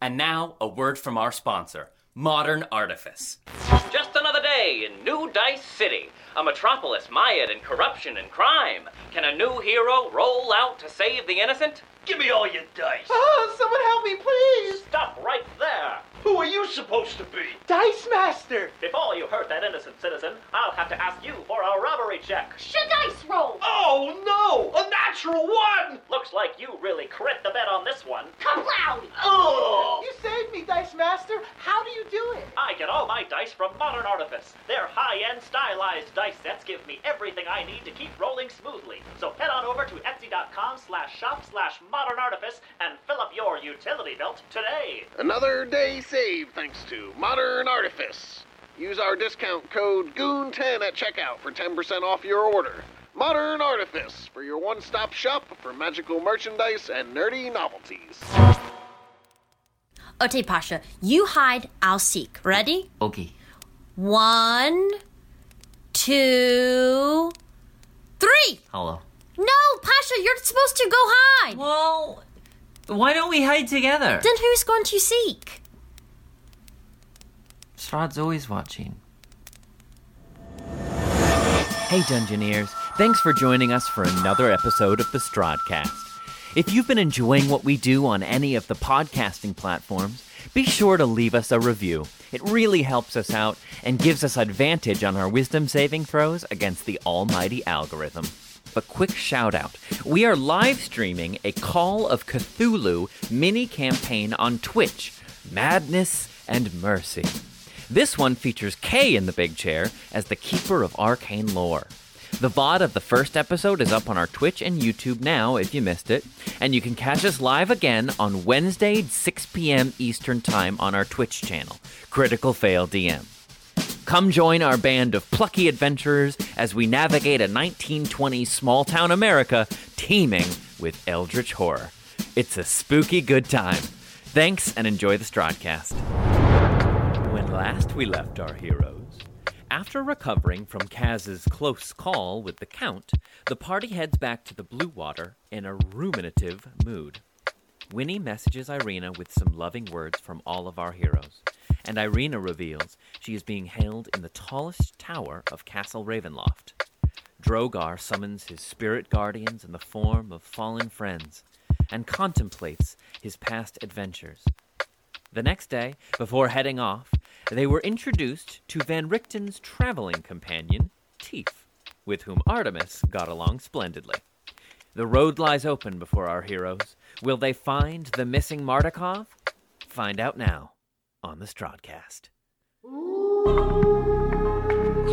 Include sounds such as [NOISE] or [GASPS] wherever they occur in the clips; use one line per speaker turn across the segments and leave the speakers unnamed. And now, a word from our sponsor, Modern Artifice.
Just another day in New Dice City, a metropolis mired in corruption and crime. Can a new hero roll out to save the innocent?
Give me all your dice.
Oh, someone help me, please!
Stop right there!
Who are you supposed to be?
Dice Master!
Before you hurt that innocent citizen, I'll have to ask you for a robbery check.
Should dice roll?
Oh no, a natural one.
Looks like you really crit the bet on this one.
Kaplow!
Oh,
You saved me, Dice Master! How do you do it?
I get all my dice from Modern Artifice. Their high-end stylized dice sets give me everything I need to keep rolling smoothly. So head on over to etsy.com slash shop slash modern artifice and fill up your utility belt today.
Another day saved thanks to Modern Artifice. Use our discount code GOON10 at checkout for 10% off your order. Modern Artifice for your one stop shop for magical merchandise and nerdy novelties.
Okay, Pasha, you hide, I'll seek. Ready?
Okay.
One, two, three!
Hello.
No, Pasha, you're supposed to go hide!
Well, why don't we hide together?
Then who's going to seek?
Shrad's always watching. Hey, Dungeoneers.
Thanks for joining us for another episode of the Strodcast. If you've been enjoying what we do on any of the podcasting platforms, be sure to leave us a review. It really helps us out and gives us advantage on our wisdom saving throws against the almighty algorithm. But quick shout out we are live streaming a Call of Cthulhu mini campaign on Twitch Madness and Mercy. This one features Kay in the big chair as the keeper of arcane lore. The VOD of the first episode is up on our Twitch and YouTube now if you missed it. And you can catch us live again on Wednesday, 6 p.m. Eastern Time on our Twitch channel, Critical Fail DM. Come join our band of plucky adventurers as we navigate a 1920s small town America teeming with eldritch horror. It's a spooky good time. Thanks and enjoy the Strodcast. When last we left our heroes, after recovering from Kaz's close call with the Count, the party heads back to the Blue Water in a ruminative mood. Winnie messages Irina with some loving words from all of our heroes, and Irina reveals she is being held in the tallest tower of Castle Ravenloft. Drogar summons his spirit guardians in the form of fallen friends and contemplates his past adventures. The next day, before heading off, they were introduced to Van Richten's traveling companion, Tief, with whom Artemis got along splendidly. The road lies open before our heroes. Will they find the missing Mardikov? Find out now on the Strodcast.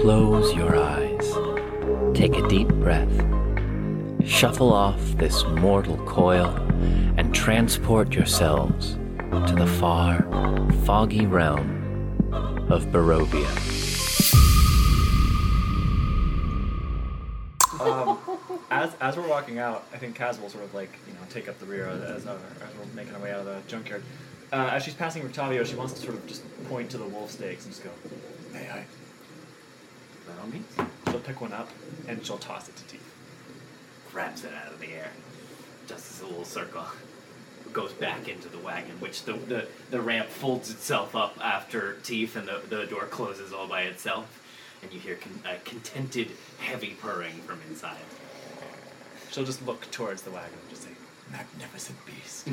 Close your eyes. Take a deep breath. Shuffle off this mortal coil and transport yourselves to the far, foggy realm of Barovia.
As, as we're walking out, I think Kaz will sort of like you know take up the rear as, uh, as we're making our way out of the junkyard. Uh, as she's passing Rictavio, she wants to sort of just point to the wolf stakes and just go, "Hey, I." She'll pick one up and she'll toss it to Teeth.
grabs it out of the air, just as a little circle, goes back into the wagon, which the, the, the ramp folds itself up after Teeth, and the, the door closes all by itself, and you hear con- a contented, heavy purring from inside.
She'll just look towards the wagon and just say, "Magnificent beast."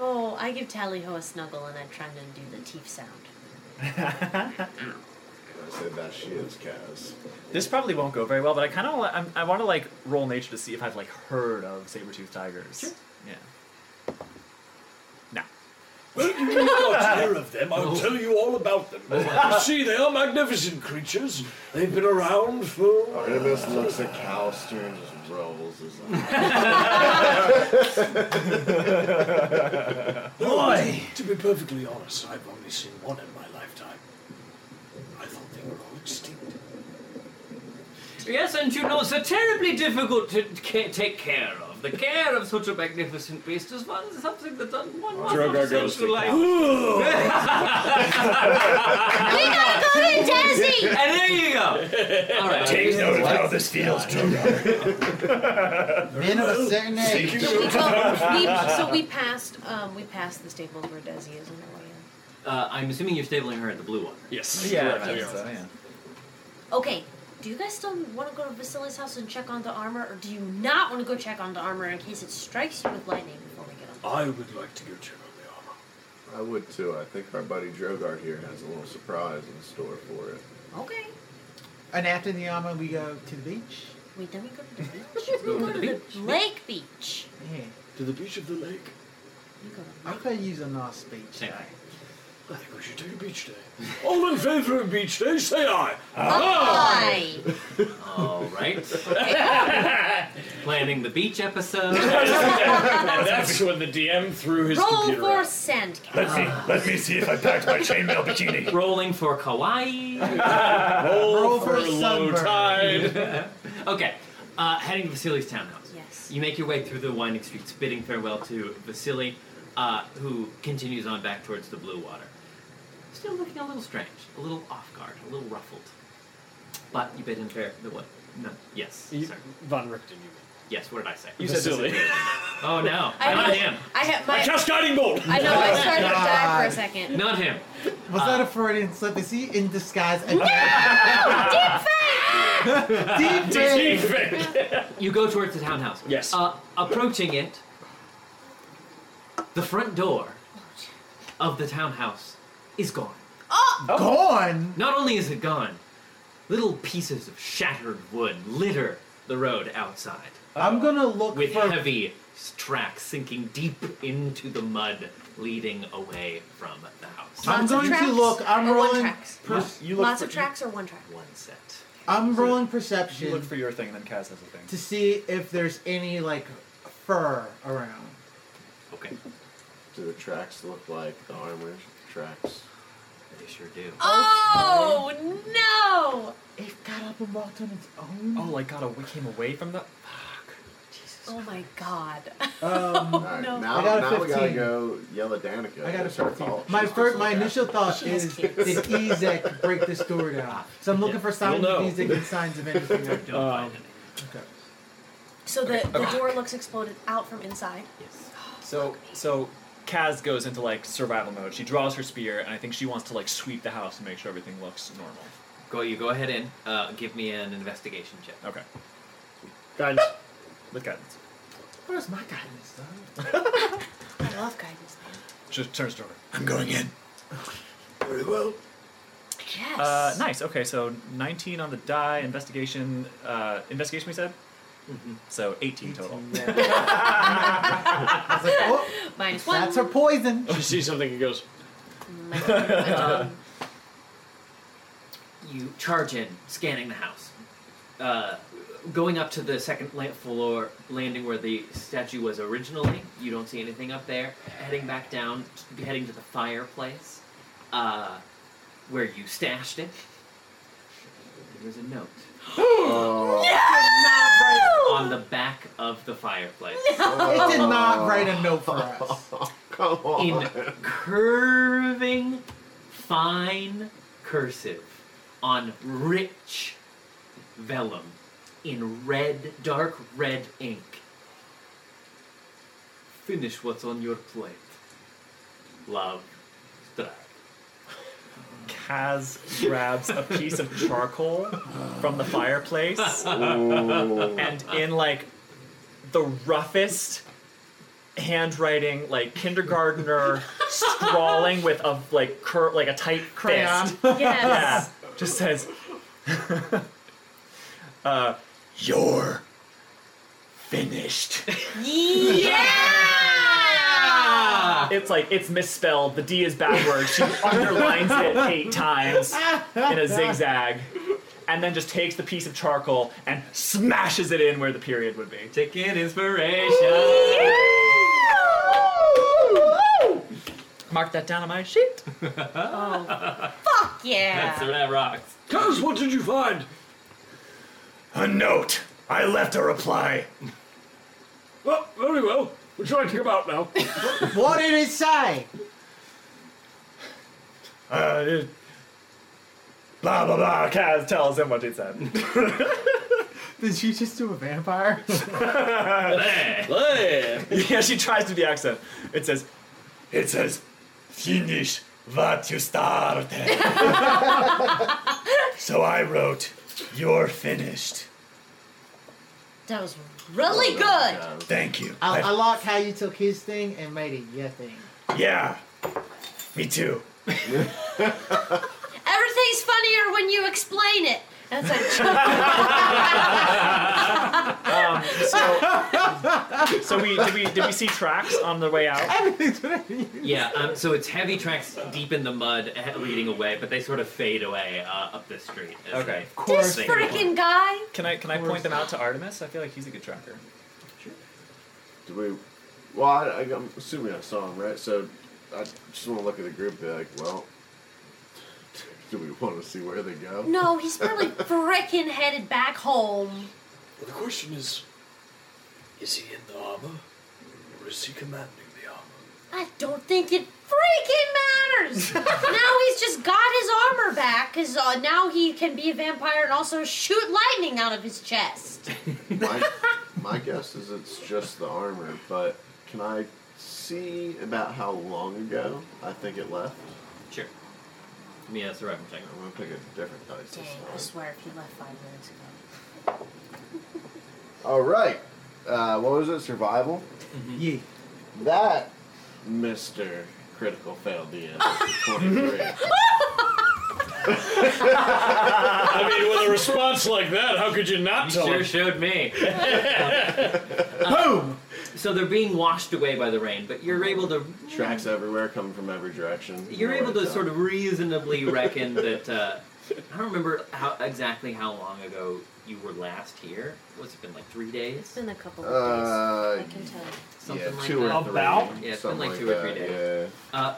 Oh, I give Tally Ho a snuggle and I try and do the teeth sound.
I said that she is Kaz.
this probably won't go very well, but I kind of I want to like roll nature to see if I've like heard of saber-toothed tigers. Yeah. No.
Well, you need not hear of them. I'll tell you all about them. You see, they are magnificent creatures. They've been around for.
Artemis looks at Calster and just rolls his eyes.
Boy! To be perfectly honest, I've only seen one in my lifetime. I thought they were all extinct.
Yes, and you know, it's terribly difficult to take care of.
the care of such a magnificent beast is one, something that one must
Drogar
not
goes to
sensualize.
We gotta go to Desi!
And there you go. All right.
Take note of how this feels, Drogar.
Men of a certain age.
we go, we, so we passed, um, we passed the stables where Desi is on the way in.
Uh, I'm assuming you're stabling her at the blue one.
Yes.
Yeah,
correct,
I
we
think
are.
so, yeah.
Okay, do you guys still want to go to Vasili's house and check on the armor, or do you not want to go check on the armor in case it strikes you with lightning before we get up?
I would like to go check on the armor.
I would too. I think our buddy Drogar here has a little surprise in store for it.
Okay.
And after the armor, we go to the beach.
Wait, then we go to the beach? we go to the lake beach.
Yeah.
To the beach of the lake.
We go to
I could use a nice beach.
Same.
day.
I think we should take a beach day. All in favor of beach day, say aye.
Bye!
All right. [LAUGHS] Planning the beach episode.
[LAUGHS] And that's when the DM threw his
Roll
computer
for
out.
sandcastle.
Let me see if I packed my chainmail bikini.
Rolling for kawaii.
Roll
Roll
for
for
low
sunburn.
tide.
Okay. Uh, heading to Vasili's townhouse.
Yes.
You make your way through the winding streets, bidding farewell to Vasily, uh, who continues on back towards the blue water. Still looking a little strange, a little off guard, a little ruffled. But you bid him fair. The what? No. Yes. Sorry.
Von Richten, you
Yes. What did I say?
mean. Vasily.
Oh no!
[LAUGHS] I
Not
know-
him.
I have my.
Cascading bolt!
I know. I started to die for a
God.
second.
Not him.
Was that a Freudian slip? Is he in disguise? again? Deep fake!
You go towards the townhouse.
Yes.
Uh, approaching it, the front door of the townhouse is gone.
Gone.
Not only is it gone, little pieces of shattered wood litter the road outside,
I'm gonna look
with
for.
heavy tracks sinking deep into the mud, leading away from the house.
I'm
Lots of
going to
tracks
look. I'm
and one
rolling.
tracks.
pers-
Lots of tracks or one track?
One set.
I'm rolling
You
perception
look for your thing, and then Kaz has a thing.
to see if there's any like fur around.
Okay.
Do the tracks look like the armor tracks?
They sure do.
Oh no!
It got up and walked on its own.
Oh, like God, we came away from the.
Oh my god. [LAUGHS]
Um,
All
Oh,
right,
no.
now,
I got a
now we gotta
15.
go yell at Danica.
I got
to
a
start
14.
calling.
My
She's
first,
just
my
like,
initial thought
She has
is did
kids.
[LAUGHS] Ezek break this door down? So I'm looking for signs
We'll
of
know.
Ezek and signs of anything. like
[LAUGHS]
that.
Don't find any.
Okay.
So the, the door looks exploded out from inside.
Yes.
So, so Kaz goes into like survival mode. She draws her spear, and I think she wants to like sweep the house and make sure everything looks normal.
Go. You go ahead and uh, give me an investigation check.
Okay,
Guys,
with guidance.
Where's my guidance, though?
I love guidance. man.
Just turns to her.
I'm going in. Very well.
Yes.
Uh, nice. Okay, so 19 on the die. Investigation. Uh, investigation. We said.
Mm-hmm.
So 18 total. [LAUGHS]
E I was like, oh,
Minus one. [LAUGHS]
that's her poison.
She sees something and goes,
Minus one. Uh,
you charge in, scanning the house. Uh, going up to the second la- floor landing where the statue was originally, you don't see anything up there. Heading back down, t- heading to the fireplace, uh, where you stashed it. There's a note
Oh.
on the back of the fireplace
It did not write a note
[LAUGHS]
for us.
[LAUGHS] Come on.
in curving, fine cursive on rich vellum in red, dark red ink. Finish what's on your plate. Love, Strike.
Kaz grabs a piece of charcoal from the fireplace and in like the roughest handwriting, like kindergartner [LAUGHS] scrawling with a like cur- like a tight
Crayon.
fist. Yeah,
yes.
just says [LAUGHS] uh,
You're finished.
Yeah.
it's like it's misspelled. The D is backwards. She underlines it eight times in a zigzag, and then just takes the piece of charcoal and smashes it in where the period would be.
Ticket inspiration.
Mark that down on my sheet.
Fuck yeah.
That's that rocks.
Kaz, what did you find?
A note. I left a reply.
Well, very well. We're trying to come out now.
What did it say?
Uh, it- blah blah blah. Kaz tells him what he said.
Did you just do a vampire?
[LAUGHS] yeah, she tries to do the accent. It says, it says, finish what you started. so I wrote, you're finished.
That was really good.
Thank you.
I, I [LAUGHS]
I-
like how you took his thing and made it your thing.
yeah, me too.
Everything's funnier when you explain it. That's [LAUGHS] like,
So, so we did we did we see tracks on the way out?
Yeah, um, so it's heavy tracks deep in the mud eh, leading away, but they sort of fade away uh, up the street. as
Okay.
they-
Of
this
they-
freaking guy.
Can I can I point them out to Artemis? I feel like he's a good tracker. [LAUGHS]
Do we? Well, I, I, am assuming I saw him, right? So I just want to look at the group and be like, well, [LAUGHS] do we want to see where they go?
No, he's probably freaking headed back home.
Well, the question is, is he in the armor, or is he commanding the armor?
I don't think it freaking matters. [LAUGHS] now he's just got his armor back because uh, now he can be a vampire and also shoot lightning out of his chest.
[LAUGHS]
my, my guess is it's just the armor, but can I see about how long ago I think it left?
Sure. Give me a survival check.
I'm gonna pick a different dice
Dang,
this
I
time.
swear if he left five minutes ago.
All right. Uh, what was it? Survival.
Yeah.
That, Mister Critical failed the end. Twenty-three.
[LAUGHS]
[LAUGHS]
I mean, with a response like that, how could you not tell
Sure
him?
showed me.
Boom!
So they're being washed away by the rain, but you're able to
Tracks everywhere, coming from every direction.
you're able to sort of reasonably reckon that. Uh, I don't remember how exactly how long ago you were last here. What's it been like three days?
It's been a couple of
Uh,
days. I can tell.
yeah,
Something like
two
that.
or three.
About?
Yeah, it's been
something
like two or three
that,
days. Uh,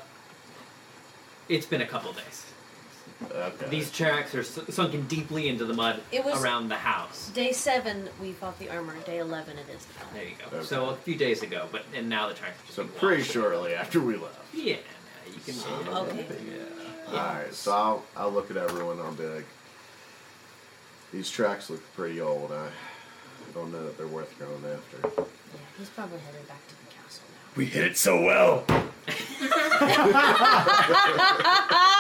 it's been a couple days.
Yeah. Okay.
These tracks are su- sunken deeply into the mud
It was-
around the house.
Day seven, we fought the armor. Day eleven, it is.
There you go.
Okay.
So a few days ago, but and now the tracks are just
so
being
pretty
washed.
shortly after we left.
Yeah, you can.
Okay.
All right, so I'll, I'll look at everyone. I'll be like, these tracks look pretty old. I don't know that they're worth going after.
Yeah, he's probably headed back to the castle now.
We hit it so well.
[LAUGHS]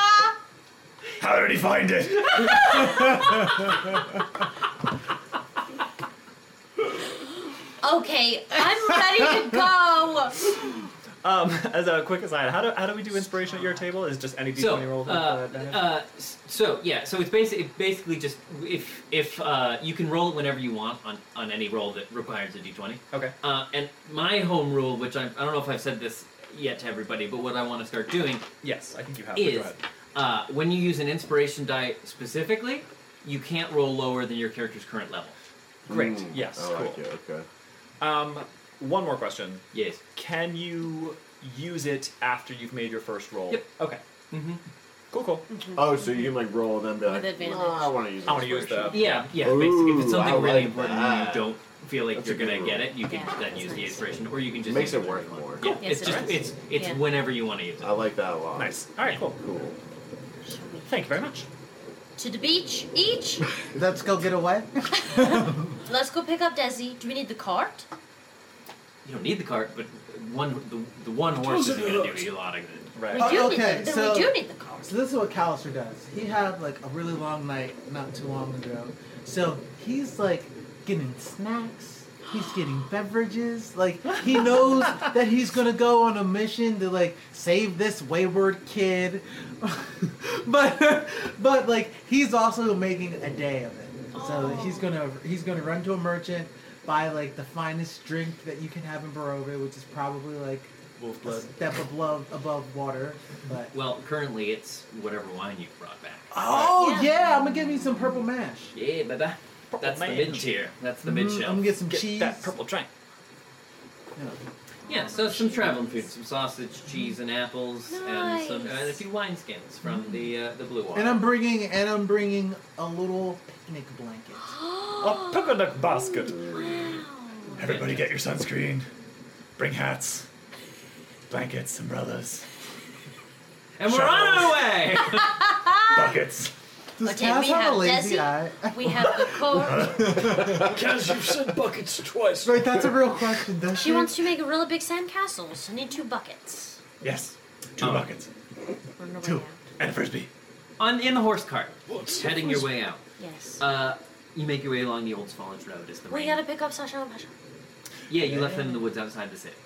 How did he find it?
[LAUGHS]
Okay, I'm ready to go.
Um, as a quick aside, how do, how do we do inspiration at your table? Is just any d20
So,
roll?
uh,
With, uh, damage?
uh, s- so yeah, so it's basically basically just if if uh, you can roll it whenever you want on, on any roll that requires a d20.
okay.
Uh, and my home rule, which I, I don't know if I've said this yet to everybody, but what I want to start doing
Yes, I think you have.
is
Go ahead.
uh, when you use an inspiration die specifically, you can't roll lower than your character's current level.
Great.
Mm,
yes.
I like
cool.
it. Okay.
Um, one more question.
Yes.
Can you use it after you've made your first roll?
Yep.
Okay. Mm-hmm. Cool. Cool.
Oh, so you can like roll and then be like,
advantage.
"Nah, I want to use.
I wanna use
inspiration."
Yeah, yeah. basically, if it's
Ooh,
something
I
really
like
important and you
that.
don't feel like
That's a
you're gonna
good
get
rule.
it, you can then
Yeah, that's
use the
nice.
inspiration, or you can just
Makes
use
it
whenever
work
you want.
more.
Yeah,
Yes,
it's
it
just
does.
it's it's
Yeah.
whenever you want to use it.
I like that a lot.
Nice. All right. Cool.
Cool.
Shall we
Thank you very much.
to the beach each?
Let's go get away.
Let's go pick up Desi. Do we need the cart?
You don't need the cart, but one the, the one horse isn't gonna do you a lot of good.
Right.
We
Oh,
do
okay,
need the, then
so-
we do need the cart. [GASPS]
So this is what Callister does. He had like a really long night not too long ago. So he's like getting snacks. He's getting beverages. Like he knows that he's gonna go on a mission to like save this wayward kid. [LAUGHS] but but like he's also making a day of it. So he's gonna he's gonna run to a merchant, buy like the finest drink that you can have in Barovia, which is probably like
Wolf
a step above above water. But
Well, currently it's whatever wine you brought back.
Oh yeah.
Yeah.
I'm gonna give me some purple mash.
Yeah, baby. That's the
man.
mid tier. That's the mid
Mm,
shelf.
I'm gonna get some
Get
cheese.
that purple drink.
Yeah.
Yeah, so some traveling food, some sausage, cheese, and apples, and some
Nice. Mm.
and a few wine skins from the uh, the blue water.
And I'm bringing and I'm
Oh.
bringing a little picnic blanket.
A picnic basket.
Wow.
Everybody get your sunscreen. Bring hats, blankets, umbrellas,
And we're on our
[LAUGHS]
way!
Ah! buckets.
Does
But then
Kaz
we
have a
have
lazy
Desi.
eye?
We have the core.
Kaz, you've said buckets twice.
Right, that's a real question, does
She wants to make a really big sandcastle, so need two buckets.
Yes, two buckets
We're on our way
Two.
now.
and a [LAUGHS] frisbee.
on in the horse cart,
What's
heading your way out.
Yes.
Uh, you make your way along the old Smolensk Road. Is the
we
main-
gotta pick up Sasha and Pasha.
Yeah, you left them in the woods outside the city.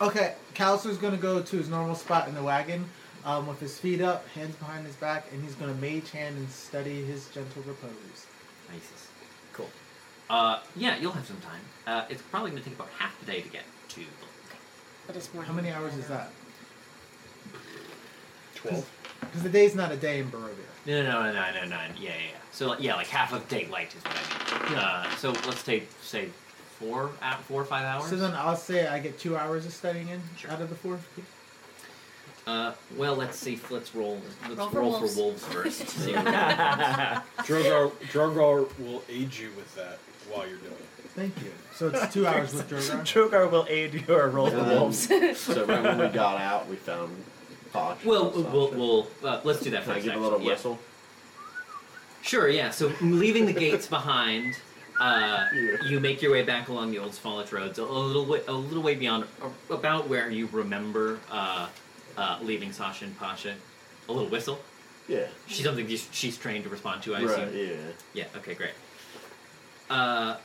Okay, Callister's gonna go to his normal spot in the wagon, um, with his feet up, hands behind his back, and he's gonna mage hand and study his gentle repose.
Isis. Cool. Uh, yeah, you'll have some time. Uh, it's probably gonna take about half the day to get to. the-
But it's more.
How many hours is that?
Twelve.
Because the day's not a day in Barovia.
No, no, no, no, no, no. Yeah, yeah, yeah. So like, yeah, like half of daylight is what I mean. Uh, so let's take say four, ou- four or five hours.
So then I'll say I get two hours of studying in
Sure.
out of the four.
uh, well, let's see. Let's roll. Let's
Roll
roll,
for wolves.
for wolves first.
[LAUGHS]
See what [LAUGHS]
Drogar, Drogar will aid you with that while you're doing it.
Thank you. So it's two hours with Drogon.
Drogar will aid your roll for
Um,
wolves.
so right when we got out, we found Posh.
Well,
and
we'll,
stuff.
we'll uh, let's do that
Can I
first.
give a
actually,
little
yeah.
whistle?
Sure. Yeah. So leaving the gates behind, uh,
Yeah.
you make your way back along the old Smolensk roads a, a little way, a little way beyond a, about where you remember uh, uh, leaving Sasha and Pasha. A little whistle.
Yeah.
She's something you- she's trained to respond to. I
right.
assume.
Yeah.
Yeah. Okay. Great. Uh,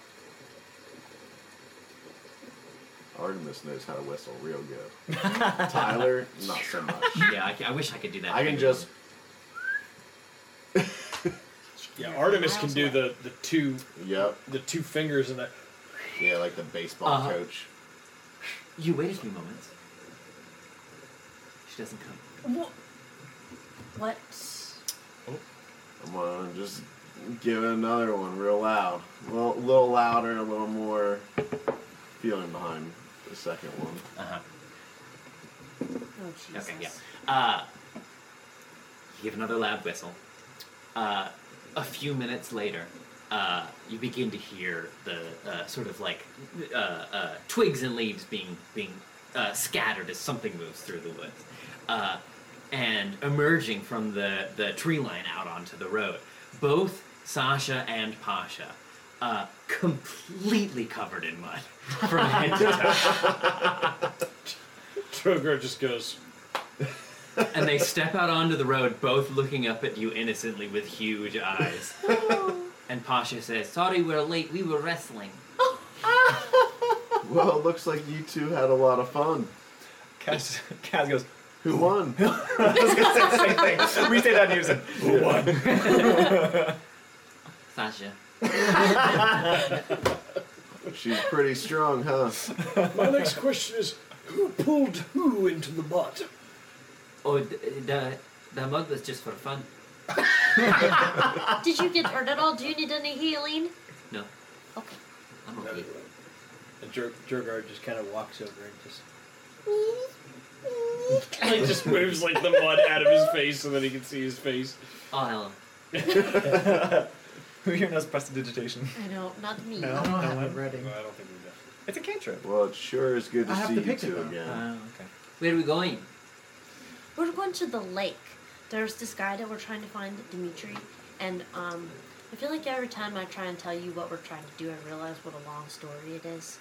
Artemis knows how to whistle real good. Tyler, not so much.
yeah. I, ca- I wish I could do that.
I can just.
Yeah, Artemis can do the, the two
Yep.
the two fingers and that.
Yeah, like the baseball
Uh-huh.
coach.
You wait a few moments. She doesn't come.
What?
I'm gonna just give it another one real loud. A little, little louder, a little more feeling behind the second one.
Uh huh.
Oh Jesus.
Okay, yeah. Uh, you give another loud whistle. Uh, a few minutes later, uh, you begin to hear the uh, sort of like uh, uh, twigs and leaves being being uh, scattered as something moves through the woods, uh, and emerging from the the tree line out onto the road, both Sasha and Pasha. Uh, completely covered in mud [LAUGHS] from head to toe.
Drogar just goes.
and they step out onto the road, both looking up at you innocently with huge eyes. and Pasha says, "Sorry, we're late. We were wrestling."
Well, it looks like you two had a lot of fun.
Kaz, Kaz goes, [LAUGHS]
Who won?
thing. We say that in unison.
Sasha,
She's pretty strong, huh?
[LAUGHS] My next question is, who pulled who into the butt?
oh, the the, the mug was just for fun.
Did you get hurt at all? Do you need any healing?
No,
Okay.
I'm okay.
And Jer- Jergard just kind of walks over and just.
[LAUGHS] He just moves like the mud out of his face so that he can see his face.
Oh hell,
Who here knows prestidigitation?
I know, not me.
I don't have it ready.
I don't think we know.
It's a cantrip. [LAUGHS]
Well, it sure is good to
I have
see
to
you
pick it,
two
though. Uh,
again.
okay.
where are we going?
We're going to the lake. There's this guy that we're trying to find, Dimitri, and um, I feel like every time I try and tell you what we're trying to do, I realize what a long story it
[LAUGHS]
is.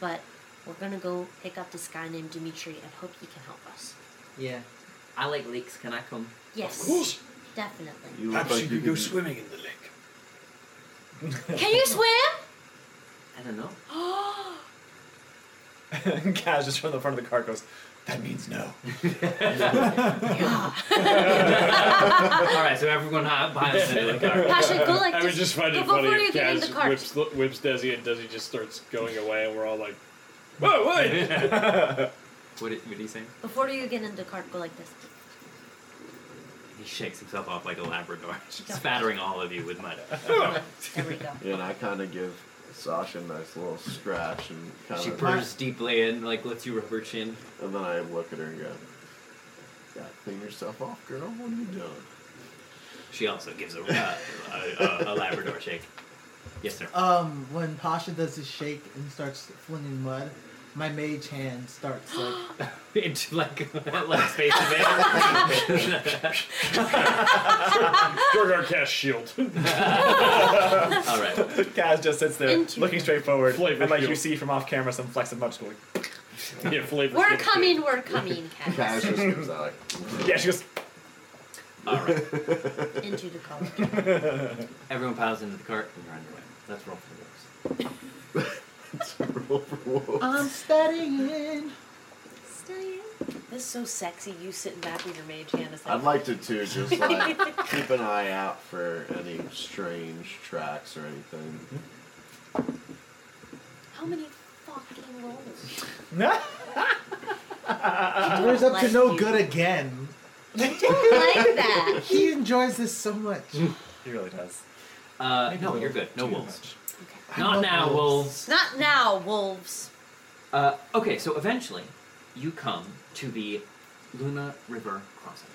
But we're gonna go pick up this guy named Dimitri and hope he can help us.
Yeah, I like lakes. Can I come?
Yes,
Of course.
definitely.
You look
Perhaps
like
you could go
could-
swimming in the lake.
Can you
[GASPS]
swim?
I don't know.
Kaz just from the front of the car goes, that means no. [LAUGHS]
All right, so everyone hi- behind us into the car.
Pasha, go like
I
this.
would just find
go
it funny
before you
if
get in the
Kaz
cart.
whips, whips Desi and Desi just starts going away and we're all like, whoa, wait!
What did, what did he say?
Before you get in the cart, go
[LAUGHS]
like this.
He shakes himself off like a Labrador, [LAUGHS] spattering all of you with mud.
There we go.
Yeah, and I kind of give Sasha a nice little scratch and kind
She
of,
purrs deeply and like lets you rub her chin.
and then I look at her and go, "Gotta clean yourself off, girl. What are you doing?"
She also gives a, uh, a, a, a Labrador shake. Yes, sir.
Um, when Pasha does his shake and starts flinging mud, my mage hand starts like
[LAUGHS]
[GASPS]
Into like [LAUGHS] like
[LAUGHS]
space invader.
Durgar cast shield.
[LAUGHS] All right.
Kaz just sits there,
Into-
looking straight forward,
Flavor
and like
shield.
you see from off camera, some flex of mud just going.
[LAUGHS] yeah, flavor.
We're
shield.
coming, we're
[LAUGHS]
[LAUGHS]
coming,
Kaz
Cass.
just gives that like.
Yeah, she goes.
All right.
Into the color.
[LAUGHS]
Everyone piles into the cart and you're on your way. Let's roll for the wolves.
roll for wolf.
I'm studying.
That's so sexy, you sitting back with your mage hand. It's
I'd like to too, just like keep an eye out for any strange tracks or anything.
Mm-hmm.
How many fucking [LAUGHS] rolls?
No.
Doors up to
like
no
you.
good [LAUGHS] again.
I [LAUGHS] like that.
He enjoys this so much.
He really does.
Uh,
Maybe
no,
a
you're
little
good. No
too
wolves.
Okay.
I
Not
love
now,
wolves.
wolves.
Not now, wolves.
Uh, okay, so eventually, you come to the Luna River crossing,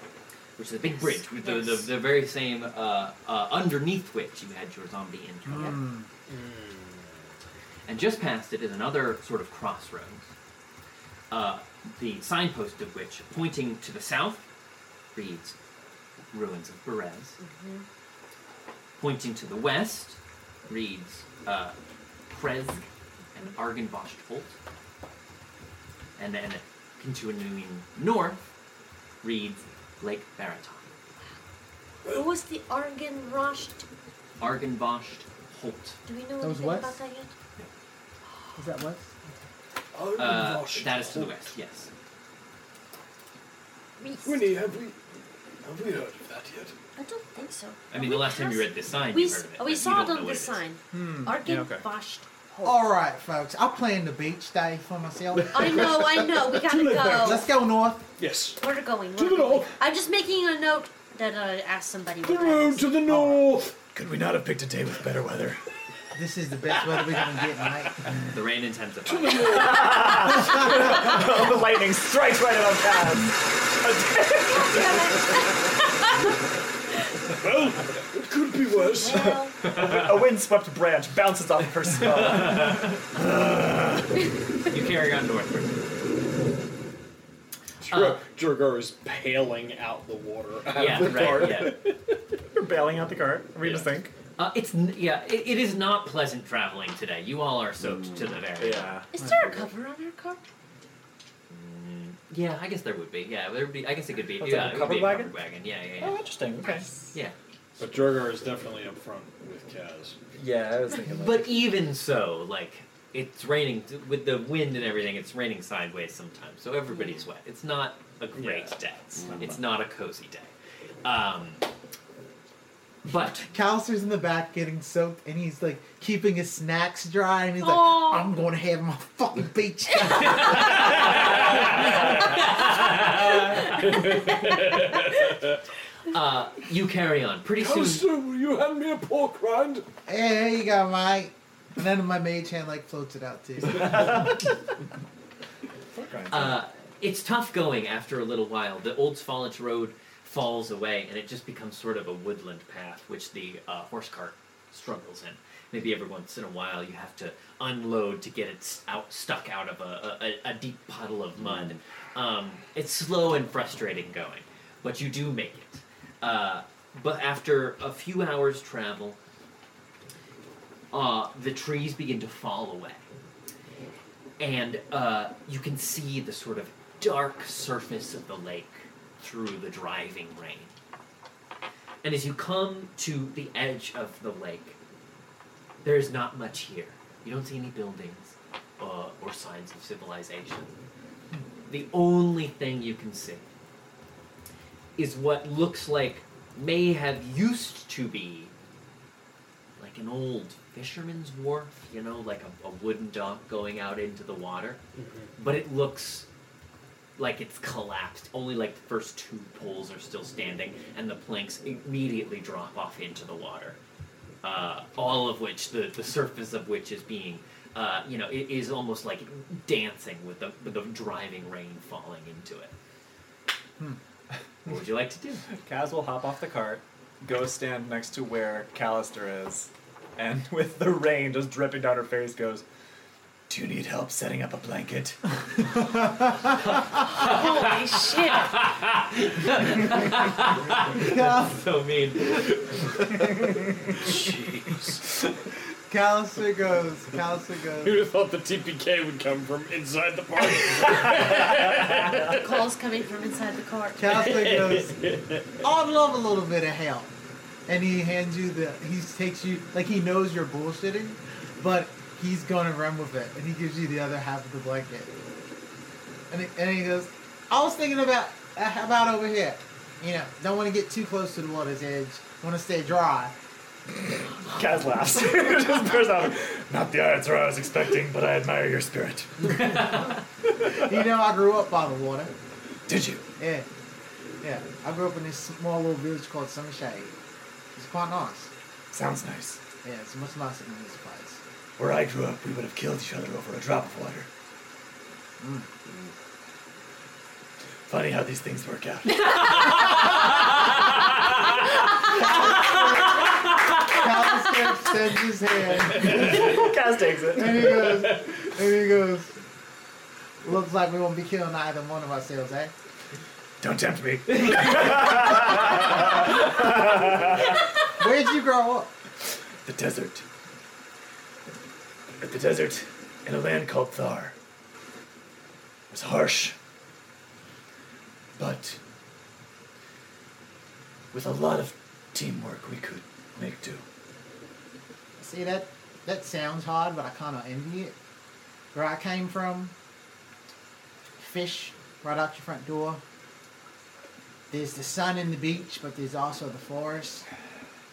which is a big
Yes,
bridge with the,
yes.
the, the very same uh, uh, underneath which you had your zombie intro. And just past it is another sort of crossroads, uh, the signpost of which, pointing to the south, reads ruins of Berez.
Mm-hmm.
Pointing to the west, reads uh, Kresg and Argenbosch Holt. And then continuing north, reads Lake Baraton.
What was the Argon Rosh?
Argenbosch Holt.
Do we know
That was
anything
what?
about that yet?
Is that what?
Oh,
Uh, that is to the west, yes.
Reese.
Winnie, have we have we heard of that yet?
I don't think so.
I mean,
We
the last time you
passed-
read this sign,
we,
you
s-
heard of it. but
we
you
saw
don't
it
know
on
what
the
it is.
sign.
Hmm.
Argon
Yeah, okay.
Bosch Holt.
All right, folks. I'm playing the beach day for myself.
I know, I know. We gotta go.
Let's go north.
Yes.
We're going.
To
We're
the
going.
north.
I'm just making a note that I asked somebody.
The
what that
road
is.
to the north.
Could we not have picked a day with better weather?
This is the best weather we're gonna get tonight.
The rain intensifies.
[LAUGHS] the lightning strikes right above Kaz.
Well, it could be worse.
Well,
A windswept branch bounces off of her skull.
you carry on
[LAUGHS]
northward.
Jur- Jurgar is paling out the water. Out
Uh. [LAUGHS] Yeah,
of the
right,
cart.
yeah.
You're bailing out the cart. Are we
Yeah.
just think?
Uh, it's n- yeah. It, it is not pleasant traveling today. You all are soaked
Mm,
to the very.
Yeah.
is there a cover on our car?
Yeah, I guess there would be. Yeah, there would be. I guess it could be.
What's
yeah,
that, a
it would be
covered wagon?
covered wagon. Yeah, yeah, yeah.
Oh, interesting. Okay.
yeah.
But Jurgar is definitely up front with Kaz.
Yeah, I was thinking. Like,
But even so, like it's raining with the wind and everything. It's raining sideways sometimes, so everybody's wet. It's not a great
Yeah.
day. Mm. It's not a cozy day. Um, but
Callister's in the back getting soaked, and he's like keeping his snacks dry, and he's
Aw.
like, "I'm going to have my fucking beach day."
uh, you carry on. Pretty soon,
Alistair, will you hand me a pork rind?
hey, here you go, mate. And then my mage hand like floats it out [LAUGHS] too.
uh, it's tough going after a little while. The old Svalich Road falls away, and it just becomes sort of a woodland path, which the uh, horse cart struggles in. Maybe every once in a while, you have to unload to get it s- out stuck out of a, a, a deep puddle of mud. Um, it's slow and frustrating going, but you do make it. Uh, but after a few hours travel, uh, the trees begin to fall away and uh, you can see the sort of dark surface of the lake through the driving rain. And as you come to the edge of the lake, there is not much here. You don't see any buildings uh, or signs of civilization. The only thing you can see is what looks like may have used to be like an old fisherman's wharf, you know, like a, a wooden dock going out into the water. But it looks like it's collapsed. Only like the first two poles are still standing, and the planks immediately drop off into the water. Uh, all of which, the, the surface of which is being, uh, you know, it is almost like dancing with the, with the driving rain falling into it. What would you like to do?
Kaz will hop off the cart, go stand next to where Callister is, and [LAUGHS] with the rain just dripping down her face, goes, "Do you need help setting up a blanket?" [LAUGHS]
Holy
[LAUGHS]
shit!
That's so mean.
Jeez.
Callister goes. Callister goes.
Who'd have thought the TPK would come from inside the party?
The call's coming from inside the car.
Callister [LAUGHS] goes. "Oh, I'd love a little bit of help. And he hands you the. He takes you like he knows you're bullshitting, but he's gonna run with it, and he gives you the other half of the blanket. And he, and he goes, I was thinking about uh, about over here. You know, don't want to get too close to the water's edge. Want to stay dry.
Kaz laughs. [LAUGHS] just bursts out. Not the answer I was expecting, but I admire your spirit.
you know, I grew up by the water.
Did you?
Yeah. Yeah. I grew up in this small little village called Summershade. It's quite nice.
Sounds nice.
Yeah, it's much nicer than this place.
Where I grew up, we would have killed each other over a drop of water. Mm. Funny how these things work out.
Callister extends his hand.
[LAUGHS] Kaz takes it.
and he goes, and he goes, looks like we won't be killing either one of ourselves, eh?
Don't tempt me.
Where'd you grow up?
The desert. At the desert, in a land called Thar. It was harsh. But with a lot of teamwork, we could make do.
See that? That sounds hard, but I kind of envy it. Where I came from, fish right out your front door. There's the sun and the beach, but there's also the forest.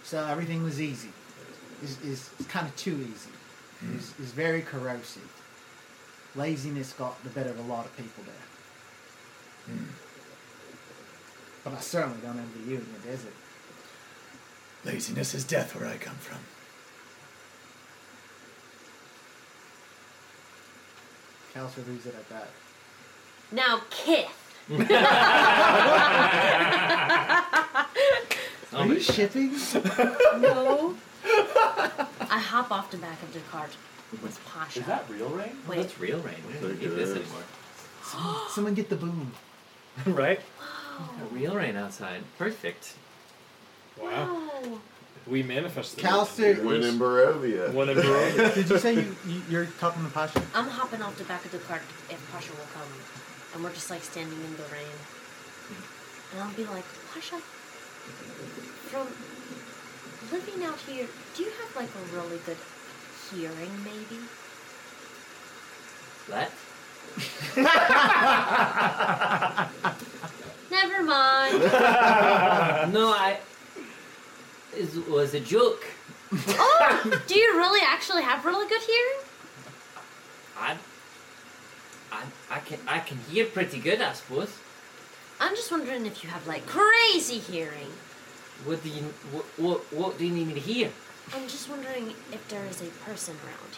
So everything was easy. It's, it's, it's kind of too easy. It's, it's very corrosive. Laziness got the better of a lot of people there. Hmm. But I certainly don't envy you in the desert.
Laziness is death where I come from.
Cal's leaves it at that.
Now, Kith.
Are you [LAUGHS] shipping?
No. [LAUGHS] I hop off the back of the cart with Pasha.
Is that real rain?
Wait.
That's real rain. We don't need this anymore.
[GASPS] Someone get the boom.
[LAUGHS] right?
Got real rain outside. Perfect.
Wow.
Oh.
We manifested.
Calster-
Win in Barovia.
One in Barovia.
Did you say you, you, you're talking to Pasha?
I'm hopping off the back of the cart if Pasha will come. And we're just like standing in the rain. And I'll be like, Pasha, from living out here, do you have like a really good hearing maybe?
[LAUGHS]
What? [LAUGHS]
Never mind.
No, I. It was a joke.
oh, do you really actually have really good hearing?
I. I, I can I can hear pretty good, I suppose.
I'm just wondering if you have like crazy hearing.
What do you what what, what do you need me to hear?
I'm just wondering if there is a person around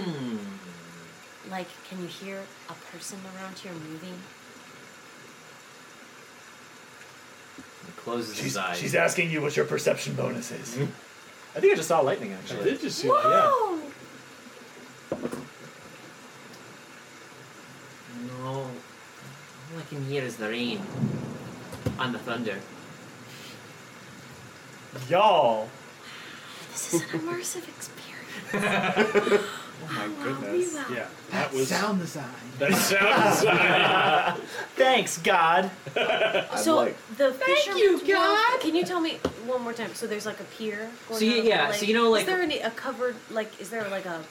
here.
Hmm.
Like, can you hear a person around here moving?
He closes
She's,
his eyes.
she's asking you what your perception bonus is. Mm-hmm. I think I just saw lightning
I
actually.
did just see that. Yeah.
Whoa!
No. All I can hear is the rain and the thunder.
Y'all.
This is an immersive experience.
[LAUGHS] Oh my
goodness. wow.
Yeah.
That
That was.
sound design.
That sound design.
Thanks, God.
[LAUGHS] I'd
so
like-
the fisherman's
you,
wharf-
God.
Can you tell me one more time? So there's like a pier. Going
So you-
down to the
yeah, so
lake.
you know, like-
is there any, a covered like is there like a,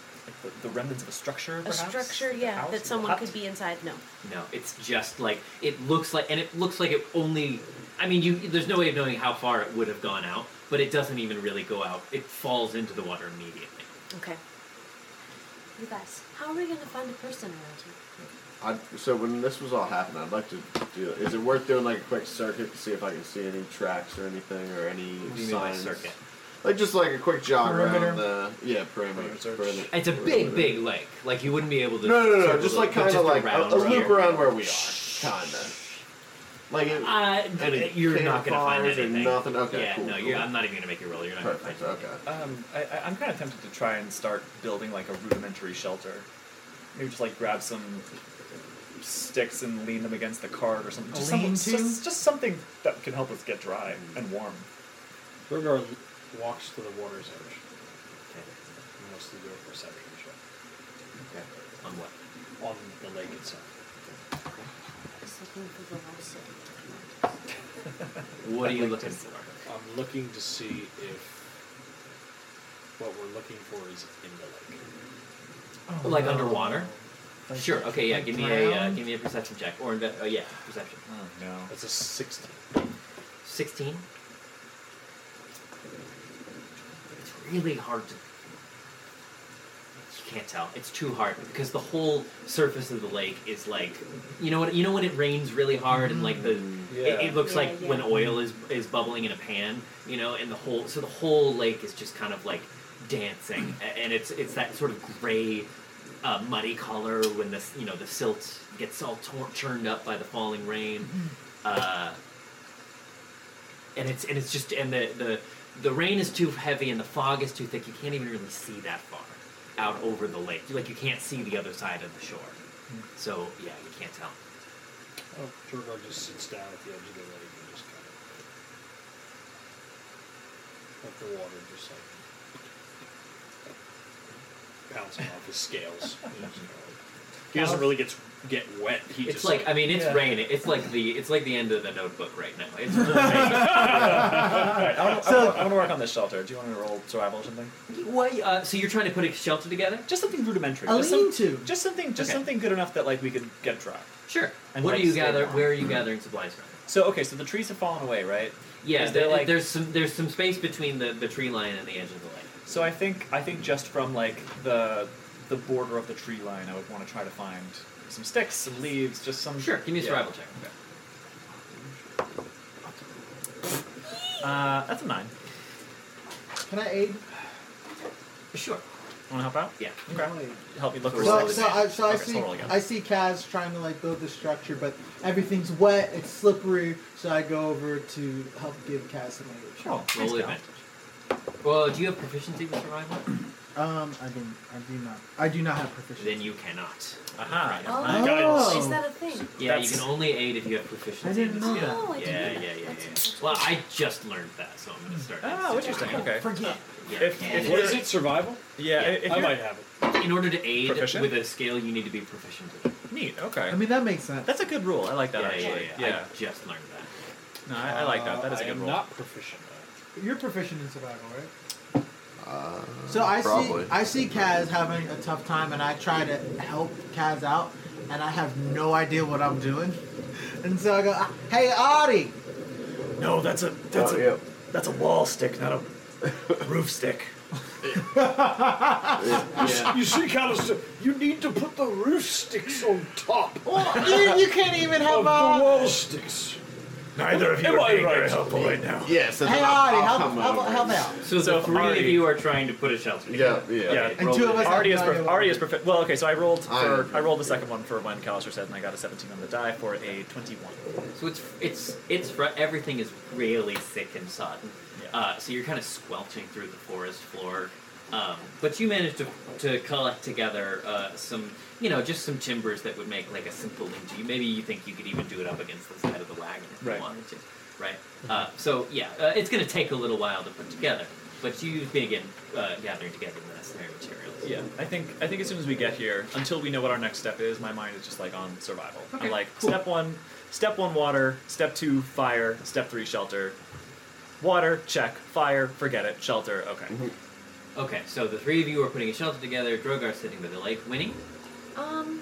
The, the remnants of a structure,
a
perhaps?
structure?
Like a
Yeah,
house,
that
a
someone
hut?
could be inside. No.
No, it's just like it looks like, and it looks like it only. I mean, you. There's no way of knowing how far it would have gone out, but it doesn't even really go out. It falls into the water immediately.
Okay. You guys, how are we gonna find a person around here?
I'd, so when this was all happening, I'd like to do. Is it worth doing like a quick circuit to see if I can see any tracks or anything or any
What do you mean by
signs?
circuit?
Like just like a quick jog
Perimeter?
around the yeah perimeter.
Perimeter search.
perimeter-
It's a big,
perimeter.
big lake. Like you wouldn't be able to.
No, no, no,
circle
just
the-
like
but
kind of
just
like a,
around
a loop
here.
around where we are, kind of. Like, it,
Uh,
Any
you're not gonna find
campfires or
anything.
nothing? Okay,
yeah,
cool,
no,
cool.
you're, I'm not even gonna make you roll. You're not gonna
perfect.
find anything.
Okay.
Um, I, I- I'm kind of tempted to try and start building like a rudimentary shelter. Maybe just like grab some sticks and lean them against the cart or something.
A
Just, some,
lean-to?
just, just something that can help us get dry and warm.
Durgar walks to the water's edge. And wants to do a perception check
On what?
on the lake itself.
Just looking for the lost city.
What are you looking for?
I'm looking to see if what we're looking for is in the lake.
like underwater?
Oh, Like-
sure. Okay. Yeah.
like
Give me a uh,
drowned?
give me a perception check or inve- oh yeah perception.
Oh no.
That's a 16.
Sixteen. It's really hard to. You can't tell. It's too hard because the whole surface of the lake is like, you know what? You know when it rains really hard and like the
Yeah.
it, it looks
Yeah,
like
yeah.
when oil is is bubbling in a pan, you know, and the whole so the whole lake is just kind of like dancing, A- and it's it's that sort of gray, uh, muddy color when the s- you know the silt gets all tor- churned up by the falling rain, uh, and it's and it's just and the the the rain is too heavy and the fog is too thick. You can't even really see that far out over the lake. Like you can't see the other side of the shore, so yeah, you can't tell.
Oh, Durgar just sits down at the edge of the lake and just kind of let the water just like bouncing off his scales. you know, just kinda like- he doesn't really get get wet. He
It's
just
like I mean, it's
Yeah.
raining. It's like the it's like the end of the Notebook right now. It's raining.
Alright, I want
So-
to work on this shelter. Do you want me to roll survival or something?
what? Uh, so you're trying to put a shelter together?
Just something rudimentary.
A
just, some-
lean-to.
just something. Just
Okay.
something good enough that like we could get dry.
Sure.
And
what are
like
you
stay
gather?
warm.
Where are you gathering supplies from?
So okay, so the trees have fallen away, right?
Yeah,
Is there,
there-
like-
there's some there's some space between the, the tree line and the edge of the lake.
So I think I think just from like the the border of the tree line, I would want to try to find some sticks, some leaves, just some.
Sure. Give me a
Yeah.
survival check.
Uh, that's a nine.
Can I aid?
Sure.
Want to help out?
Yeah.
Okay. Help me look for
So,
sticks.
so, I, so I
Okay, so
see
roll again.
I see Kaz trying to like build the structure, but everything's wet, it's slippery. So I go over to help give Kaz some aid.
Oh,
Roll
nice guy.
advantage. Well, do you have proficiency with survival?
Um, I didn't. I do not. I do not have proficiency.
then you cannot.
Aha.
Oh,
Guidance.
is that a thing?
Yeah,
That's-
you can only aid if you have proficiency.
I didn't
in
know
this
that.
Oh, I
skill. Yeah,
didn't know
yeah,
that.
yeah, yeah.
That's-
Well, I just learned that, so I'm gonna start.
Ah,
Oh, interesting.
instituting
Okay.
Forget.
it. Yeah.
If- if
What is it? Survival?
Yeah. i- If
I
you're-
might have it.
In order to aid
Proficient?
with a skill, you need to be proficient in it.
Neat. Okay.
I mean that makes sense.
that's a good rule. I like that actually.
I just learned that.
No, I, I like that. That is
I
a good
am
rule.
not proficient. at
You're proficient in survival, right?
Uh,
So I
probably.
see I see Kaz having a tough time, and I try to help Kaz out, and I have no idea what I'm doing, [LAUGHS] and so I go, "Hey, Audie,
No, that's a
that's Oh, a- yeah.
that's a wall stick, not a roof stick.
it. You see, Callister, you need to put the roof sticks on top of
you, you can't even help
Oh,
the
out."
wall sticks.
Neither of
Am I right?
yeah, so
Hey,
then I'll,
Audie,
I'll
help,
come
help,
over.
help out.
So,
So
the three
Ari-
of you are trying to put a shelter.
Yeah,
together.
yeah.
Yeah.
And two of us
Artie is,
have no
prof-
idea
Artie
what-
is proficient. Well, okay, so I rolled
I
for,
am.
I rolled the second one for when Callister said, and I got a 17 on the die for a 21.
So it's it's it's fr- everything is really thick and sodden.
Yeah.
Uh, so you're kind of squelching through the forest floor, um, but you manage to to collect together uh, some you know just some timbers that would make like a simple lean-to. Maybe you think you could even do it up against the side of the wagon if
Right.
you wanted to, right? Uh, so yeah, uh, it's going to take a little while to put together, but you begin uh, gathering together the necessary materials.
Yeah, I think I think as soon as we get here, until we know what our next step is, my mind is just like on survival. I'm like step one, step one water, step two fire, step three shelter. Water check, fire forget it, shelter okay.
Okay, so the three of you are putting a shelter together. Drogar's sitting by the lake, winning.
Um.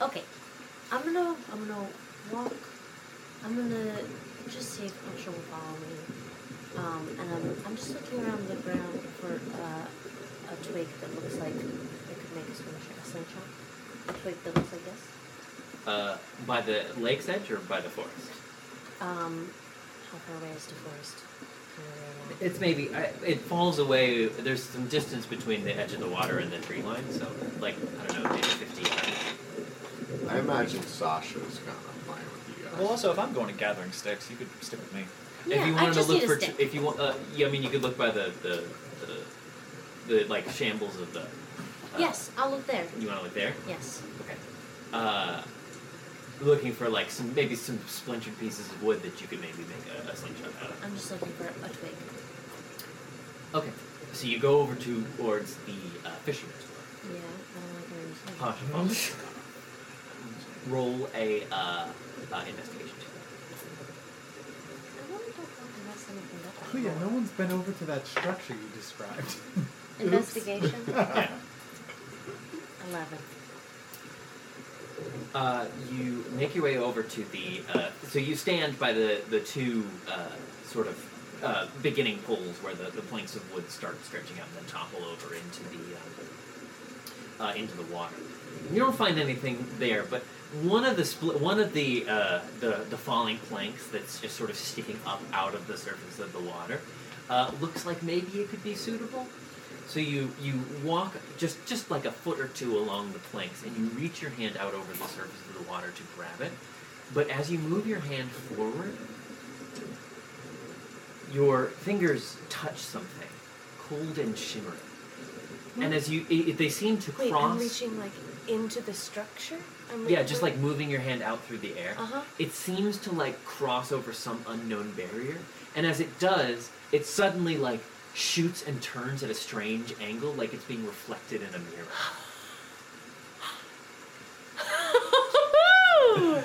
Okay, I'm gonna I'm gonna walk. I'm gonna just see if Usher will follow me. Um, and I'm, I'm just looking around the ground for uh, a twig that looks like it could make a slingshot. A, slingshot. a twig that looks like this.
Uh, by the lake's edge or by the forest?
Um, how far away is the forest? How far away am I?
It's maybe I, it falls away. There's some distance between the edge of the water and the tree line, so like I don't know, maybe 50 yards.
I
imagine Sasha's kind of playing with you guys.
Well, also, if I'm going to gathering sticks, you could stick with me.
Yeah,
if you
I
wanted
just
to look
need
for,
a stick.
if you want, uh, yeah, I mean, you could look by the the, the, the like shambles of the. Uh,
yes, I'll look there.
You want to look there?
Yes.
Okay. Uh, looking for like some maybe some splintered pieces of wood that you could maybe make a, a slingshot out of.
I'm just looking for a twig.
Okay. So you go over to towards the uh, fisherman's
Yeah. uh,
wharf.
I don't know where
Posh, posh. Roll a uh, uh, investigation check.
I wonder if I can mess anything up.
Oh yeah, no one's been over to that structure you described. [LAUGHS]
Investigation.
Yeah.
Eleven.
Uh, you make your way over to the. Uh, so you stand by the the two uh, sort of uh, beginning poles where the, the planks of wood start stretching out and then topple over into the uh, uh, into the water. You don't find anything there, but one of the spl- one of the, uh, the the falling planks that's just sort of sticking up out of the surface of the water uh, looks like maybe it could be suitable. So you you walk just just like a foot or two along the planks, and you reach your hand out over the surface of the water to grab it. But as you move your hand forward, your fingers touch something cold and shimmering, and as you i i- they seem to
Wait,
cross.
I'm reaching like into the structure. I'm
Yeah, just like moving your hand out through the air.
Uh-huh.
It seems to like cross over some unknown barrier, and as it does, it suddenly like shoots and turns at a strange angle, like it's being reflected in a mirror.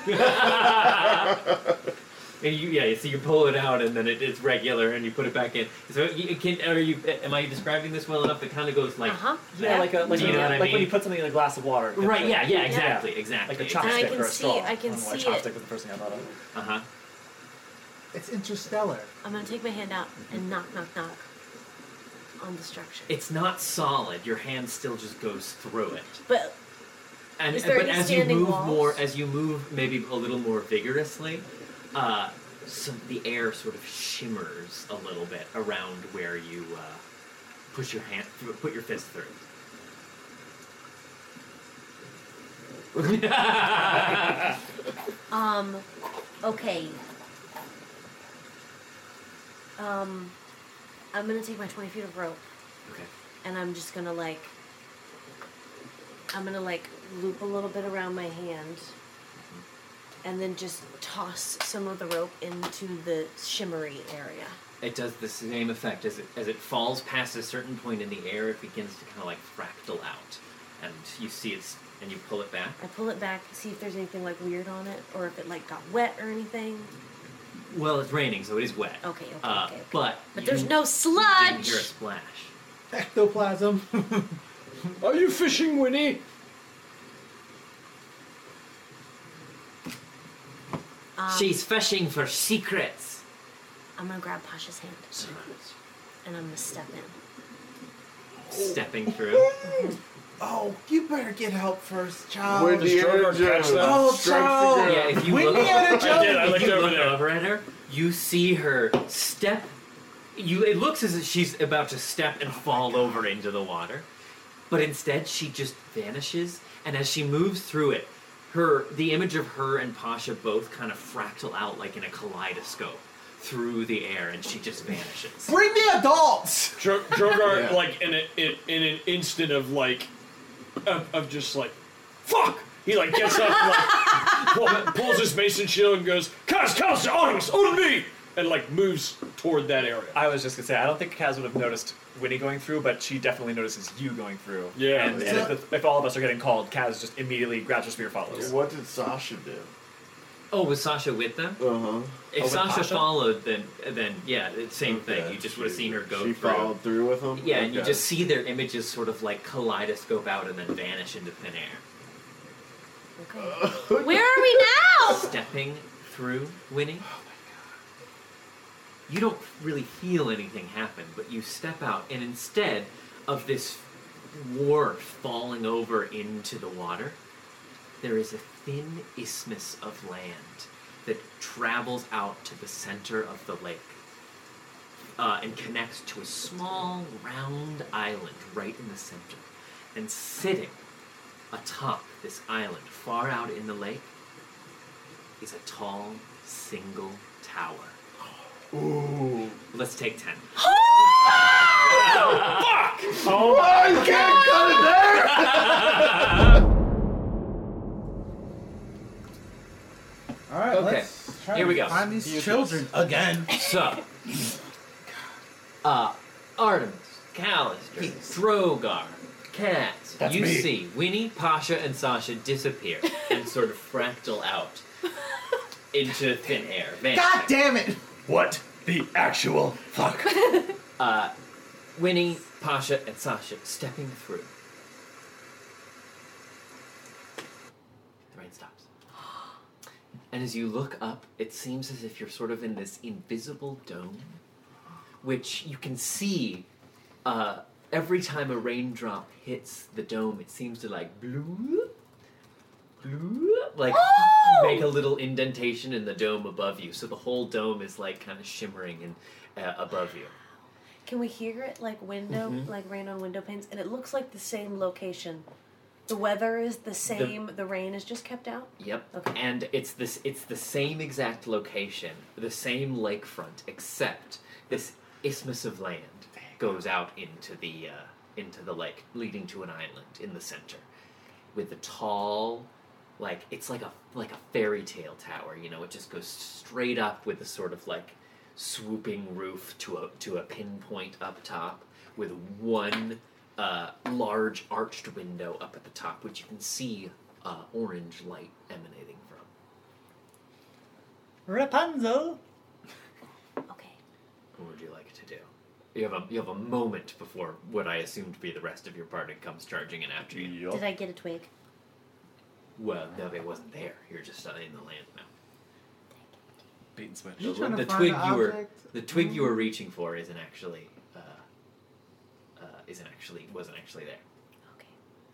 [LAUGHS] And you, yeah, so you pull it out, and then it, it's regular, and you put it back in. So you, it can, are you? Am I describing this well enough? It kind of goes [LAUGHS] like,
Uh-huh.
that.
Yeah, like a like,
Do you
a-
know what I
like when
mean?
you put something in a glass of water. it
right? Yeah,
gets a-
yeah, exactly, exactly.
Like a
I
exactly.
chopstick
can
or a
see-
straw.
I can
don't know why
see it.
chopstick was the first thing I thought of.
Uh huh.
it's interstellar.
I'm gonna take my hand out and knock, knock, knock on the structure.
It's not solid. Your hand still just goes through it.
But
And uh,
Is there
but
any
as you
standing
move
walls?
more, as you move maybe a little more vigorously, uh, some the air sort of shimmers a little bit around where you uh, push your hand, put your fist through.
Um, okay. Um, I'm gonna take my 20 feet of rope
Okay.
and I'm just gonna like, I'm gonna like loop a little bit around my hand and then just toss some of the rope into the shimmery area.
It does the same effect as it as it falls past a certain point in the air. It begins to kind of like fractal out, and you see it's and you pull it back.
I pull it back, see if there's anything like weird on it or if it like got wet or anything.
Well, it's raining, so it is wet.
Okay, okay,
Uh,
okay, okay.
But
But
you
there's no
didn't
sludge!
hear a splash.
[LAUGHS]
Ectoplasm.
Are you fishing, Winnie?
Um,
She's fishing for secrets.
I'm gonna grab Pasha's hand and I'm gonna step in.
Stepping through.
[LAUGHS] Oh, you better get help first, child.
When
Does Jordan catch that?
Oh,
strikes
child.
again.
Yeah, if you
We
look,
need a joke. I did,
I
if
looked
you
over
look
there.
over at her, you see her step. You it looks as if she's about to step
Oh
and fall over into the water, but instead she just vanishes. And as she moves through it, her the image of her and Pasha both kind of fractal out like in a kaleidoscope through the air, and she just vanishes.
Bring me adults.
Dro- Drogar,
Yeah.
like in, a, in in an instant of like, of, of just like, fuck. He like gets up, and, like [LAUGHS] pull, pulls his mason shield and goes, "Cast, cast, Artemis, on me!" and like moves toward that area.
I was just gonna say I don't think Kaz would have noticed Winnie going through, but she definitely notices you going through.
Yeah.
And, and if, if all of us are getting called, Kaz just immediately grabs her spear, follows.
What did Sasha do?
Oh, was Sasha with them?
Uh
Uh-huh.
huh.
If
with
Sasha
Pasha?
followed, then then yeah, it's same thing. You just would have seen her go
She
through.
followed through with him.
Yeah, and you
Okay.
just see their images sort of like kaleidoscope out and then vanish into thin air.
Okay. Where are we now?
Stepping through, Winnie. You don't really feel anything happen, but you step out, and instead of this wharf falling over into the water, there is a thin isthmus of land that travels out to the center of the lake uh, and connects to a small round island right in the center. And sitting Atop this island, far out in the lake, is a tall, single tower. Ooh. Let's take
[LAUGHS]
ten.
Oh my god, got it there!
All right,
Okay,
let's try
here
and
we go.
find these children Oh, again.
So, uh, Artemis, Callister, Drogar, Cass,
That's
you
me.
see Winnie, Pasha, and Sasha disappear and sort of fractal
[LAUGHS]
out into thin air. vanishing.
God damn it!
What the actual fuck?
Uh, Winnie, Pasha, and Sasha stepping through. The rain stops. And as you look up, it seems as if you're sort of in this invisible dome, which you can see uh, every time a raindrop hits the dome, it seems to like bloop, bloop, like make a little indentation in the dome above you. So the whole dome is like kind of shimmering and uh, above you.
Can we hear it like window,
Mhm.
like rain on window panes? And it looks like the same location. The weather is the same. The, rain is just kept out.
Yep.
Okay.
And it's this it's the same exact location, the same lakefront, except this isthmus of land goes out into the uh, into the lake, leading to an island in the center, with the tall, like it's like a like a fairy tale tower. You know, it just goes straight up with a sort of like swooping roof to a to a pinpoint up top, with one uh, large arched window up at the top, which you can see uh, orange light emanating from.
Rapunzel.
What would you like to do? You have a you have a moment before what I assume to be the rest of your party comes charging in after you.
Did I get a twig?
Well, no, it wasn't there. You're just uh, in the land now.
Bait and switch.
The,
trying to
the
find
twig
an
you were
object? Mm-hmm.
the twig you were reaching for isn't actually uh, uh, isn't actually wasn't actually there.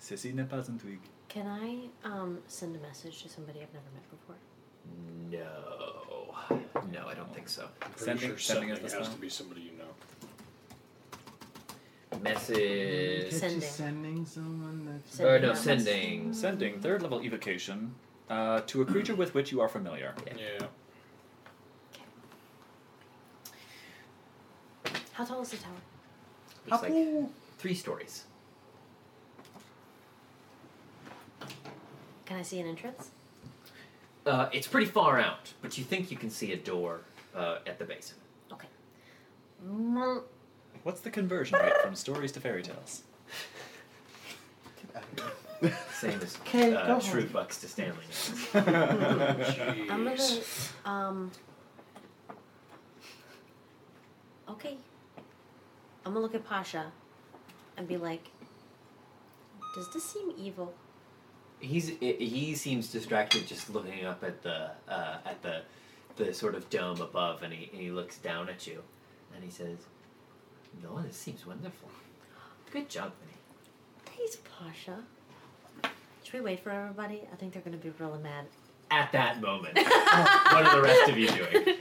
Sissy n'est pas un twig.
Can I um, send a message to somebody I've never met before?
No, no, I don't think so.
Sending-
sure
sending
something
is the
has
spell.
to be somebody you know.
Message.
Catch you
Sending.
sending someone that's
Sending
or no,
out
sending.
Sending third level evocation uh, to a creature with which you are familiar.
Yeah.
How tall is the tower?
It's like three stories.
Can I see an entrance?
Uh, it's pretty far out, but you think you can see a door uh, at the base.
Okay. Mm.
What's the conversion rate from stories to fairy tales?
Same as
Okay, go
uh,
on.
Shrewd Bucks to Stanley.
I'm gonna. Um, okay. I'm gonna look at Pasha and be like, does this seem evil?
He's he seems distracted just looking up at the uh, at the the sort of dome above, and he and he looks down at you, and he says, "No, this seems wonderful. Good job, Vinny."
Thanks, Pasha. Should we wait for everybody? I think they're gonna be really mad.
At that
[LAUGHS]
moment, what are the rest of you doing?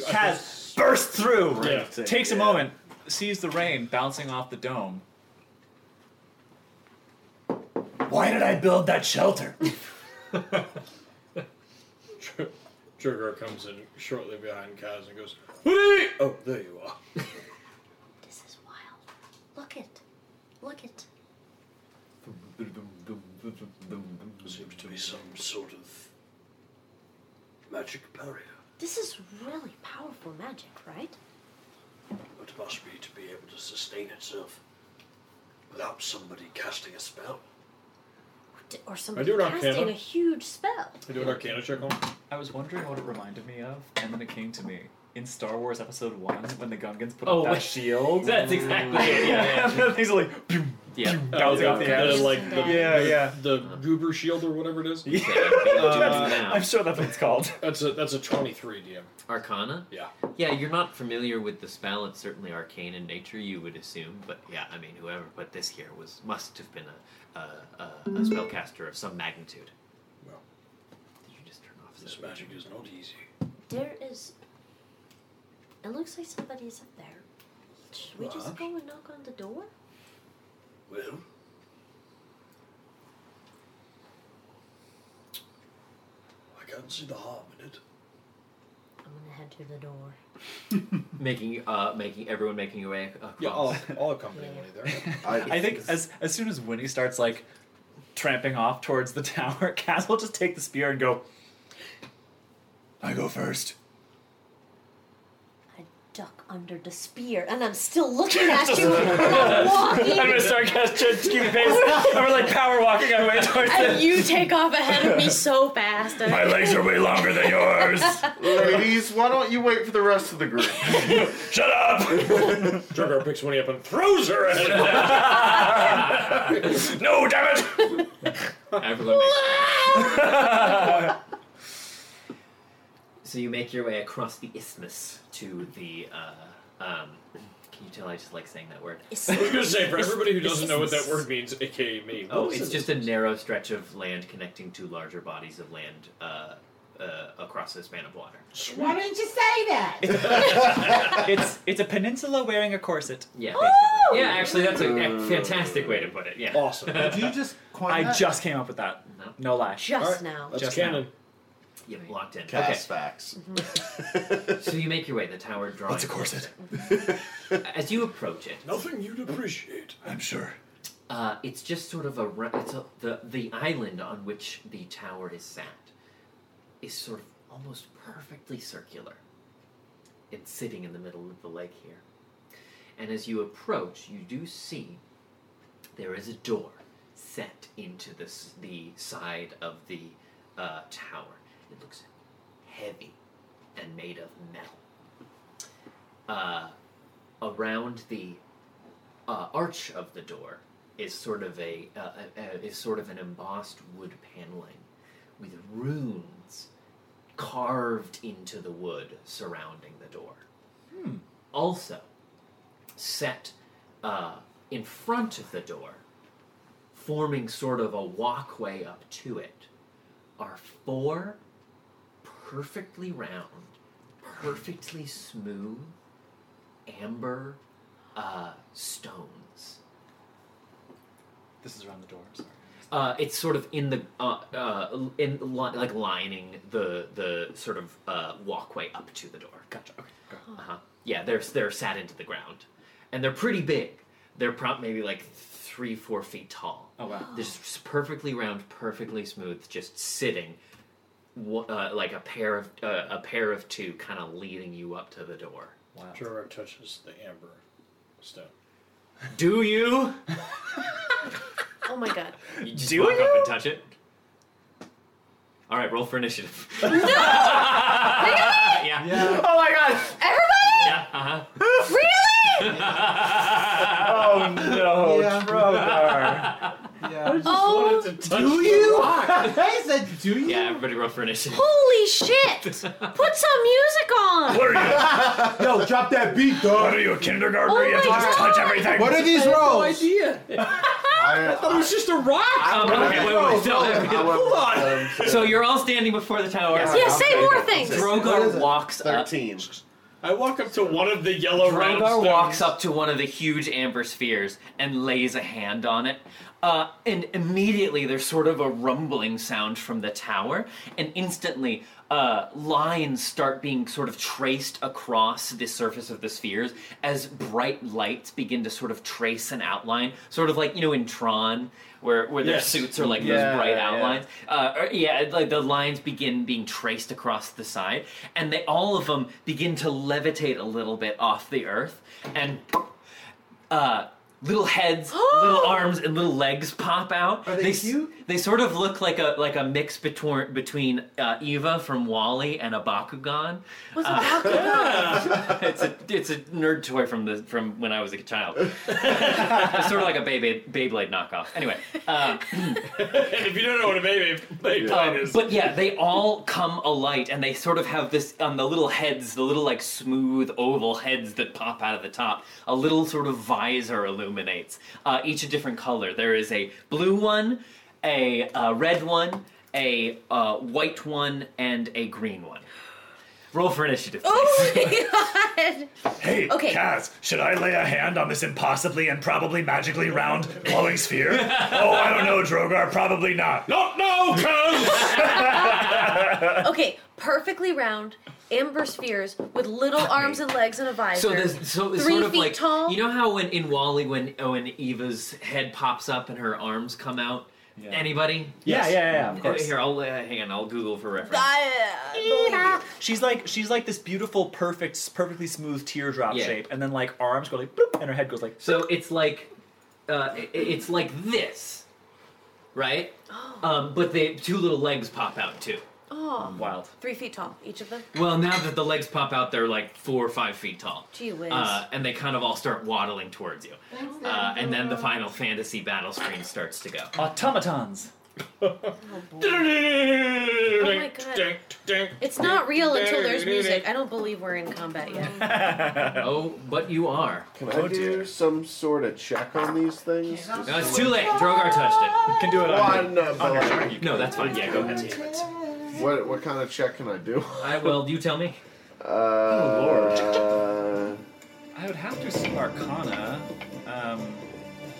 Kaz bursts through,
Yeah.
takes a moment, sees the rain bouncing off the dome. Why did I build that shelter?
Trigger comes in shortly behind Kaz and goes, Hoodie! Oh, there you are.
This is wild. Look it. Look it.
Seems to be some sort of magic barrier.
This is really powerful magic, right?
It must be to be able to sustain itself without somebody casting a spell.
D- Or somebody
do an
casting
arcana.
a huge spell.
I do an arcana check on
I was wondering what it reminded me of, and then it came to me in Star Wars Episode One when the Gungans put
Oh,
up that
wait.
[LAUGHS]
shield.
That's exactly it.
[LAUGHS]
Yeah,
Things are like boom,
yeah.
boom, bouncing off the
Yeah,
edge.
like the,
Yeah,
the,
yeah.
the goober shield or whatever it is.
Yeah.
Uh,
I'm sure that's what it's called.
That's a that's a twenty three
[LAUGHS]
DM.
Arcana.
Yeah.
Yeah, you're not familiar with the spell. It's certainly arcane in nature, you would assume. But yeah, I mean, whoever put this here was must have been a a, a, a spellcaster of some magnitude.
Well,
Did you just turn off
this
the
magic is not easy.
There is. It looks like somebody's up there. Should we just
What?
go and knock on the door?
Well,
can't see the harm in it.
I'm gonna head to the door.
making uh making everyone making your way across.
Yeah, I'll, I'll accompany one either.
I think as as soon as Winnie starts like tramping off towards the tower, [LAUGHS] Cass will just take the spear and go. I go first.
I duck under the spear, and I'm still looking at
[LAUGHS]
you. and I'm walking.
I'm gonna start Cass just keep pace, and we're like power walking our way towards
And
it.
you take off ahead of me so fast.
My legs are way longer than yours.
Ladies, why don't you wait for the rest of the
[LAUGHS]
group?
Shut up!
Drugger picks Winnie up and throws her at him.
No, damn it!
[LAUGHS] Everyone makes- so you make your way across the isthmus to the. Uh, um, can you tell I just like saying that word?
I was gonna say for
It's-
everybody who
it's-
doesn't know what that word means, aka me.
Oh,
what is
it's
it?
just a narrow stretch of land connecting two larger bodies of land uh, uh, across a span of water.
Why didn't you say that?
It's it's a peninsula wearing a corset.
Yeah. basically. Yeah, actually, that's a, a fantastic way to put it. Yeah.
awesome.
Did you just coin
I
that?
just came up with that.
No.
No lie.
Just
Alright.
now.
That's
Just
canon.
Yeah, locked in.
Cast
Okay.
facts.
So you make your way. The tower drawing.
What's a corset?
As you approach
[LAUGHS]
it,
Nothing you'd appreciate.
I'm sure.
Uh, it's just sort of a, ru- it's a the the island on which the tower is sat is sort of almost perfectly circular. It's sitting in the middle of the lake here, and as you approach, you do see there is a door set into the s- the side of the uh, tower. It looks heavy and made of metal. Uh, around the uh, arch of the door is sort of a, uh, a, a is sort of an embossed wood paneling with runes carved into the wood surrounding the door. Also, set uh, in front of the door, forming sort of a walkway up to it, are four perfectly round, perfectly smooth, amber uh, stones.
This is around the door. Sorry.
Uh, it's sort of in the uh, uh, in li- like lining the the sort of uh, walkway up to the door. Gotcha. Okay. Uh-huh. Yeah, they're they're sat into the ground, and they're pretty big. They're probably maybe like three four feet tall.
Oh wow.
They're just perfectly round, perfectly smooth, just sitting, wa- uh, like a pair of uh, a pair of two, kind of leading you up to the door.
Wow.
Drugger touches the amber stone.
Do you?
Oh my god.
You just
Do
walk up
you?
and touch it. All right, roll for initiative. [LAUGHS] yeah.
Oh my god!
Everybody?
Yeah. Uh-huh.
Really?
Oh no,
Yeah.
Trogar.
[LAUGHS] Yeah.
Oh,
Do you? I said, do you?
Yeah. Everybody roll for initiative.
holy shit! Put some music on!
What are you?
Yo, drop that beat, dog.
What are you, a kindergartner?
Oh
you
my
just
God.
touch everything.
What are these rolls?
idea.
[LAUGHS] I,
It's just a rock.
Um, okay, wait, wait, so, every-
Hold [LAUGHS] on. Um, Uh,
so you're all standing before the tower.
Yes.
Yeah, say more things!
What is
Drogar
it?
walks up.
Thirteen.
I walk up to one of the yellow round
Drogar
stones.
walks up to one of the huge amber spheres and lays a hand on it. Uh, and immediately there's sort of a rumbling sound from the tower, and instantly uh, lines start being sort of traced across the surface of the spheres as bright lights begin to sort of trace an outline, sort of like, you know, in Tron, where, where their
Yes.
suits are like
Yeah,
those bright
yeah.
outlines. Uh, or- yeah, like the lines begin being traced across the side, and they all of them begin to levitate a little bit off the earth, and uh, little heads, little arms, and little legs pop out.
Are they
s-
cute?
They sort of look like a like a mix between between uh, Eva from Wally and a Bakugan.
What's about
[LAUGHS]
that?
[LAUGHS] It's a it's a nerd toy from the from when I was a child. [LAUGHS] it's sort of like a Beyblade, Beyblade knockoff. Anyway. Uh,
And if you don't know what a baby baby
Um,
plane is,
but yeah, they all come alight, and they sort of have this on the little heads, the little like smooth oval heads that pop out of the top. A little sort of visor illuminates uh, each a different color. There is a blue one, a uh, red one, a uh, white one, and a green one. Roll for initiative. please.
Oh my god!
Hey,
Okay.
Kaz, should I lay a hand on this impossibly and probably magically round glowing sphere? oh, I don't know, Drogar, probably not.
not no, cuz
Okay, perfectly round amber spheres with little arms and legs and a visor.
So this, so it's
three
sort of
feet
like
tall.
you know how when in Wally when oh, when Eva's head pops up and her arms come out. Anybody?
Yeah, yeah, yeah, yeah, of
Uh,
course.
Here, I'll uh, hang on. I'll Google for reference.
She's like she's like this beautiful, perfect, perfectly smooth teardrop
Yeah.
shape, and then like arms go like boop, and her head goes like.
So it's like, uh, i- it's like this, right? Um, but the two little legs pop out too.
oh,
Wild.
three feet tall, each of them.
Well, now that the legs pop out, they're like four or five feet tall.
Gee whiz.
Uh, and they kind of all start waddling towards you. Uh, and then the Final Fantasy battle screen starts to go.
Uh, Automatons.
oh my god. It's not real until there's music. I don't believe we're in combat yet.
oh, but you are.
Can I do some sort of check on these things? Just-
No, it's too late. Drogar touched it.
Can do it.
Well, I
On,
don't know, but like,
No, that's fine. Yeah, go ahead.
what what kind of check can I do?
I will. You tell me.
Uh, [LAUGHS] oh
I would have to see Arcana. Um,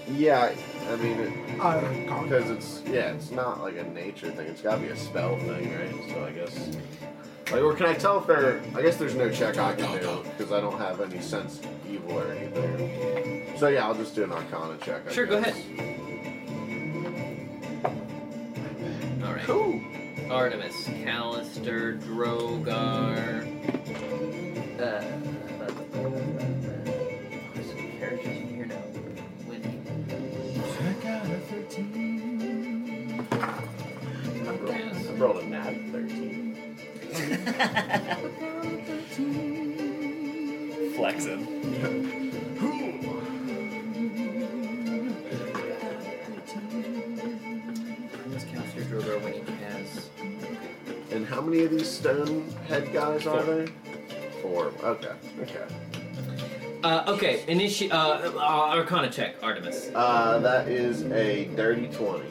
Yeah, I mean,
Uh,
because it's yeah, it's not like a nature thing. It's got to be a spell thing, right? So I guess. Like, or can I tell if they're? I guess there's no check I can do because I don't have any sense of evil or anything. So yeah, I'll just do an Arcana check. I
Sure, go
guess.
All right. Artemis, Callister, Drogar. Uh, there's some characters in here now. When
I rolled, I rolled a nat thirteen.
flexing.
Artemis, Callister, Drogar, when he has.
And how many of these stone head guys are there? Four. Okay. Okay.
Uh, okay, initi- uh, uh, Arcana check, Artemis.
Uh, that is a dirty twenty.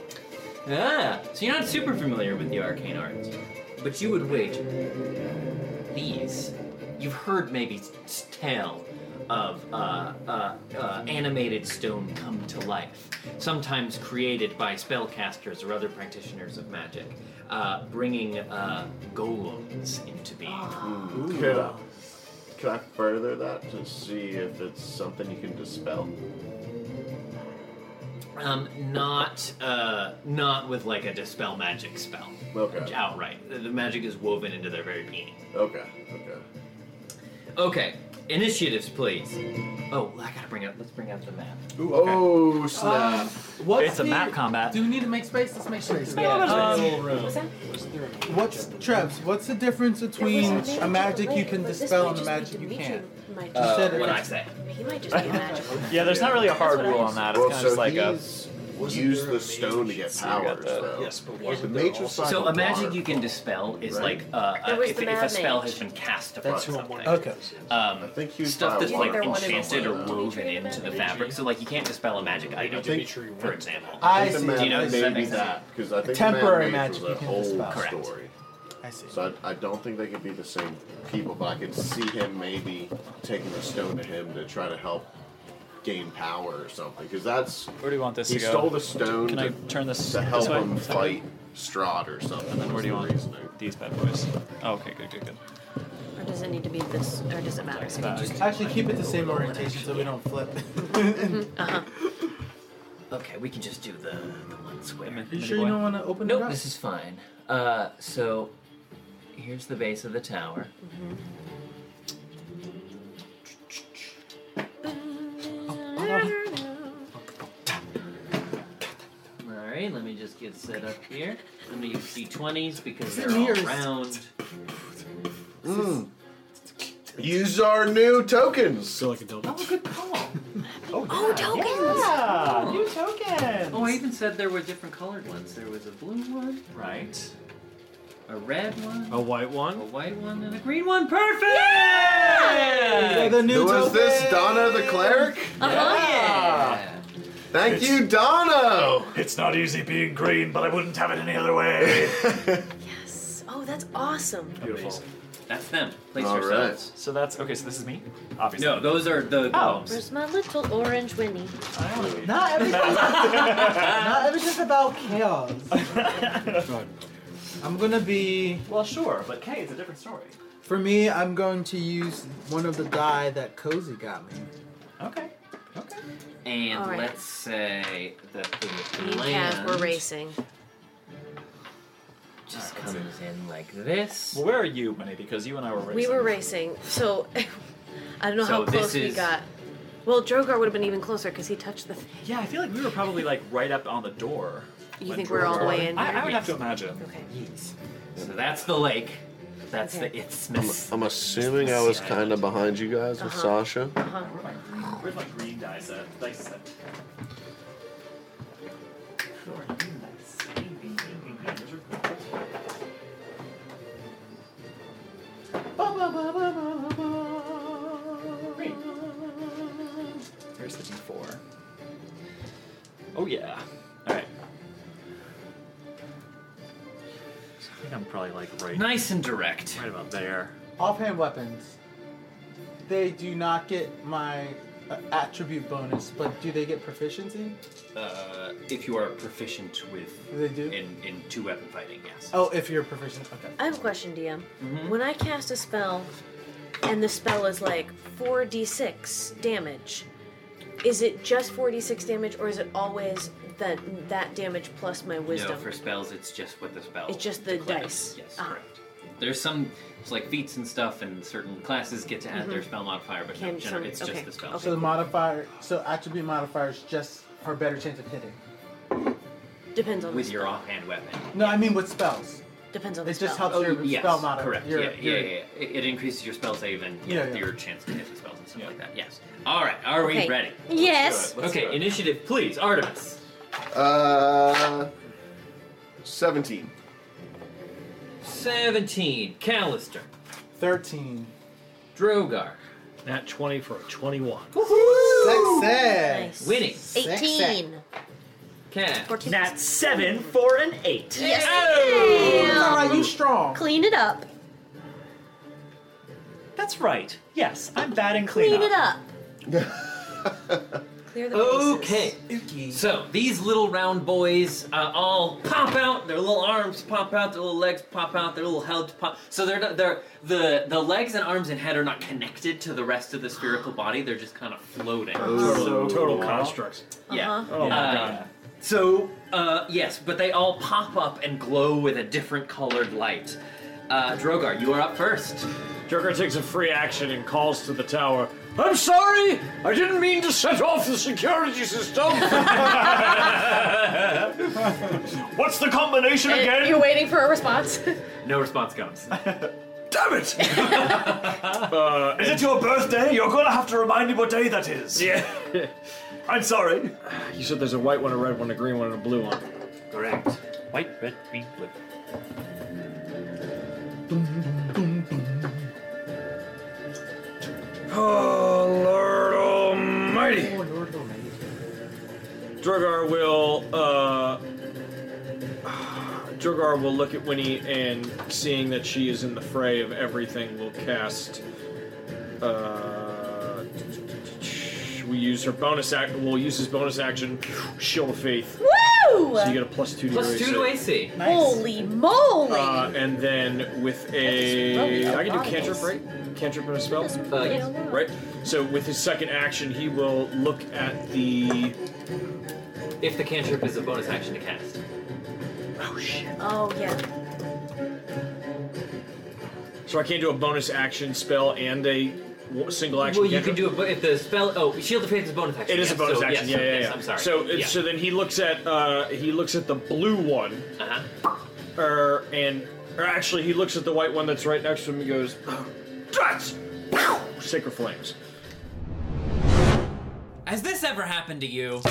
Ah, so you're not super familiar with the arcane arts, but you would wait. These, you've heard maybe s- s- tell of uh, uh, uh, animated stone come to life, sometimes created by spellcasters or other practitioners of magic, uh, bringing uh, golems into being.
Could I, could I further that to see if it's something you can dispel?
Um, not uh, not with like a dispel magic spell.
Okay.
Outright, the the magic is woven into their very being.
Okay. Okay.
Okay, initiatives, please. Oh, I gotta bring up. Let's bring up the map.
Ooh,
Uh,
Oh snap!
um, what's
It's a
the-
map combat.
Do we need to make space? Let's make space.
[LAUGHS]
Um,
What's that?
What's Trevs? What's the difference between a magic you can dispel and a magic you can't? You said
uh, What I
it.
say?
He might just be
[LAUGHS]
magical.
Yeah, there's not really a hard rule on that. It's
well,
kind
so
of just like a.
he's
Wasn't
used
there a
the stone to
mage?
get
you got
powers,
that.
though.
Yes, but
Yeah.
The
wasn't there
major
also...
side
So a
of
magic
water-
you can dispel is
Right.
like uh,
There
uh,
was
if,
the
if a
mad
spell
mage.
has been cast upon
That's who I'm
something.
wondering.
Okay.
Uh,
I
Um,
think he was
stuff that's
five
like
water.
enchanted or
Do you
woven
think
into the
that-
fabric. So like you can't dispel a magic item,
think-
for example.
I
I
think
see.
the
Do you know-
mad
does that
mage
make sense?
that because I think
Temporary
the mad mage
magic
was
you
a
can
whole
dispel.
Correct.
story.
I see.
So I, I don't think they could be the same people, but I could see him maybe taking the stone to him to try to help gain power or something. Because that's
Where do you want this
he
to go?
stole the stone
Can I
to,
turn this
to help
this way?
him fight Strahd or something. That
Where
was
do you
the
want
reasoning.
these bad boys? Oh, okay, good, good, good.
Or does it need to be this? Or does it matter?
It's back.
Actually, keep it the same orientation so we don't flip.
Okay, we can just do the the one square.
[LAUGHS] you sure you don't want to open it
Nope,
up?
this is fine. Uh, so here's the base of the tower.
Oh,
All right, let me just get set up here. I'm gonna use d20s because they're all
Mirrors.
round.
Use our new tokens.
Feel like a dildo.
Oh, good call.
Oh, tokens!
Ah, new token.
Oh, I even said there were different colored ones. There was a blue one, right? Oh. A red one,
A white
a
one?
white one, and a green one. Perfect!
They're the new
Who is this,
token.
Donna the cleric? Thank you, Dono.
It's not easy being green, but I wouldn't have it any other way.
Yes. Oh, that's awesome.
Beautiful.
That's them. Place
All
yourselves.
So that's okay. So this is me, obviously.
No, those are the
Oh.
golems.
Where's my little orange Winnie?
Oh.
[LAUGHS]
Not everything's, not everything's about chaos. I'm gonna be.
Well, sure, but K is a different story.
For me, I'm going to use one of the die that Cozy got me.
Okay. Okay.
And
All right.
let's say that
Me
the
and
land
Cav were racing.
just comes in like this.
Well, where are you, Minnie? Because you and I were racing.
We were racing, so [LAUGHS] I don't know
So
how
this
close we
is-
got. Well, Drogar would have been even closer because he touched the thing.
Yeah, I feel like we were probably like right up on the door.
You
when
think
we
we're all the way in
I,
here?
I would have to imagine.
Okay.
So that's the lake. That's
Okay.
the it's
I'm, I'm assuming I was kind of behind you guys with
Uh-huh.
Sasha.
Uh-huh.
Where's my green, where's my green dice at? Dice set. Sure, green dice. Where's your green dice? Green. Where's the D4? Oh yeah. All right. So I think I'm probably like right,
nice and direct.
right about there.
Offhand weapons. They do not get my uh, attribute bonus, but do they get proficiency?
Uh, if you are proficient with
They do.
in in two weapon fighting, yes.
Oh, if you're proficient. Okay.
I have a question, DM.
Mm-hmm.
When I cast a spell, and the spell is like 4d6 damage, is it just 4d6 damage, or is it always that that damage plus my wisdom?
No, for spells, it's just what the spell.
It's just the
declares.
dice.
Yes,
Ah.
correct. There's some, it's like feats and stuff, and certain classes get to add their spell modifier, but no,
Mm-hmm. Can
generally,
some-
it's just
okay,
the spell.
okay.
So the modifier, so attribute modifier is just for a better chance of hitting.
Depends on
With
the
your
spell.
offhand weapon.
No, I mean with spells.
Depends on the
It just
spell.
helps your
Oh, yes,
spell modifier.
correct.
Your,
yeah,
your-
yeah, yeah, yeah. It, it increases your spell save and
Yeah,
yeah,
yeah.
your chance to hit the spells and stuff
Yeah.
like that. Yes. All right. Are
Okay.
we ready?
Yes.
Let's do
okay.
it.
Initiative, please, Artemis.
Uh, 17.
Seventeen. Callister.
Thirteen.
Drogar.
Nat 20 for a 21.
Success.
Nice.
Winning.
Success.
18.
Cav.
14.
Nat seven for an eight.
Yes.
All
Damn.
right, you strong.
Clean it up.
That's right. Yes, I'm batting
Clean,
cleanup.
it up. [LAUGHS] Clear the bases.
Okay. So these little round boys uh, all pop out. Their little arms pop out. Their little legs pop out. Their little heads pop. So they're not, they're the the legs and arms and head are not connected to the rest of the spherical body. They're just kind of floating.
Total, total constructs.
Yeah.
Uh-huh.
Oh,
Uh,
my God.
So, uh, yes, but they all pop up and glow with a different colored light. Uh, Drogar, you are up first.
Joker takes a free action and calls to the tower. I'm sorry! I didn't mean to set off the security
[LAUGHS]
system! What's the combination
And
again?
You're waiting for a response.
No response comes.
Damn it!
[LAUGHS]
is it your birthday? You're gonna have to remind me what day that is. Yeah. I'm sorry. You said there's a white one, a red one, a green one, and a blue one.
[LAUGHS] Correct. White, red, green, blue.
Oh, Lord Almighty! Drogar will, uh. [SIGHS] Drogar will look at Winnie and, seeing that she is in the fray of everything, will cast. Uh. We use her bonus act. We'll use his bonus action, Shield of Faith.
Woo!
So you get a plus two to
Plus
your
two
AC.
to AC.
Holy moly!
Uh, and then with a, I can do cantrip, right? Cantrip and a spell,
Uh, yes.
right? So with his second action, he will look at the.
If the cantrip is a bonus action to cast.
Oh shit!
oh yeah.
So I can't do a bonus action spell and a w- single action.
well, you can
cantrip?
do it, but if the spell. Oh, Shield of Faith is a bonus action.
It is
yes,
a bonus
so,
action.
Yes,
yeah, yeah,
yes,
yeah.
I'm sorry.
So,
yeah.
so then he looks at uh, he looks at the blue one,
Uh-huh.
er, and or actually he looks at the white one that's right next to him and goes, [GASPS] "Guts!" Sacred flames.
Has this ever happened to you?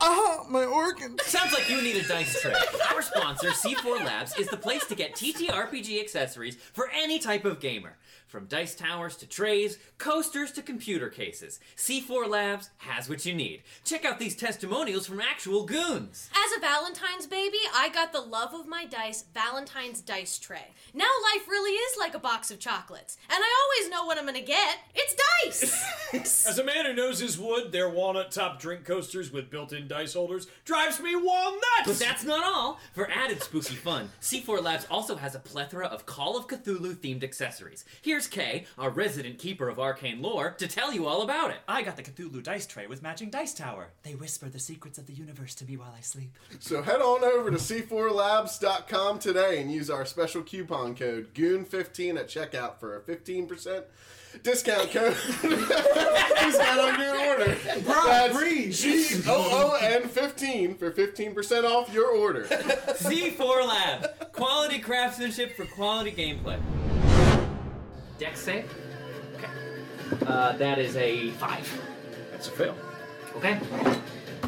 Ah, my organs.
Sounds like you need a dice trick. Our sponsor, C4 Labs, is the place to get TTRPG accessories for any type of gamer. From dice towers to trays, coasters to computer cases, C4 Labs has what you need. Check out these testimonials from actual goons.
As a Valentine's baby, I got the love of my dice Valentine's dice tray. Now life really is like a box of chocolates, and I always know what I'm gonna get. It's dice.
As a man who knows his wood, their walnut top drink coasters with built in dice holders drives me walnuts.
But that's not all. For added spooky fun, C4 Labs also has a plethora of Call of Cthulhu themed accessories. Here's Kay, our resident keeper of arcane lore, to tell you all about it.
I got the Cthulhu dice tray with matching dice tower. They whisper the secrets of the universe to me while I sleep.
So head on over to c4labs.com today and use our special coupon code GOON15 at checkout for a 15% discount code. [LAUGHS] discount on your order.
Bro,
That's
breathe.
G-O-O-N-15 for 15% off your order.
C4 Lab, quality craftsmanship for quality gameplay. Dex save. Okay. Uh, that is a five.
That's a fail.
Okay.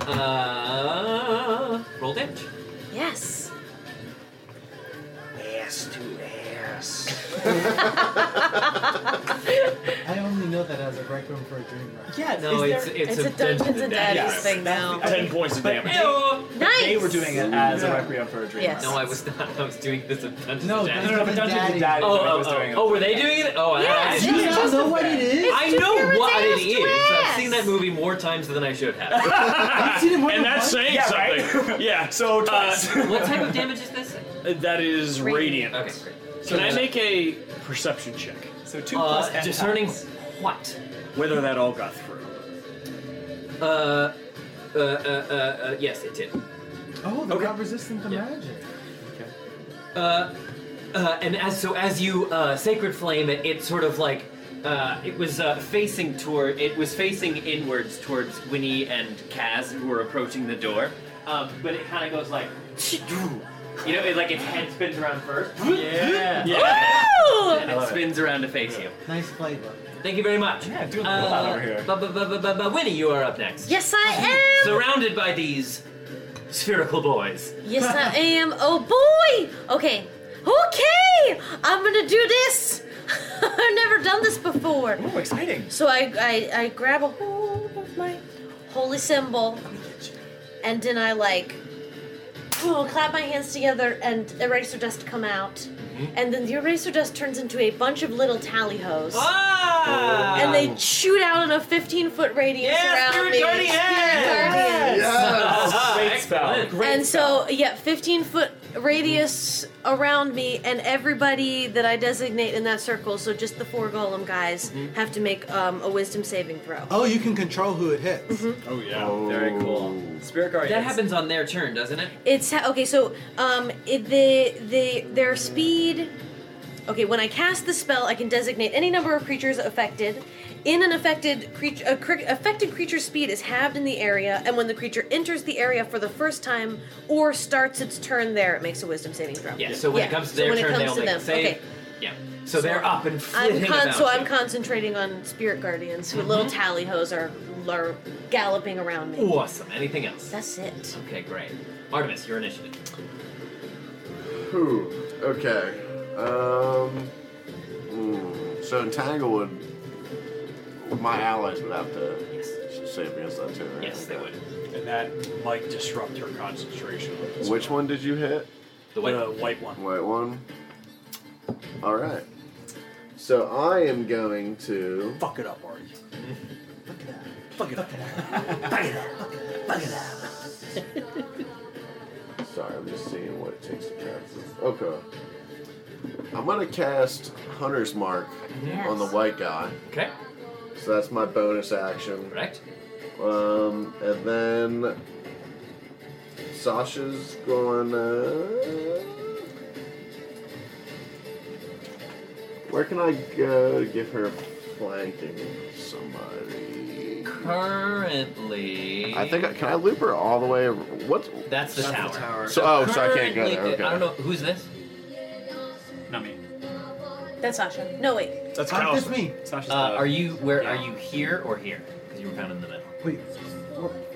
Uh, roll damage.
[LAUGHS] Yes.
Ass to ass.
I only know that as a rec room for a dream rec.
Yeah, no, Is it's- there- it's it's a a Dungeons Dungeons and Daddies Daddies thing
Um,
now.
Ten points of damage. They were doing it as a requiem for a dream.
No, I was not. I was doing this in Dungeons
No,
and Daddies.
no, no, but Dungeons and Daddies,
Oh,
I
oh,
was doing
oh.
it.
oh, were they doing it? Oh, I-
Yes,
I,
it's
didn't
just a thing. It's
I
just
know
humans
what it
ass
is.
to
I've
ass.
seen that movie more times than I should [LAUGHS] have.
You've seen it more And than that's once? saying
yeah, [LAUGHS]
something.
Right?
Yeah. So
what type of damage is this?
[LAUGHS] That is
Radiant.
radiant.
Okay, great.
Can I
So-
make a perception check?
So
two plus Uh, and discerning times. what?
Whether that all got through.
Uh, uh, uh, uh, uh, yes, it did.
Oh, they're not resistant to magic.
Uh, uh, and as so as you uh, sacred flame it, it sort of like uh, it was uh, facing toward it was facing inwards towards Winnie and Kaz who were approaching the door um, but it kind of goes like [LAUGHS] you know it, like its head spins around first [LAUGHS] yeah
Woo!
and
I
it
love it.
spins around to face you
Nice flavor.
thank you very much yeah
doing
uh,
a lot over here.
bu- bu- bu- bu- bu- bu- Winnie you are up next
Yes, I am.
surrounded by these spherical boys
Yes, I am. Oh boy! Okay. Okay! I'm gonna do this! [LAUGHS] I've never done this before.
Oh, exciting.
So I, I, I grab a hold of my holy symbol, and then I like oh, clap my hands together, and eraser dust come out.
Mm-hmm.
And then the eraser dust turns into a bunch of little tally hoes.
Ah!
And they shoot out in a 15 foot radius
Yes,
around
spirit
me.
guardians!
Spirit guardians.
Yes!
Ah,
Great spell. Excellent. Great
and so, yeah, 15 foot radius around me, and everybody that I designate in that circle, so just the four golem guys, have to make um, a wisdom saving throw.
Oh, you can control who it hits.
Oh yeah,
very cool. Spirit
that
Guardians.
happens on their turn doesn't it
It's ha- okay. So um, it, the the their speed. Okay, when I cast the spell, I can designate any number of creatures affected. In an affected creature, a cr- affected creature's speed is halved in the area, and when the creature enters the area for the first time or starts its turn there, it makes a Wisdom saving throw.
Yeah, so when it comes to their
when it
turn,
comes
they'll
to
make a
them.
save.
Okay.
Yeah. So, they're up and
I'm
flitting
con-
about. Mm-hmm.
so I'm concentrating on spirit guardians, who little tally hoes are, are galloping around me.
awesome. Anything else?
That's it.
Okay, great. Artemis, your initiative.
Whew. Okay. Um. mm, So Entanglewood, my allies would have to save against that too. Right?
Yes,
they would.
And that might disrupt her concentration.
Which one did you hit?
The
white The one. white one.
White one. All right. So I am going to
fuck it up, Ari.
Fuck it up.
Fuck it up. Fuck it up.
Sorry, I'm just seeing what it takes to cast this. Okay. I'm gonna cast Hunter's Mark
Yes.
on the white guy.
Okay.
So that's my bonus action.
Correct.
Um, and then Sasha's gonna. Where can I go to give her flanking somebody?
Currently.
I think I, can I loop her all the way? What's
That's the tower.
So, oh, so I can't go there.
currently-
Okay.
I don't know. Who's this?
Not me.
That's Sasha. No wait.
That's
Count
Klaus.
just me.
Sasha's
Uh,
the-
are you where? Are you here or here? Because you were kind of in the middle.
Wait.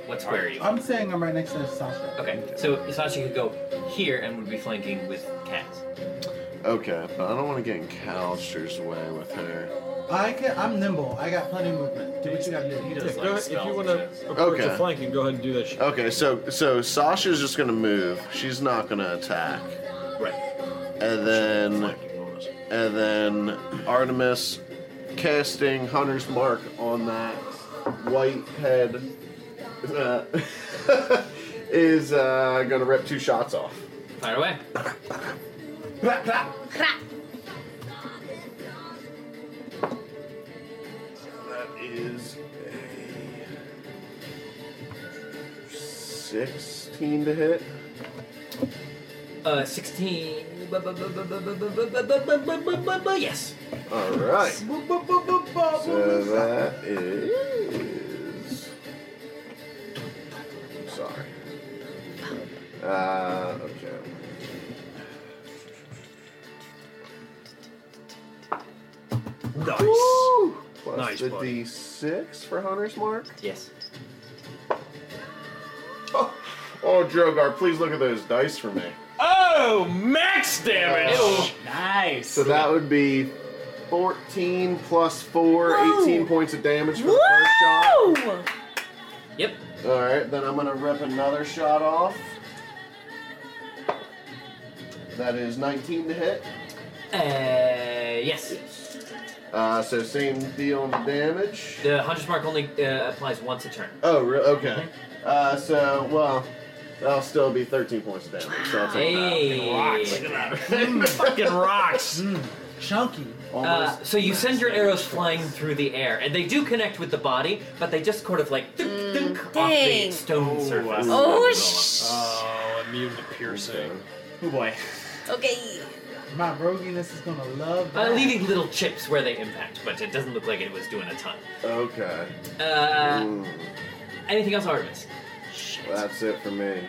What square are you?
I'm saying I'm right next to Sasha.
Okay. So Sasha could go here and would be flanking with Kaz.
Okay, but I don't want to get in Calster's way with her.
I can. I'm nimble. I got plenty of movement. Do what you gotta do. He
Yeah, go ahead. If you want to
[COUGHS]
approach
Okay.
the flank and go ahead and do that shit.
Okay, so so Sasha's just gonna move. She's not gonna attack.
Right.
And then and then Artemis casting Hunter's Mark on that white head. Uh, [LAUGHS] is uh, gonna rip two shots off.
Fire away.
That is a 16 to hit.
Uh, 16. Yes.
Alright. So that is. I'm sorry. Uh, okay.
Nice.
Plus
Nice,
the
buddy.
d6 for Hunter's Mark?
Yes.
Oh, Drogar, please look at those dice for me.
Oh, max damage.
Nice. So that would be 14 plus 4, 18 points of damage for the first shot.
Yep.
Alright, then I'm going to rip another shot off. That is 19 to hit.
Uh, yes.
Uh, so same deal on the damage.
The Hunter's Mark only uh, applies once a turn.
Oh, re- okay. Uh, so, well, that'll still be 13 points of damage. So I'll take
Hey.
that.
Fucking
[LAUGHS]
rocks.
Chunky.
Uh, so you send your arrows flying through the air, and they do connect with the body, but they just sort of like dunk, dunk off the
dang.
stone surface.
Oh, sh-
Oh, immune to piercing.
Oh boy.
okay.
My roguiness is gonna love
Uh,
that.
leaving little chips where they impact, but it doesn't look like it was doing a ton.
[LAUGHS] Okay.
Uh,
Ooh,
anything else, Artemis?
that's it for me.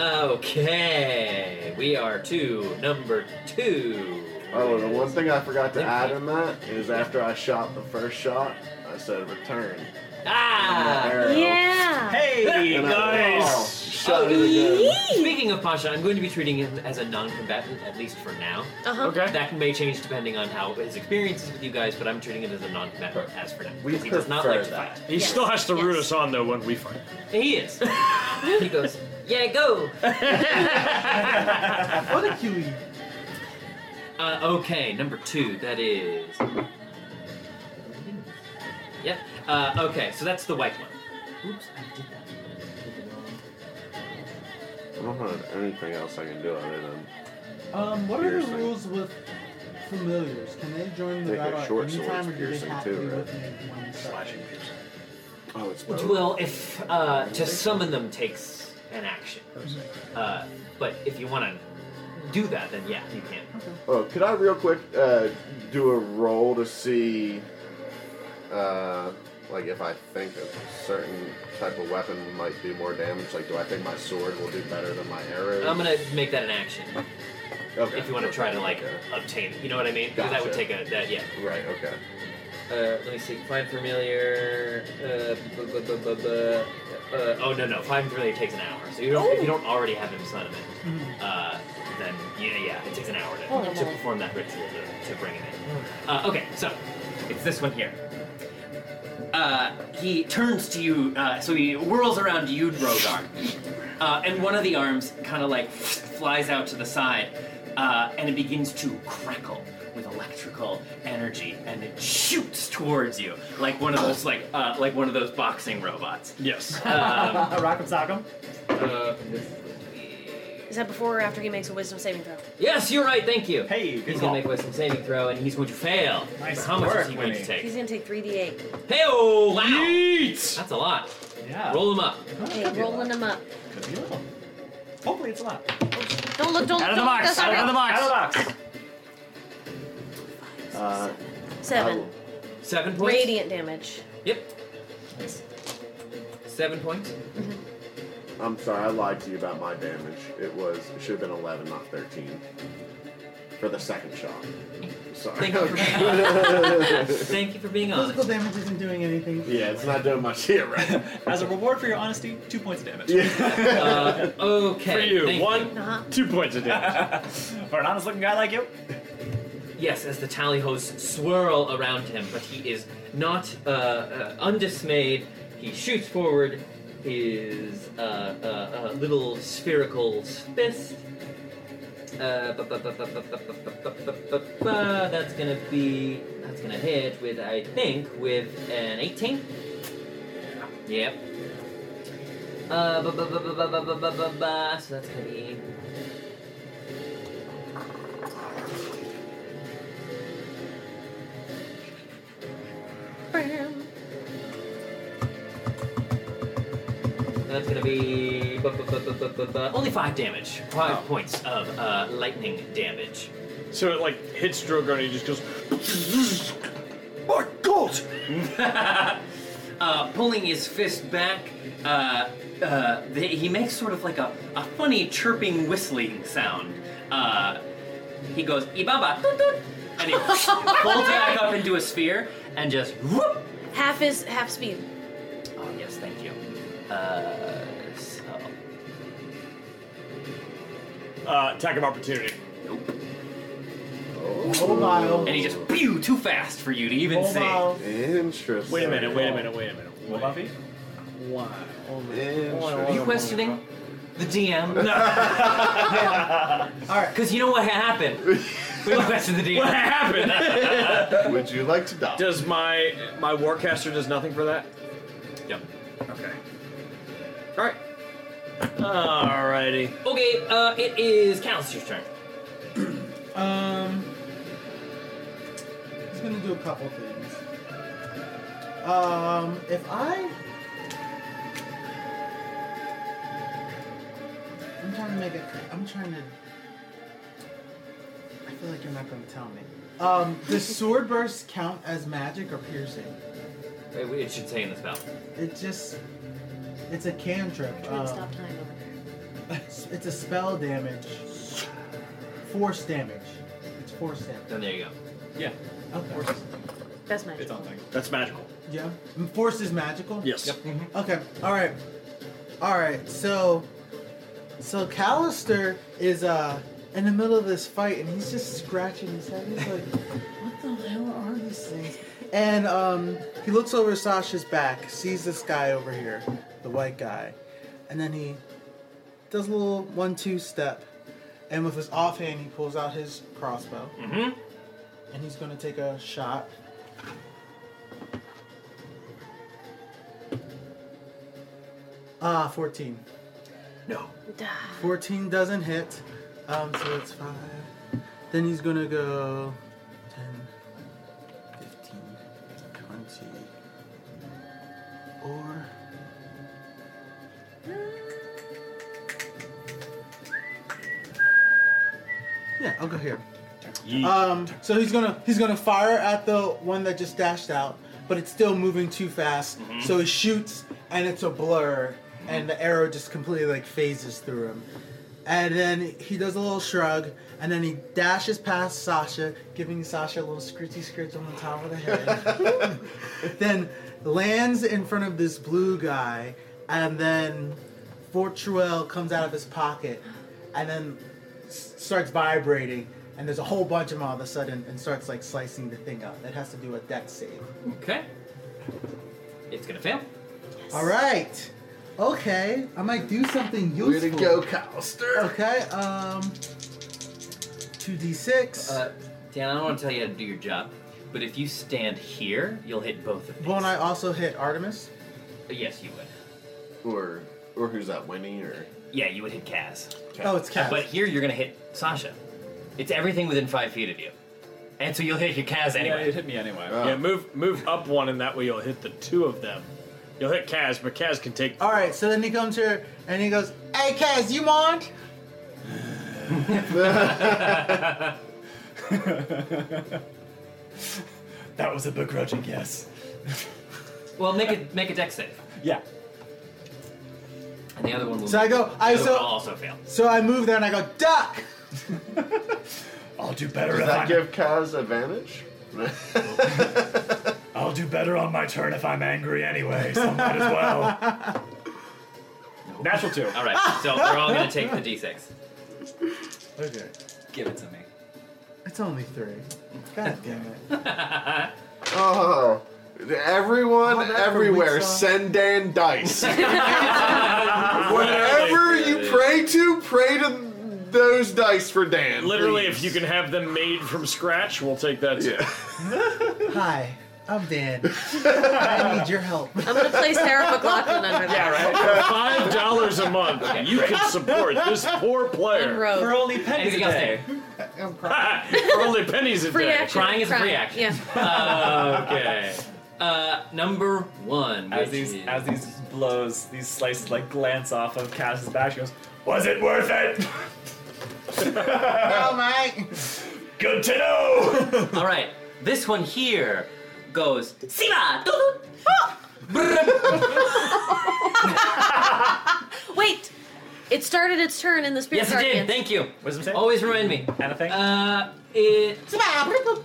Okay, we are to number two.
Oh, the one thing I forgot to add in that is after I shot the first shot, I said return.
Ah!
Arrow.
Yeah.
Hey,
And I-
nice.
oh, shot it again.
Speaking of Pasha, I'm going to be treating him as a non-combatant at least for now.
Uh-huh.
Okay. That may change depending on how his experience is with you guys, but I'm treating him as a non-combatant as for now.
We
because he does not
prefer
like to
that.
fight.
He
Yes,
still has to root
yes.
us on though when we fight.
He is. [LAUGHS] he goes, yeah, go.
What a cutie.
Uh, okay, number two. That is. Yep. Uh, okay, so that's the white one. Oops, I did that.
I don't have anything else I can do other than
Um, what are the
Piercing.
rules with familiars? Can they join the
They get
battle at
short
any
swords
time, or do they
piercing
have
too,
to be
right?
with me when we start?
oh, it's both.
Well, if uh, to summon them takes an action, uh, but if you want to do that, then yeah, you can.
Oh, could I real quick uh, do a roll to see, uh, like if I think a certain type of weapon might do more damage? Like, do I think my sword will do better than my arrows?
I'm gonna make that an action
Okay.
Um, if you want to try to like
Okay.
obtain. You know what I mean? Because that would
Gotcha.
take a that yeah.
Right. Okay.
Uh, let me see. Find familiar. Uh, bu- bu- bu- bu- bu- uh, oh no no! Find familiar takes an hour. So you don't if you don't already have him summon it, uh, then yeah yeah it takes an hour
Holy
to, to
moly.
perform that ritual to, to bring it in. Uh, okay, so it's this one here. Uh, he turns to you, uh, so he whirls around you, Drogar, uh, and one of the arms kind of like flies out to the side, uh, and it begins to crackle with electrical energy, and it shoots towards you like one of those like uh, like one of those boxing robots.
Yes.
Um,
Rock'em sock'em.
uh,
Is that before or after he makes a wisdom saving throw?
yes, you're right. Thank you.
Hey, good
he's gonna
call.
make a wisdom saving throw, and he's going to fail.
Nice
How much
work,
is he going to
Winnie.
take?
He's gonna take 3d8.
Hey, oh wow,
Yeet!
that's a lot.
Yeah.
Roll him up.
Okay, rolling him up.
Could be a little. Hopefully it's a lot.
Don't look, don't look.
Out of the
don't look,
box,
that's not
out of
real.
the
Out
box.
of the box.
Uh,
Seven.
Seven points.
Radiant damage.
Yep. Seven points.
I'm sorry, I lied to you about my damage. It was it should have been 11, not 13, for the second shot. Sorry.
Thank
[LAUGHS]
you for being Thank you for being
Physical
honest.
damage isn't doing anything.
yeah, it's not doing much here, right?
As a reward for your honesty, two points of damage.
Uh, okay.
For you,
thank
one,
Uh-huh.
two points of damage.
[LAUGHS] For an honest looking guy like you.
Yes, as the tally hosts swirl around him, but he is not uh, uh, undismayed. He shoots forward his uh, uh, uh, little spherical fist. Uh, bu- bu- bu- bu- bu- bu- bu- bu- bu- bu- bu- that's gonna be that's gonna hit with I think with an 18. Yep. Uh, ba- ba- ba- ba- ba- ba- ba- ba- ba- ba, so that's gonna be. That's gonna be bu- bu- bu- bu- bu- bu- bu- only five damage. Five points of uh, lightning damage. [LAUGHS]
So it like hits Drogon and he just goes.
My God! uh, pulling his fist back, uh, uh, th- he makes sort of like a, a funny chirping, whistling sound. Uh, he goes ibaba, toot, toot," and he folds back up into a sphere and just whoop.
Half is half speed.
Oh yes, thank you. Uh, so
Uh, attack of opportunity.
Oh my.
and he just pew too fast for you to even
Oh,
see.
Mobile.
Interesting.
Wait a minute, wait a minute, wait a minute. What about me?
Wow.
Are you questioning the DM? [LAUGHS]
All right.
Because you know what happened. We don't question the DM.
What happened?
[LAUGHS] Would you like to
[LAUGHS]
die?
Does my my warcaster does nothing for that?
Yep.
Okay. All right. Alrighty.
Okay, uh, it is Callister's turn.
Um, he's gonna do a couple things. Um, if I, I'm trying to make it. I'm trying to. I feel like you're not gonna tell me. Um, does sword bursts count as magic or piercing?
It, it should say in the spell.
It just, it's a cantrip.
Try and
um,
stop time over there.
It's a spell damage. Force damage. It's force damage.
Then there you go.
Yeah.
Okay.
That's magic.
That's magical.
Yeah. And Force is magical.
Yes. Yep.
Okay. All right. All right. So, so Callister is uh in the middle of this fight, and he's just scratching his head. He's like, "What the hell are these things?" And um, he looks over Sasha's back, sees this guy over here, the white guy, and then he does a little one-two step, and with his offhand, he pulls out his crossbow.
Mm-hmm.
And he's gonna take a shot. Ah, 14.
No.
14 doesn't hit. Um, so it's 5. Then he's gonna go 10, 15, 20, or. Yeah, I'll go here. Um, so he's gonna he's gonna fire at the one that just dashed out, but it's still moving too fast.
Mhm.
So he shoots, and it's a blur, and the arrow just completely like phases through him. And then he does a little shrug, and then he dashes past Sasha, giving Sasha a little scritchy scritch on the top of the head. then lands in front of this blue guy, and then Fortuel comes out of his pocket, and then s- starts vibrating, and there's a whole bunch of them all of a sudden, and starts like slicing the thing up. That has to do a deck save.
Okay. It's gonna fail.
All right. Okay, I might do something useful.
Way to go, Callister.
Okay. Um. Two d six.
Uh, Dan, I don't want to tell you how to do your job, but if you stand here, you'll hit both of them.
Won't I also hit Artemis?
Yes, you would.
Or or who's that? Winnie or
Yeah, you would hit Kaz.
Oh, it's Kaz.
But here you're gonna hit Sasha. It's everything within five feet of you, and so you'll hit your Kaz anyway.
Yeah, you'd hit me anyway.
Oh.
Yeah, move move up one, and that way you'll hit the two of them. You'll hit Kaz, but Kaz can take.
All right. So then he comes here and he goes, "Hey, Kaz, you mind?"
That was a begrudging yes.
Well, make a make a deck save,
Yeah.
and the other one will.
So I go. I
the other
so
one will also fail.
So I move there and I go, "Duck."
I'll do
Does
better if
that
I
give Kaz advantage?
I'll do better on my turn if I'm angry anyway, so might [LAUGHS] as well.
Natural two.
All right, so we're all gonna take the d6.
Okay.
Give it to me.
It's only
[LAUGHS]
three. God damn it.
Oh, everyone,
Oh, that's a
everywhere,
weak song.
send Dan dice. Whenever you pray to, pray to those dice for Dan.
Literally,
please.
if you can have them made from scratch, we'll take that. Too.
Hi, I'm
[LAUGHS]
dead. I need your help.
I'm gonna play Sarah McLaughlin under that. Yeah,
right. For five dollars a month, you
great.
can support this poor player
And rogue. For only
pennies
Anything else there?
I'm
for only pennies a
Free
day.
action. Crying is a free Crying, action. yeah.
[LAUGHS] okay.
Uh, number one.
As these as these blows, these slices like glance off of Cass's back. She goes, "Was it worth it? [LAUGHS]
oh my!
Good to know. All right, this one here goes Siva.
Wait, it started its turn in the spirit
Yes, it did. Thank you.
Oh,
Always remind me. Anything? Uh, it.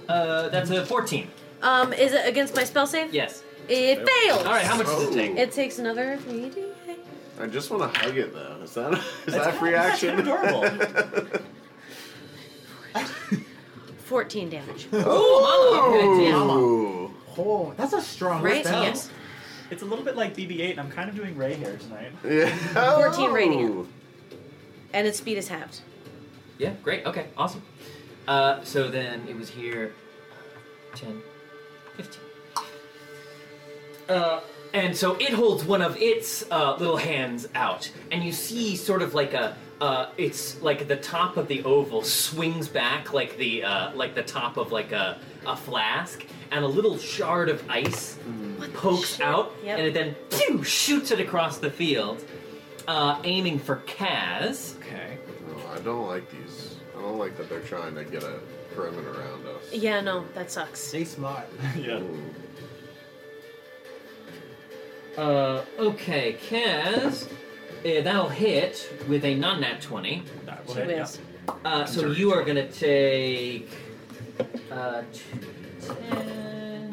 Uh, that's a fourteen.
Um, is it against my spell save?
Yes.
It
Nope.
fails.
Alright, how much does it Oh. take?
It takes another 3d.
I just want to hug it though. Is that [LAUGHS] is that free action? [LAUGHS]
adorable. 14 damage.
Oh,
Oh, that's a strong
Right?
spell.
Yes.
It's a little bit like BB-8, and I'm kind of doing Ray hair tonight.
Yeah.
14 radiant. And its speed is halved.
Yeah. Great. Okay. Awesome. Uh, so then it was here. uh, 10, 15. Uh, and so it holds one of its uh, little hands out, and you see sort of like a. Uh, it's like the top of the oval swings back like the uh, like the top of like a, a flask, and a little shard of ice pokes out,
Yep.
and it then pew, shoots it across the field, uh, aiming for Kaz.
Okay.
Oh, I don't like these. I don't like that they're trying to get a perimeter around us.
Yeah, no, that sucks.
Stay smart.
Yeah.
Uh, okay, Kaz, uh, that'll hit with a non-nat 20. That
will hit, yeah. Yes.
Uh, so you are going to take... Uh,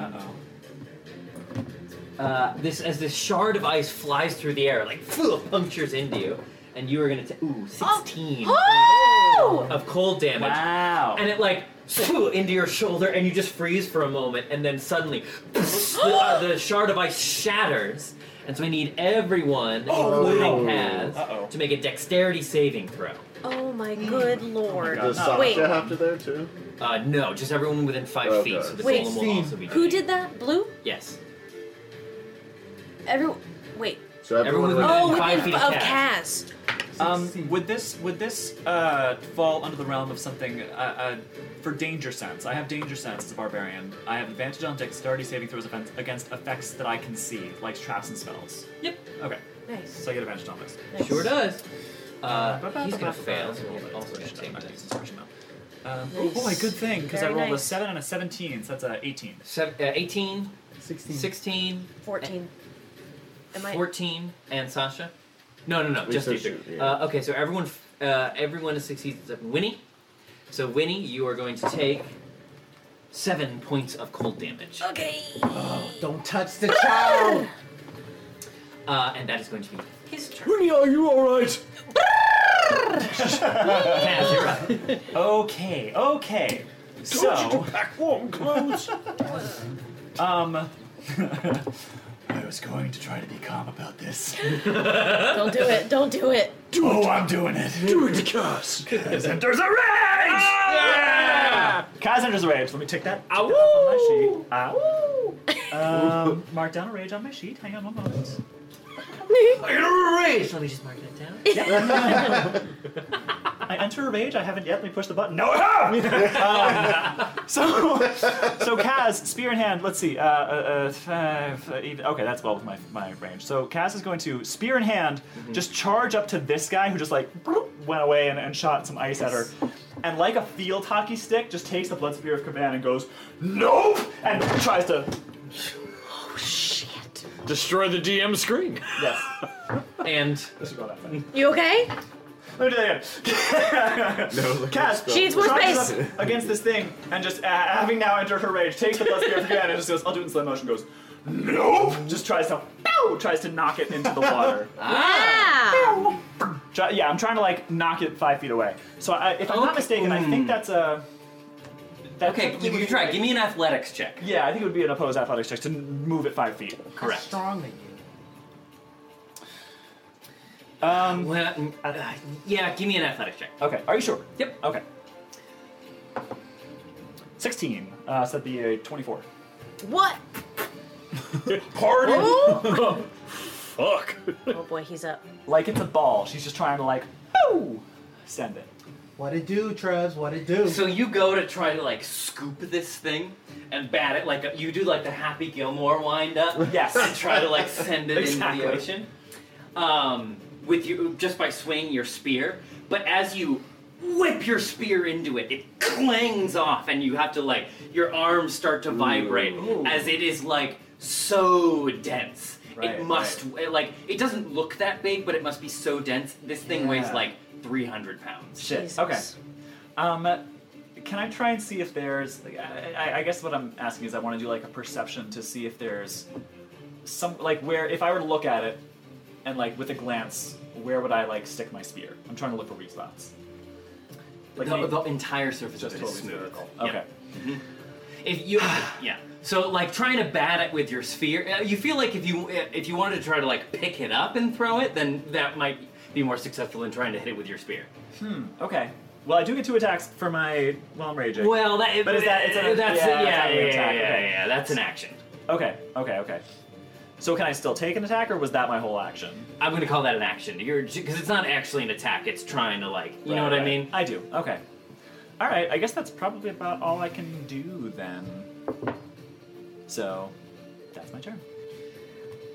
Uh-oh.
uh, this As this shard of ice flies through the air, like, [LAUGHS] punctures into you, and you are going to take, ooh,
[GASPS]
16
Oh,
Oh!
of cold damage. Wow. And it, like, into your shoulder, and you just freeze for a moment, and then suddenly, the, uh, the shard of ice shatters. And so we need everyone,
Oh,
including
no.
Kaz, to make a dexterity saving throw.
Oh my good lord.
God. Does Sasha
Uh, Wait,
have
After there too.
Uh, no, just everyone within five feet. So the
Oh, wait.
golem will also be.
Who did that? Blue?
Yes.
Everyone. Wait.
So
everyone
within
oh,
five
within
feet
f-
of
of
Kaz.
Kaz.
Um, would this would this uh, fall under the realm of something uh, uh, for danger sense? I have danger sense as a barbarian. I have advantage on dexterity saving throws offense- against effects that I can see, like traps and spells.
Yep.
Okay.
Nice.
So I get advantage on this.
Nice. Sure does. Uh, he's gonna fail. So he's also gonna take that.
Um, oh boy, good thing because I
Very
rolled
nice.
a seven and a seventeen, so that's a eighteen.
Seven, uh, 18, 16,
14. Am I-
14, and Sasha. No, no, no,
We
just
said
you two.
shoot, yeah.
Uh, okay, so everyone, f- uh, everyone is succeeds except Winnie. So Winnie, you are going to take seven points of cold damage,
Okay.
Don't touch the
[LAUGHS]
child.
uh, and that is going to be
Winnie, are you alright?
okay, okay.
Told you
So,
to pack warm clothes.
um, I was going to try to be calm about this.
Don't do it. Don't do it.
Do oh, I'm doing it. Do it, Kaz. Kaz enters a rage. yeah! Kaz enters a rage. Let me take that. Ow! On my sheet. Ow! um, mark down a rage on my sheet. Hang on one moment.
I enter a rage. Let me just mark it down.
I enter a rage. I haven't yet. Let me push the button. No, I have! Um, [LAUGHS] so, so Kaz, spear in hand. Let's see. Uh, uh, uh, five, uh, even- okay, that's well with my, my range. So Kaz is going to spear in hand, just charge up to this guy who just like bloop, went away and, and shot some ice at her. And like a field hockey stick, just takes the blood spear of Kaban and goes, nope, and tries to.
Destroy the DM screen.
Yes.
[LAUGHS] and
this go that far.
You okay?
Let me do that again.
no,
Cass
She's with
charges
base.
up against this thing and just uh, having now entered her rage, takes the plus gear again and just goes, I'll do it in slow motion, goes, Nope! Just tries to pow, tries to knock it into the water.
Ah!
Wow.
Try, yeah, I'm trying to like knock it five feet away. So I, if I'm not mistaken, I think that's a. That
Okay, you can try. Give me an athletics check.
Yeah, I think it would be an opposed athletics check to n- move it five feet. Correct.
Strong than
Um,
well, uh, yeah, give me an athletics check.
Okay, are you sure?
Yep.
Okay. 16. Uh, so that'd be a 24.
What?
Pardon? Fuck.
Oh boy, he's up.
Like it's a ball. She's just trying to like, boo, send it.
What it do, Trev? What it do?
So you go to try to like scoop this thing and bat it like a, you do like the Happy Gilmore wind up.
[LAUGHS] Yes.
And try to like send it
Exactly.
into the ocean. Um, with you just by swinging your spear, but as you whip your spear into it, it clangs off, and you have to like your arms start to vibrate as it is like so dense.
Right,
it must it, like it doesn't look that big, but it must be so dense. This thing weighs
Yeah.
like 300 pounds.
Shit. Okay. Um, can I try and see if there's? I, I, I guess what I'm asking is I want to do like a perception to see if there's some like where if I were to look at it and like with a glance, where would I like stick my spear? I'm trying to look for weak spots.
The- the
entire surface
of it is smooth. Yeah.
Okay.
If you, yeah. So like trying to bat it with your sphere, uh, you feel like if you if you wanted to try to like pick it up and throw it, then that might be more successful than trying to hit it with your spear.
Hmm. Okay. Well, I do get two attacks for my while I'm raging.
Well, that uh,
but is that it's an,
that's
yeah,
yeah yeah
it's an
yeah,
attack.
yeah,
okay.
yeah, that's an action.
Okay. Okay. Okay. So can I still take an attack, or was that my whole action?
I'm gonna call that an action. You're because it's not actually an attack. It's trying to like you know what I mean.
I do. Okay. All right. I guess that's probably about all I can do then. So, that's my turn.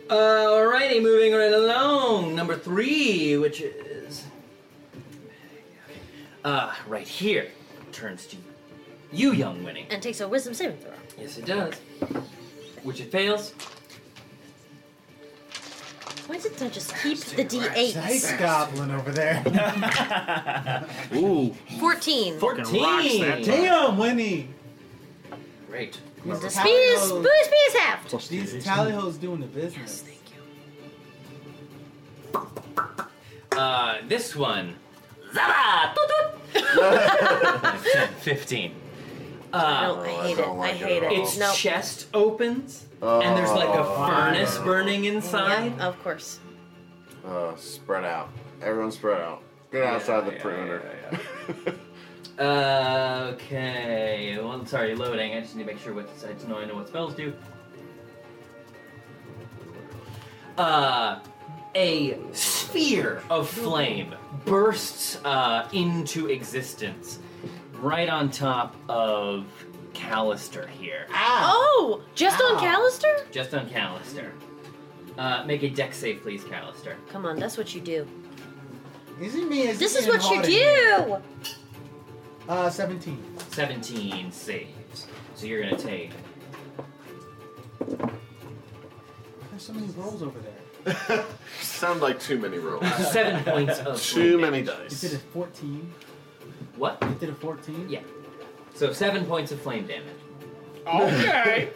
Alrighty, moving right along. Number three, which is uh, right here, turns to you, young Winnie.
And takes a wisdom saving throw.
Yes, it does. Which it fails.
Why does it not just keep the D8?
Nice goblin over there.
Ooh.
14.
[LAUGHS] Damn, Winnie.
Great.
These
Spears,
tally
spears, spears half.
hoes- These tally hoes doing the business.
Uh, this one. Zaba! 15. Uh,
I hate it. I hate it.
Its
Oh. Nope.
chest opens, and there's like a furnace burning inside.
Yeah, of course.
Uh, spread out. Everyone spread out. Get outside the perimeter.
Okay. Well, I'm sorry, loading. I just need to make sure what I just know I know what spells do. Uh, a sphere of flame bursts uh, into existence right on top of Callister here.
Oh, just on Callister?
Just on Callister. Uh, make a deck save, please, Callister.
Come on, that's what you do.
Isn't me? Is
This
it
is what you do.
hard Uh, 17.
17 saves. So you're gonna take
There's so many rolls over there.
[LAUGHS] Sound like too many rolls.
Seven points of
too
roll
many
damage.
You
dice.
did a 14.
what?
You did a 14?
Yeah. So seven points of flame damage.
Okay.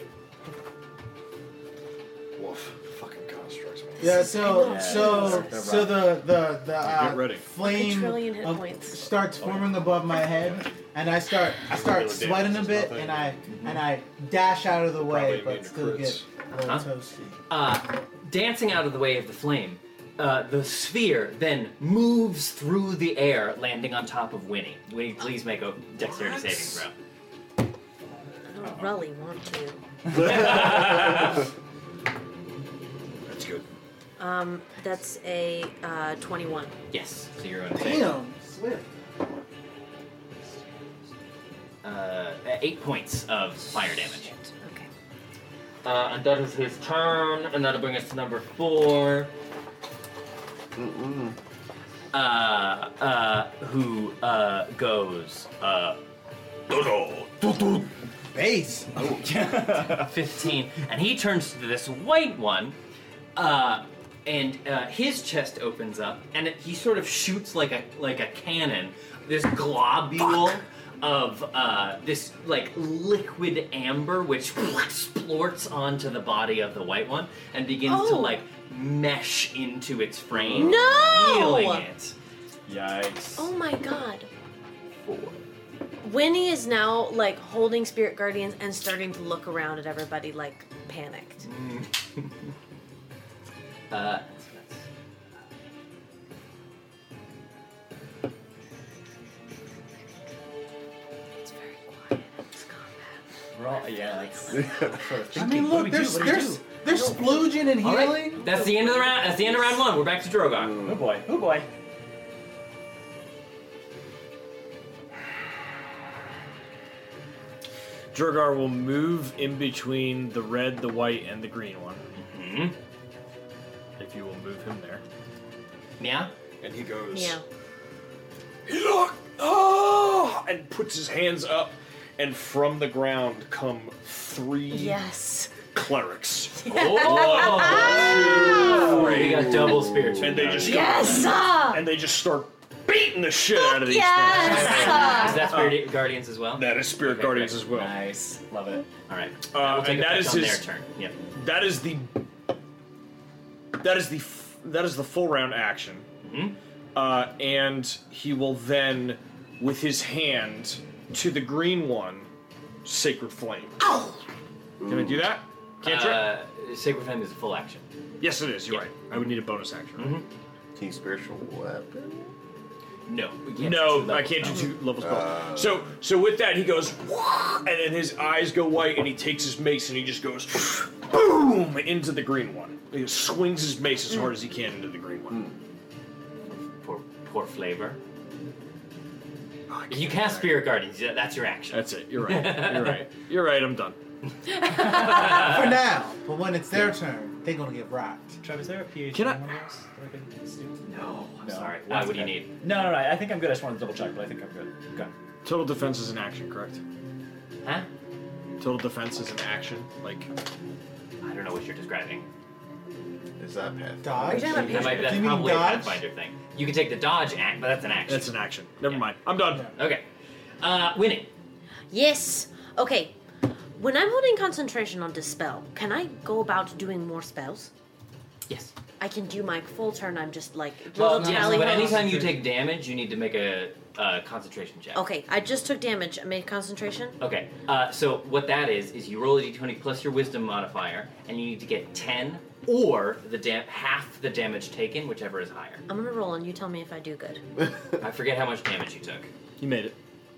Wolf, fucking constructs. Man.
Yeah, so
Yeah,
so
it's-
so the the the uh,
Get ready.
flame
A trillion
of- starts forming above my head, and I start I
Really
start
damage
sweating a
is
bit,
nothing.
and I and I dash out of the way, but still get a little
Huh?
toasty.
Uh, dancing out of the way of the flame, uh, the sphere then moves through the air, landing on top of Winnie. Winnie, please make a dexterity
What?
saving
I don't really want to.
throw. That's
good.
Um, that's a uh, 21.
Yes. So you're going to take
Damn, swift.
uh, eight points of fire damage. Okay. Uh, and that is his turn, and that'll bring us to number four. Uh, uh, who uh, goes uh,
base
15 and he turns to this white one uh, and uh, his chest opens up and it, he sort of shoots like a like a cannon this globule of uh, this like liquid amber which splorts onto the body of the white one and begins to
Oh.
like mesh into its frame
No!
healing it
yikes
Oh my god.
Four.
Winnie is now like holding spirit guardians and starting to look around at everybody like panicked.
Uh,
We're all yeah. Like, sort of
I mean,
What do
look,
we do?
there's
What do we
there's
do?
there's splooging and
All
healing.
right, That's the end of the round. That's the end of round one. We're back to Drogar.
Mm.
Oh boy. Oh boy.
Drogar will move in between the red, the white, and the green one.
Mm-hmm.
If you will move him there.
Yeah.
And he goes.
Yeah.
Look! Oh! And puts his hands up, and from the ground come three
Yes.
clerics.
Oh.
One, two,
Oh,
three.
you got
double spiritual.
And they just go-
Yes, sir.
and they just start beating the shit out of these
yes,
things.
sir. Is
that Spirit Guardians as well?
Uh, That is Spirit Guardians as well.
Nice. Love it.
All right.
Uh,
will take
and that
effect
is
on
his
their turn. Yep.
That is the. That is the. f- That is the full round action. Uh, and he will then, with his hand to the green one, sacred flame. Can I do that? Cantrip.
Uh, Sacred Flame is a full action.
yes, it is. You're right. I would need a bonus action.
Mm-hmm.
Can you spiritual weapon?
No.
No, I can't
uh,
do two level spells. so, so with that, he goes, "Wah!" and then his eyes go white, and he takes his mace and he just goes, boom, into the green one. He just swings his mace as hard as he can into the green one.
Mm.
Poor, poor flavor. You cast Spirit Guardians. yeah, That's your action.
Oh, That's it. You're right. You're right. You're right. I'm done.
For now, but when it's their turn, they're gonna get rocked.
Trev, is there a PhD?
Can I-
anywhere else that I can steal?
No,
I'm
sorry. Uh,
That's
what do you
okay.
need?
No, no, no. I think I'm good. I just wanted to double check, but I think I'm good. Okay.
Total defense is an action, correct?
Huh?
Total defense is an action. Like,
I don't know what you're describing.
Is that path?
Dodge? Are you talking about
That might-
Pathfinder?
that's
Do you mean
probably
dodge?
a Pathfinder thing. You can take the dodge act, but that's an action.
that's an action. Never mind. I'm done.
Okay. Uh, winning.
Yes. Okay. When I'm holding concentration on dispel, can I go about doing more spells?
Yes.
I can do my full turn. I'm just like
Well,
little
yes,
tally.
but anytime you take damage, you need to make a, uh concentration check.
Okay, I just took damage. I made concentration.
Okay. Uh, so what that is is you roll a d20 plus your wisdom modifier, and you need to get 10 or the dam- half the damage taken, whichever is higher.
I'm gonna roll, and you tell me if I do good.
I forget how much damage you took.
You made it.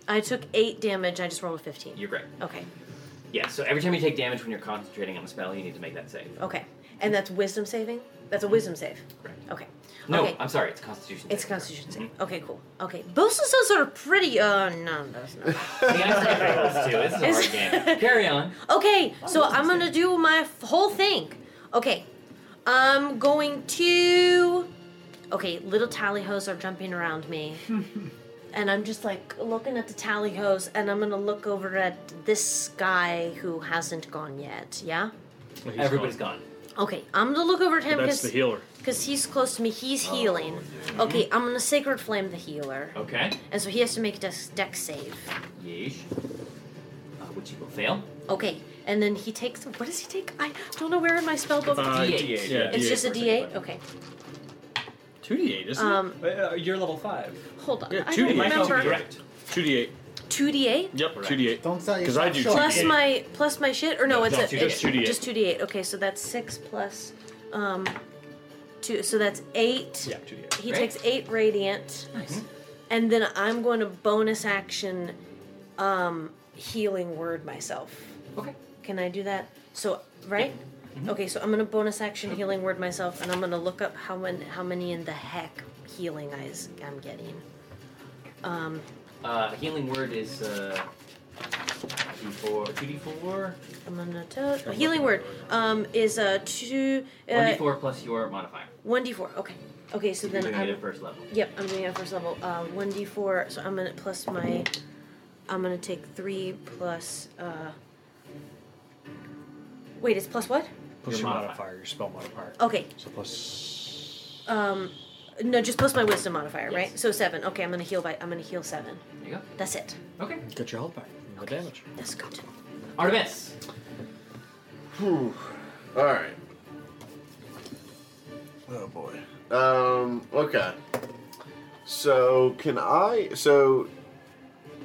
I took eight damage. I just rolled a fifteen.
You're great.
Okay.
Yeah. So every time you take damage when you're concentrating on the spell, you need to make that save.
Okay. And that's wisdom saving. That's a wisdom save.
Right.
Okay.
No,
okay.
I'm sorry. It's Constitution.
It's
saving
constitution save. Okay, cool. Okay. Both of those are pretty. Uh, no, no, it's not.
throw. See, I forget about those two. This is a hard game. Carry on.
Okay, so I'm gonna do my f- whole thing. Okay, I'm going to. Okay, little tally hoes are jumping around me. and I'm just like looking at the tally hoes, and I'm gonna look over at this guy who hasn't gone yet, yeah?
Everybody's gone.
Okay, I'm gonna look over at him
That's the
because
healer.
he's close to me. He's healing. Okay, I'm gonna Sacred Flame the healer.
Oh.
Okay.
And so he has to make a dex, dex save.
Yeesh. Uh, which he will fail.
Okay, and then he takes. What does he take? I don't know where in my spell book.
Uh,
D8.
D8, yeah,
It's
D8.
just a D8. Okay,
2d8, isn't
Um,
Uh, you're level five.
hold on.
it? Yeah,
I don't
2d8.
remember.
Correct. 2d8.
Two D8
Yep, 2d8.
Don't sell
Because I
yourself
do
short.
plus
2d8.
my plus my shit, or no,
No,
it's
no,
a,
just
it-
2d8.
Just two D8. Okay, so that's six plus, um, two. So that's eight.
Yeah, 2d8.
He
Right.
takes eight radiant. Nice. And then I'm going to bonus action, um, healing word myself.
Okay.
Can I do that? So right. Okay, so I'm gonna bonus action healing word myself, and I'm gonna look up how many how many in the heck healing I s- I'm getting. Um,
Uh, healing word is uh, d4, 2d4,
I'm gonna tell healing word. Um, is a two. Uh,
1d4 plus your modifier.
One d four. Okay. Okay. So
You're
then
doing it
I'm.
at first level.
Yep, I'm doing it at first level. Uh, one d four. So I'm gonna plus my. I'm gonna take three plus. Uh, wait, it's plus what?
Plus
Your
your
modifier.
modifier, your spell modifier.
Okay.
So plus.
Um, no, just plus my wisdom modifier, right?
Yes.
So seven. Okay, I'm gonna heal by. I'm gonna heal seven.
There you
That's it.
go. Okay.
Get your health back. No damage.
That's good.
Artemis.
Whew. All right. Oh boy. Um. Okay. So can I? So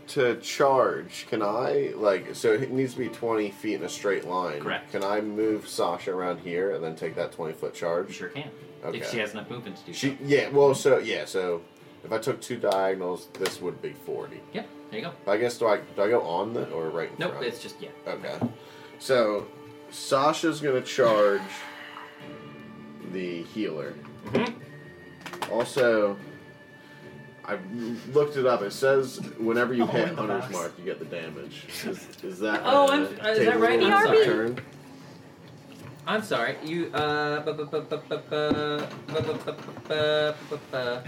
to charge, can I like? So it needs to be twenty feet in a straight line.
Correct.
Can I move Sasha around here and then take that twenty foot charge?
You sure can.
Okay.
If she has enough movement to do
She.
so.
Yeah. Well. So yeah. So if I took two diagonals, this would be forty.
Yep. There you go.
I guess do I do I go on the or right? In
Nope,
front?
it's just- yeah.
Okay, so Sasha's gonna charge the healer. Also, I looked it up. It says whenever you hit Hunter's Mark, you get the damage. Is, is that?
Oh,
uh,
I'm- uh, is that
table
right?
rules
I'm
of
sorry.
turn?
I'm sorry. You uh. bu- bu- bu- bu- bu- bu- bu- bu- bu- bu- bu- bu-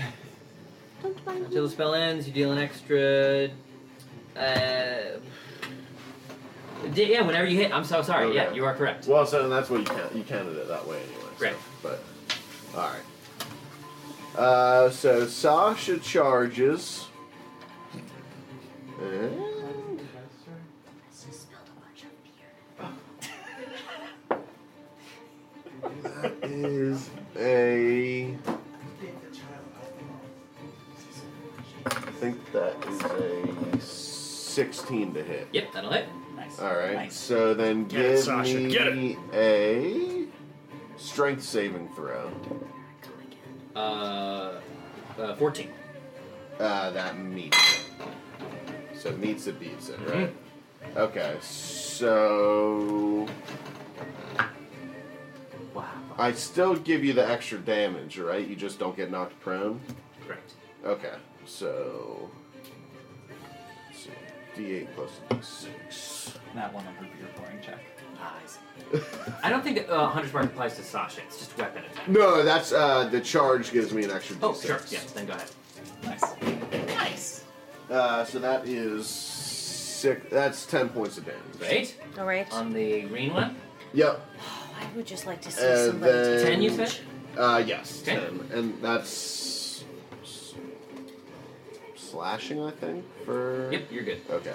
Until the spell ends, you deal an extra. Uh. d- Yeah, whenever you hit. I'm so sorry. Yeah,
Okay.
you are correct.
Well, so then that's what you count. You counted it that way anyway. so-
Right.
But all right. Uh, so Sasha charges. And that is a. I think that is a 16 to hit.
Yep, that'll hit.
Nice. All right. So then
Get it,
give
Sasha,
me
get
a strength saving throw.
Uh, uh, 14.
Uh, that meets it. So meets it beats it, right?
Mm-hmm.
Okay. So.
Wow.
I still give you the extra damage, right? You just don't get knocked prone.
Correct.
Okay. So. let's see. D8 plus D6.
That one under beer pouring check.
Nice. [LAUGHS] I don't think uh, Hunter's Mark applies to Sasha. It's just weapon attack.
No, that's uh, the charge gives me an extra D6.
Oh, sure. Yeah, then go ahead.
Nice.
Uh, so that is six. That's ten points of damage.
Great.
All right.
On the green one.
Yep.
I would just like to see
uh,
And
somebody.
then,
Ten, you said?
Uh, yes.
Okay.
Ten, and that's s- slashing, I think. For
Yep, you're good.
Okay.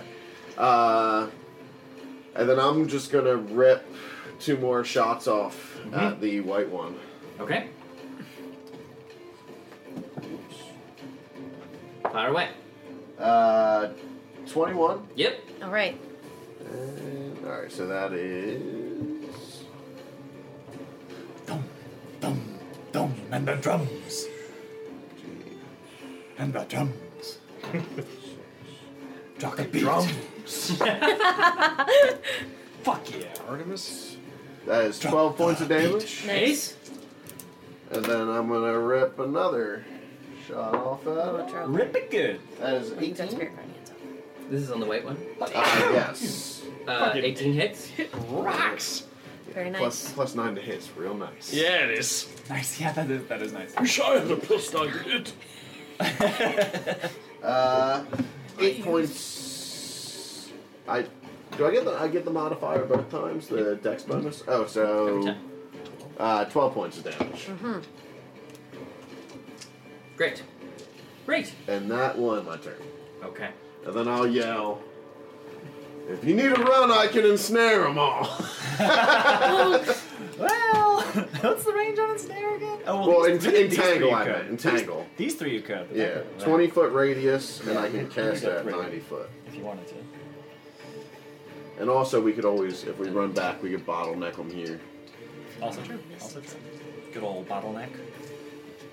Uh, and then I'm just gonna rip two more shots off
Mm-hmm.
at the white one.
Okay. Fire away.
Uh, twenty-one.
Yep.
All right.
And, all right, so that is.
Dum and the drums. And the
[LAUGHS]
drums. Drop the drums.
Fuck yeah, Artemis. That is 12 points of damage.
Nice.
And then I'm going to rip another shot off at it.
Rip it good.
That is 18.
This is on the white one. Uh,
yes.
Uh, 18 [LAUGHS] hits.
Rocks.
Very nice.
Plus, plus 9 to hits. Real nice.
Yeah, it is.
Nice. Yeah, that is that is nice.
Wish I had a plus nine hit.
Uh, 8 points. I. Do I get the I get the modifier both times the dex bonus? Oh, so uh, twelve points of damage,
Mm-hmm.
Great. Great.
and that one my turn.
Okay.
And then I'll yell, if you need a run, I can ensnare them [LAUGHS] all.
well, [LAUGHS] what's the range on snare again? Oh,
well,
these-
ent-
these three
entangle,
you
I
could.
meant. Entangle.
These, these three you could. but
Yeah,
that- that-
20 foot radius, and I can
you
cast
got
that at
three.
90 foot.
If you wanted to.
And also, we could always, if we run back, we could bottleneck them here.
Also true. Also true. Good old bottleneck.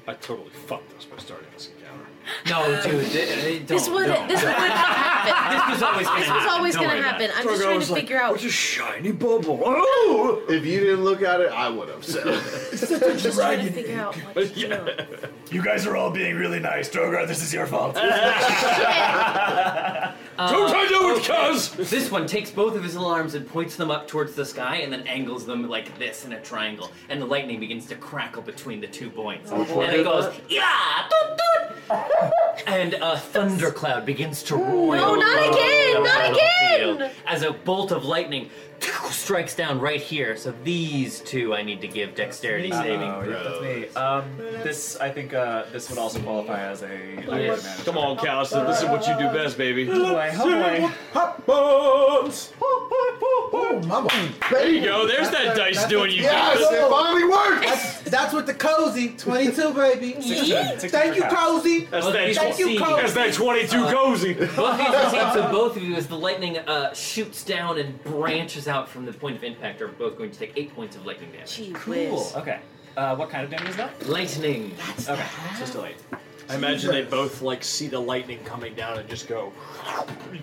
I totally fucked this by starting this encounter.
No, dude. They, they
This
don't,
would
don't.
this
[LAUGHS]
would happen.
This was always gonna
This was
happen,
always
don't
gonna
worry about
happen.
it.
I'm just
Drogo
trying to
was like,
figure out.
What's a shiny bubble? Oh! If you didn't look at it, I would have. So.
I'm [LAUGHS] just trying to figure out. What to do.
You guys are all being really nice, Drogar. This is your
[LAUGHS]
fault.
Don't
I
know it,
Uh,
cuz! This one takes both of his alarms and points them up towards the sky and then angles them like this in a triangle. And the lightning begins to crackle between the two points.
Which one
and it
is
goes,
that?
yeah! Toot, toot! and a thundercloud begins to roar.
No, not again,
around
not
the
again!
field As a bolt of lightning strikes down right here. So these two I need to give dexterity saving
Uh-oh, yeah,
throws.
that's me. Um, this I think uh, this would also qualify as a.
Yes. Come on, Callus. This is what you do best, baby.
Oh boy, oh boy.
Hot bones.
Oh, mama.
There you go. There's that dice doing you
Yes,
good.
it finally works. That's, that's with the cozy 22, baby. Thank you, cozy.
That's
Both of
that,
you
tw-
Thank you, cozy.
that's that 22
Uh,
cozy.
Both of you succeed, so both of you, as the lightning uh, shoots down and branches out from the point of impact, are both going to take eight points of lightning damage.
Cool. Okay. Uh, what kind of damage is that?
Lightning.
Okay, so still eight.
I imagine they both like see the lightning coming down and just go,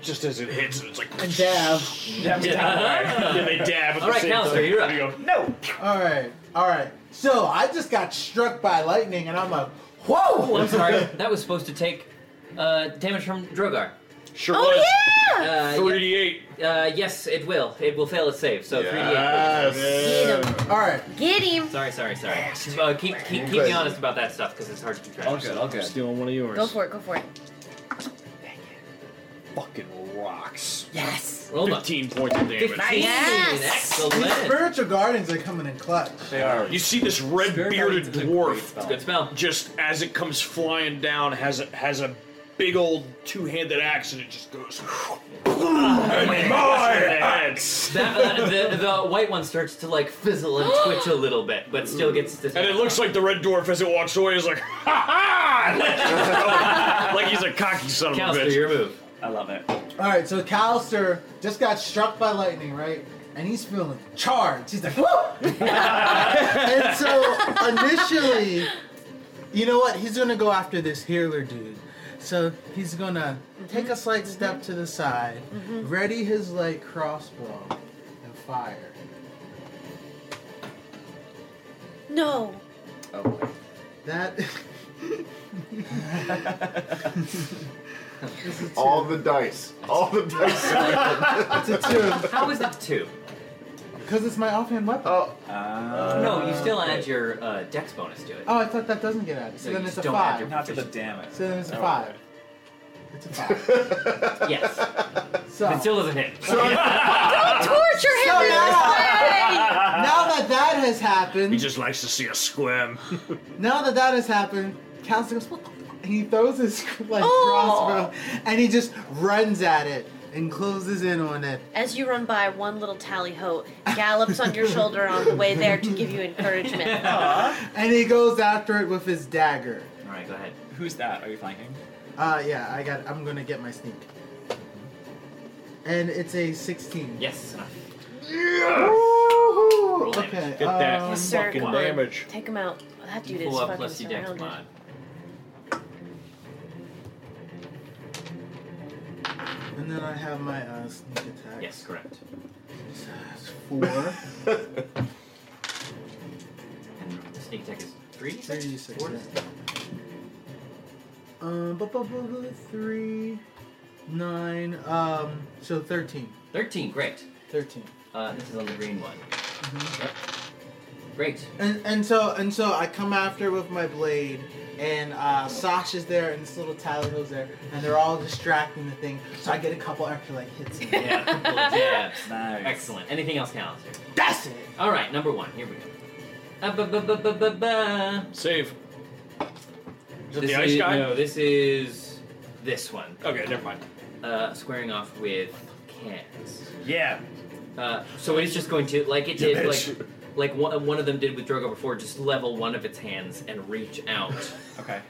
just as it hits, and it's like
And dab.
Yeah, yeah, they dab. At the same time. They go,
No. All right. All right. So I just got struck by lightning, and I'm like, whoa!
Oh, I'm sorry. That was supposed to take uh, damage from Drogar.
Sure
oh,
was.
Yeah! Uh,
3d8.
Uh, yes, it will. It will fail its save, so 3d8.
Yes. All right.
Get him.
Sorry, sorry, sorry. Uh, keep keep, keep me honest about that stuff because it's hard to keep track of.
I'm stealing one of yours.
Go for it. Go for it.
Fucking rocks.
Yes.
Roll up.
15 points of damage.
Yes.
These spiritual guardians are coming in clutch.
They are. You see this red bearded dwarf.
Good spell.
Just as it comes flying down, has a, has a big old two handed axe, and it just goes. and my axe.
That, uh, the, the white one starts to like fizzle and twitch a little bit, but still gets to.
And
[LAUGHS]
it looks like the red dwarf as it walks away is like, [LAUGHS] like he's a cocky son of a
Callister,
bitch.
your move.
I love it.
All right, so Calster just got struck by lightning, right? And he's feeling charged. He's like, whoop! and so initially, you know what? He's gonna go after this healer dude. So he's gonna take a slight step to the side,
Mhm.
ready his like crossbow, and fire.
No.
Oh. That. [LAUGHS]
All the dice. All the dice.
It's a two.
How is that two?
Because it's my offhand weapon.
Oh.
no, you still add your uh, dex bonus to it.
Oh, I thought that doesn't get added. So,
So
then
you
it's a
just don't add
five.
your Not to the proficiency. damage.
So then it's a
Oh,
five. It's a five.
yes.
[LAUGHS] So.
It still doesn't hit.
Don't
torture him
so
in this
now,
way!
now that that has happened,
He just likes to see us squirm.
now that that has happened, Calster goes. "What the fuck?" He throws his [LAUGHS] like
Oh.
crossbow and he just runs at it and closes in on it.
As you run by, one little tally ho gallops on your shoulder on the way there to give you encouragement.
And he goes after it with his dagger.
All right, go ahead.
Who's that? Are you flanking?
Uh, yeah, I got. I'm gonna get my sneak. And it's a 16.
Yes.
Woohoo! Okay.
Get that
um,
Yes, sir,
fucking
come on.
damage.
Take him out. That dude is
Pull up
fucking
plus your dex
surrounded.
mod.
And then I have my uh, sneak attack.
Yes, correct.
So that's four. [LAUGHS]
And the sneak attack is three.
Three, six,
Four?
yeah. um, bu- bu- bu- bu- three, nine, um, so 13.
13, great.
13.
Uh, this is on the green one.
Mhm.
Yep.
[LAUGHS]
Great.
And, and so and so I come after with my blade, and uh, Sasha's there, and this little Tyler goes there, and they're all distracting the thing. So I get a couple extra like
[LAUGHS]
hits. In there.
Yeah, couple of jabs. Excellent. Anything else, Callister?
That's it.
All right, number one. Here we go. Uh, bu- bu- bu- bu- bu- bu.
Save. Is it
This
the ice
is-
guy?
No, this is this one.
Okay, never mind.
Uh, squaring off with cans.
Yeah.
Uh, so it's just going to like it
You
did
bitch.
like like one, one of them did with Drogo before, just level one of its hands and reach out.
okay.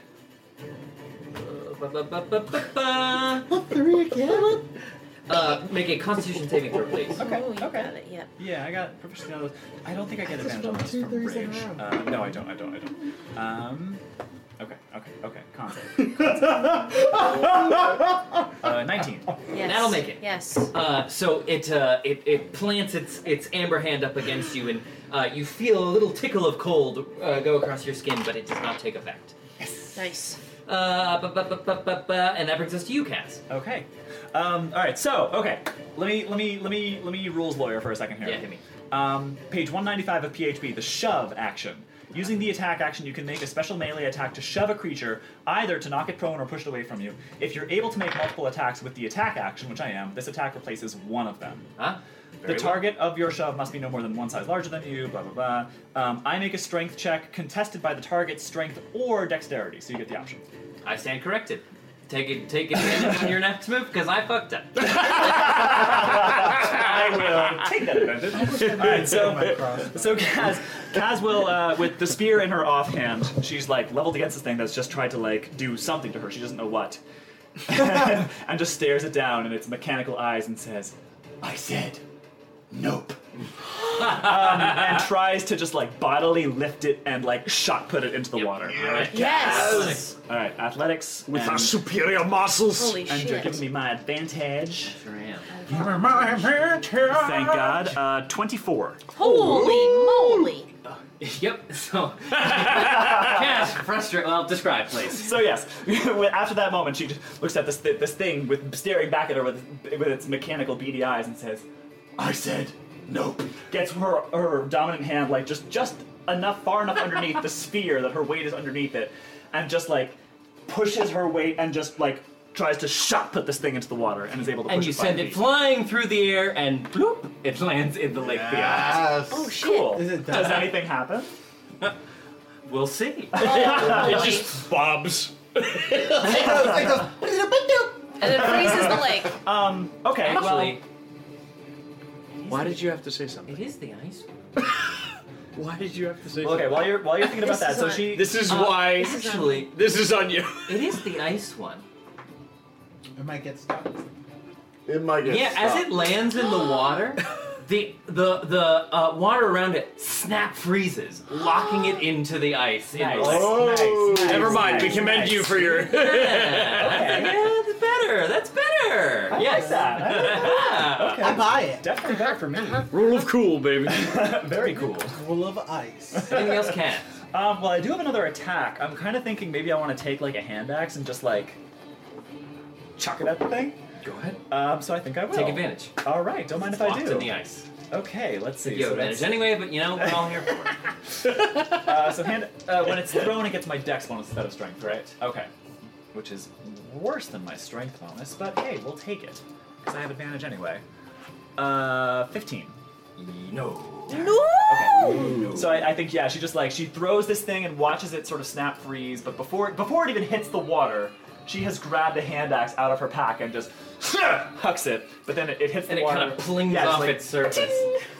Three again.
Uh, make a Constitution saving throw, please.
Okay.
Ooh, you
okay.
got it. Yep.
Yeah, I got proficiency on those. I don't think I get
I just
advantage on
rolled
those
two
from
threes in a
rage.
row.
Uh, no, I don't. I don't. I don't. Um. Okay. Okay. Okay. Con Uh, 19.
Yes.
That'll make it.
Yes.
Uh, so it, uh, it it plants its its amber hand up against you, and uh, you feel a little tickle of cold uh, go across your skin, but it does not take effect.
Nice.
Uh, ba- ba- ba- ba- ba- ba, and that brings us to you, Cass.
Okay. Um, all right. So okay, let me let me let me let me rules lawyer for a second here.
Yeah, hit me.
Um, page 195 of PHP, the shove action. Using the attack action, you can make a special melee attack to shove a creature, either to knock it prone or push it away from you. If you're able to make multiple attacks with the attack action, which I am, this attack replaces one of them.
Huh?
The target of your shove must be no more than one size larger than you, blah, blah, blah. Um, I make a strength check contested by the target's strength or dexterity, so you get the option.
I stand corrected. Take it, take advantage on your next move because I fucked up.
I will take that advantage. All right, so so Kaz, Kaz will uh, with the spear in her offhand. She's like leveled against this thing that's just tried to like do something to her. She doesn't know what, [LAUGHS] and just stares it down in its mechanical eyes and says, "I said, nope." um, and tries to just like bodily lift it and like shot put it into the water.
Yes.
All right, athletics
With
and-
our superior muscles. Holy
and you're
shit.
giving me my advantage. Sure
am. [LAUGHS]
Thank God. Uh, Twenty-four.
Holy moly!
yep. So, [LAUGHS] Cass, frustrate. Well, describe, please.
So yes, [LAUGHS] when- after that moment, she just looks at this thi- this thing with staring back at her with with its mechanical beady eyes and says, "I said nope." Gets her her dominant hand like just just enough far enough underneath the sphere that her weight is underneath it, and just like pushes her weight and just like tries to shot put this thing into the water and is able to
And
push
you
it five
send it
feet.
flying through the air, and bloop, it lands in the lake beyond.
Oh shit! Cool. Does anything happen?
We'll see.
[LAUGHS] it just bobs.
And it freezes the lake.
Um.
[LAUGHS]
Okay.
Actually-
Why did you have to say something?
It is the ice.
Why did you have to say
Well, okay.
something?
While you're while you're thinking about that, so she.
This is
uh,
why.
Actually,
this is on
[LAUGHS]
you.
It is the ice one.
It might get stuck.
It might get
Yeah, as it lands in the
[GASPS]
water, the the the uh, water around it snap freezes, locking it into the ice. in the
Nice. Oh,
lake.
nice,
Never mind. we
nice,
commend
nice.
you for your.
Yeah, that's better. That's better.
I
yes. [LAUGHS]
like that. I like that. Okay.
I buy it.
Definitely better for me.
Rule of cool, baby.
Very cool.
Rule of
[LAUGHS]
ice.
Anything else, Cat?
Um, well, I do have another attack. I'm kind of thinking maybe I want to take like a hand axe and just like chuck it at the thing.
Go ahead.
Um, so I think I will.
Take advantage.
All right. Don't mind if I
Locked
do.
in the ice.
Okay. Let's see.
You have
so
advantage
that's-
anyway, but you know we're all here for it.
uh, so hand uh, when it's thrown, it gets my dex bonus instead of strength, right? Okay. Which is worse than my strength bonus, but hey, we'll take it because I have advantage anyway. Uh, fifteen.
No.
No.
Okay. So I, I think yeah, she just like she throws this thing and watches it sort of snap freeze, but before before it even hits the water, she has grabbed a hand axe out of her pack and just [LAUGHS] hucks it. But then it, it hits
And
the
it
water.
kind of plings
Yeah, it's
off
like,
its surface.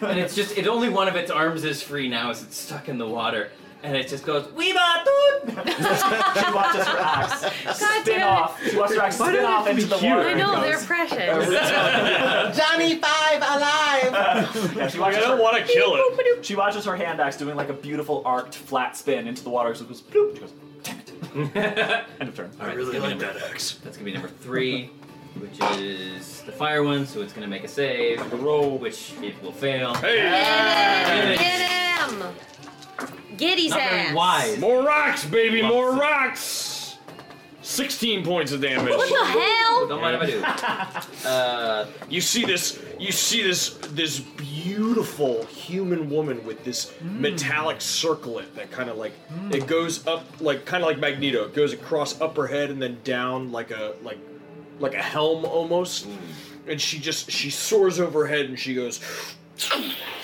and it's just, it only one of its arms is free now as it's stuck in the water. And it just goes, Weeba toot!
she watches [LAUGHS] her axe spin
damn it.
off. She watches her axe
Why
spin
did I
off into the water.
I
and
know they're
goes-
precious.
Johnny Five alive.
Yeah, she watches
I don't
her-
want to kill it.
She watches her hand axe doing like a beautiful arced flat spin into the water. So it goes bloop. She goes, damn it. [LAUGHS] End of turn.
All right, let's go number-
axe.
That's gonna be number three, which is the fire one, so it's gonna make a save. Roll, which it will fail. Not
Get him! Get him! Get his
very
ass!
wise.
More rocks, baby. More rocks. Sixteen points of damage.
What the hell?
Don't mind if I do. Uh,
You see this. You see this. This beautiful human woman with this metallic circlet that kind of like it goes up, like kind of like Magneto. It goes across upper head and then down like a like like a helm almost. And she just she soars overhead and she goes.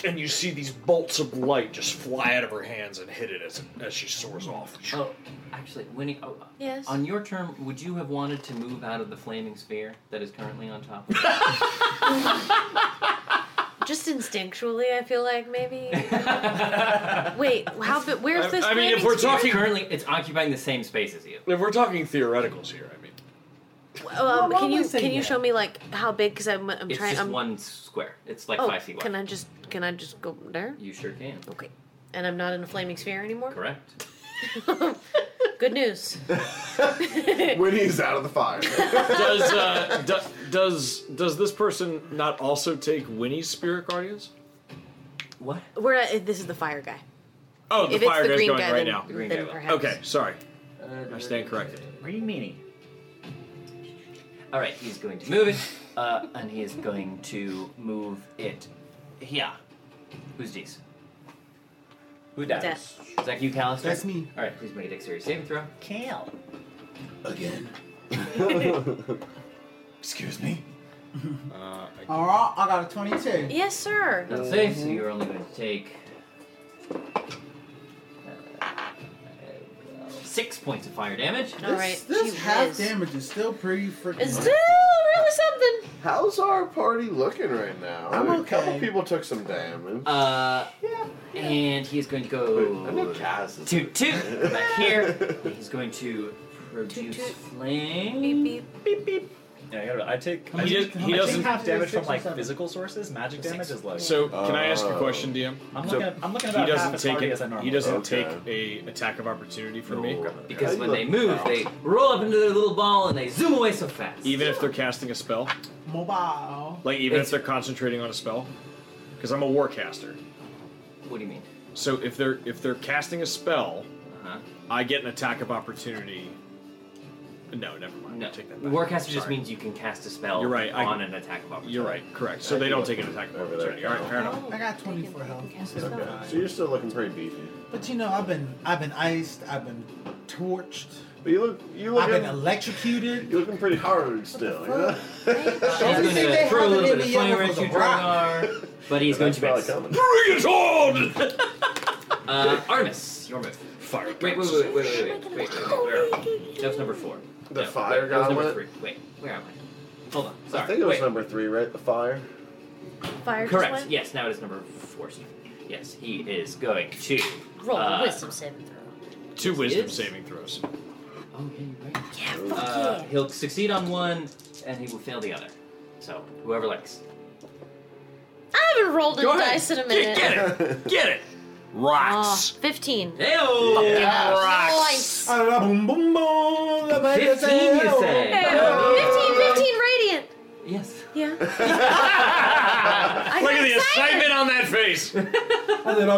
And you see these bolts of light just fly out of her hands and hit it as, as she soars off.
[LAUGHS] oh, actually, Winnie. Oh,
Yes.
On your turn, would you have wanted to move out of the flaming sphere that is currently on [LAUGHS] top? of
Just instinctually, I feel like maybe. Wait, how? But where's this?
I mean, if
flaming spear?
we're
It's
talking,
currently, it's occupying the same space as you.
if we're talking theoreticals here, I mean,
Um,
Well,
can
why
you
would they
can you
say
show me like how big? Because I'm I'm
It's
trying.
just
I'm,
one square. It's like
oh,
five feet wide.
can I just can I just go there?
You sure can.
Okay, and I'm not in a flaming sphere anymore.
Correct.
Good news.
Winnie's out of the fire.
does uh, do, does does this person not also take Winnie's spirit guardians?
What?
We're at, this is the fire guy.
Oh, the
if it's
fire
the
guy's
green
going
guy,
right
then,
now.
green guy
then
will.
perhaps.
Okay, sorry, I stand corrected.
Green meanie.
All right, he's going to move it, uh, and he is going to move it here. Who's these?
Who
Death.
dies?
Is that you, Callister?
That's me.
All right, please make a dexterity saving throw.
Kale.
Again.
Excuse me?
All right, I got a twenty-two.
Yes, sir.
Not safe, so you're only going to take uh, six points of fire damage.
All right.
This, this
she
half
whiz.
damage is still pretty freaking.
It's
nice.
still really something.
[LAUGHS] How's our party looking right now?
I'm
A couple
okay.
people took some damage.
Uh, and he is going to
I know
go
Kaz is.
toot toot
[LAUGHS]
back here. He's going to produce
Toot toot.
flame.
Beep beep.
beep beep.
Yeah, I, gotta, I take.
How much-
I take-
how much-
I
doesn't-
take half damage from
six or
like
seven?
physical sources. Magic damage is like.
So can I
Oh.
ask a question, DM?
I'm
So
looking. At, I'm looking at
he
about
doesn't
half as
take
hardy
it-
as I normally.
He doesn't
do.
take a attack of opportunity from me
Because when they move, they roll up into their little ball and they zoom away so fast.
even if they're casting a spell,
Mobile.
like even if they're concentrating on a spell, because I'm a warcaster.
What do you mean?
So if they're if they're casting a spell,
Uh-huh.
I get an attack of opportunity. No, never mind. No. Take that back.
Warcaster just
Sorry.
means you can cast a spell
You're right, I
on
can-
an attack of opportunity.
You're right. Correct. So they don't take an attack of opportunity. All right,
Oh.
fair enough.
I got 24 health.
So you're still looking pretty beefy.
But you know, I've been I've been iced, I've been torched.
But you look you look
I've been
good. [LAUGHS]
electrocuted.
You're looking pretty hard still. You know?
Don't you think they
throw a
have
little
it
bit
in the
of flame
yellow
at
for
you,
the rock?
Dragar, but he's going to miss.
Bring
it on! uh, Artemis, your move.
Fire.
Wait, wait, wait, wait, wait, wait, wait, wait, wait, where am I? That was number four.
The
No,
fire
wait, that was number
goblet?
three. Wait, where am I? Hold on. Sorry.
I think it was
wait.
number three, right? The fire.
Fire
Correct.
just went.
Yes, now it is number four. Steve. Yes, he is going to
Roll
uh,
a wisdom saving throw.
Two
Yes,
wisdom
it is.
saving throws.
Oh,
Yeah, fuck
Uh,
yeah.
he'll succeed on one, and he will fail the other. So whoever likes.
I haven't rolled
Go
a
ahead.
dice in a
Get-
minute.
get it. Get it.
Oh,
Rocks.
15.
Heyo.
Fucking
Oh, Yeah, rocks.
Nice.
Boom, boom, boom. the baby
15, you
said,
say?
"Oh."
Oh.
15, 15 radiant.
Yes.
Yeah.
Look at the excitement on that [LAUGHS] face.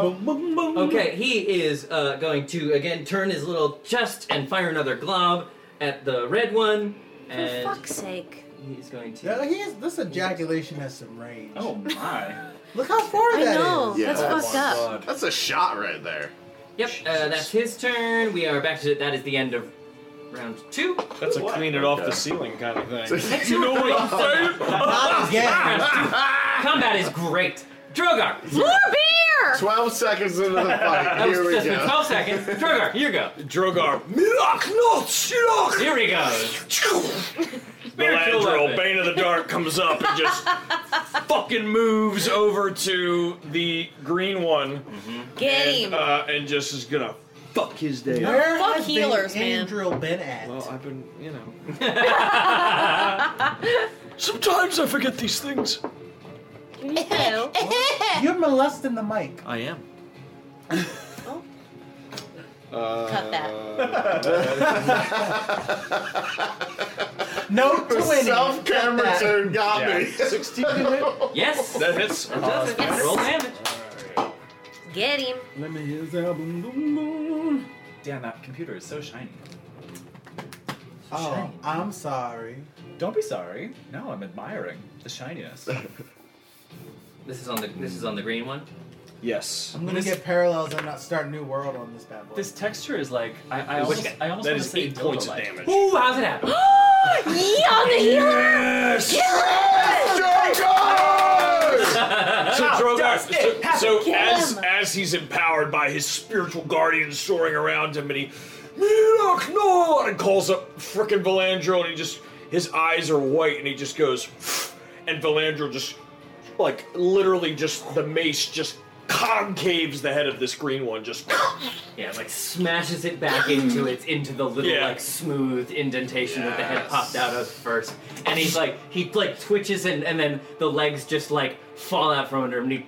Okay, he is uh, going to again turn his little chest and fire another glob at the red one,
For
and
fuck's sake.
he's going to.
Yeah, like, he has, this ejaculation has some range.
Oh my!
Look how far
I
that is.
know. That's
Oh
fucked up.
That's a shot right there.
Yep, uh, that's his turn. We are back to that is the end of round two.
That's a clean it off the ceiling kind of thing.
you know what I'm saying?
Not again.
Combat is great. Drogar.
More beer!
[LAUGHS] Twelve seconds into the
That
fight.
was
Here we
just in
go.
12 seconds. Drogar, you go.
Drogar, Mirak not Shirak! [LAUGHS]
Here he goes.
The
Miracle
Landro,
weapon.
Bane of the Dark, comes up and just fucking moves over to the green one.
Get him.
and, uh, and just is gonna fuck his day up.
Where
Fuck
has
healers,
been
man.
Andrew been at?
Well, I've been, you know. Sometimes I forget these things.
You're molesting the mic.
I am.
Uh,
Cut
[LAUGHS]
that.
No to winning.
Self camera turn got
Yeah.
me. [LAUGHS]
16
Yes.
That hits.
It does it.
Yes.
Roll damage.
[LAUGHS] Get him.
Let me hear that boom boom boom.
Damn, that computer is so shiny.
Oh,
Shiny.
I'm sorry.
Don't be sorry. No, I'm admiring the shininess.
This is on the this is on the green one.
Yes.
I'm gonna get parallels and not start New World on this bad boy.
[LAUGHS] this texture is like I, I almost,
That
I almost want to
is
say
eight points of
dildo-like.
damage.
Ooh, how's it happen?
yeah, the healer!
So, Drogar, so, so as as he's empowered by his spiritual guardian soaring around him, and he "Mirok no!" and calls up frickin' Valandro, and he just his eyes are white, and he just goes, and Valandro just like literally just the mace just concaves the head of this green one, just [LAUGHS]
Yeah, like smashes it back into its into the little
Yeah.
like smooth indentation that the head
Yes.
popped out of first. And he's like he like twitches and and then the legs just like fall out from under him and he [LAUGHS]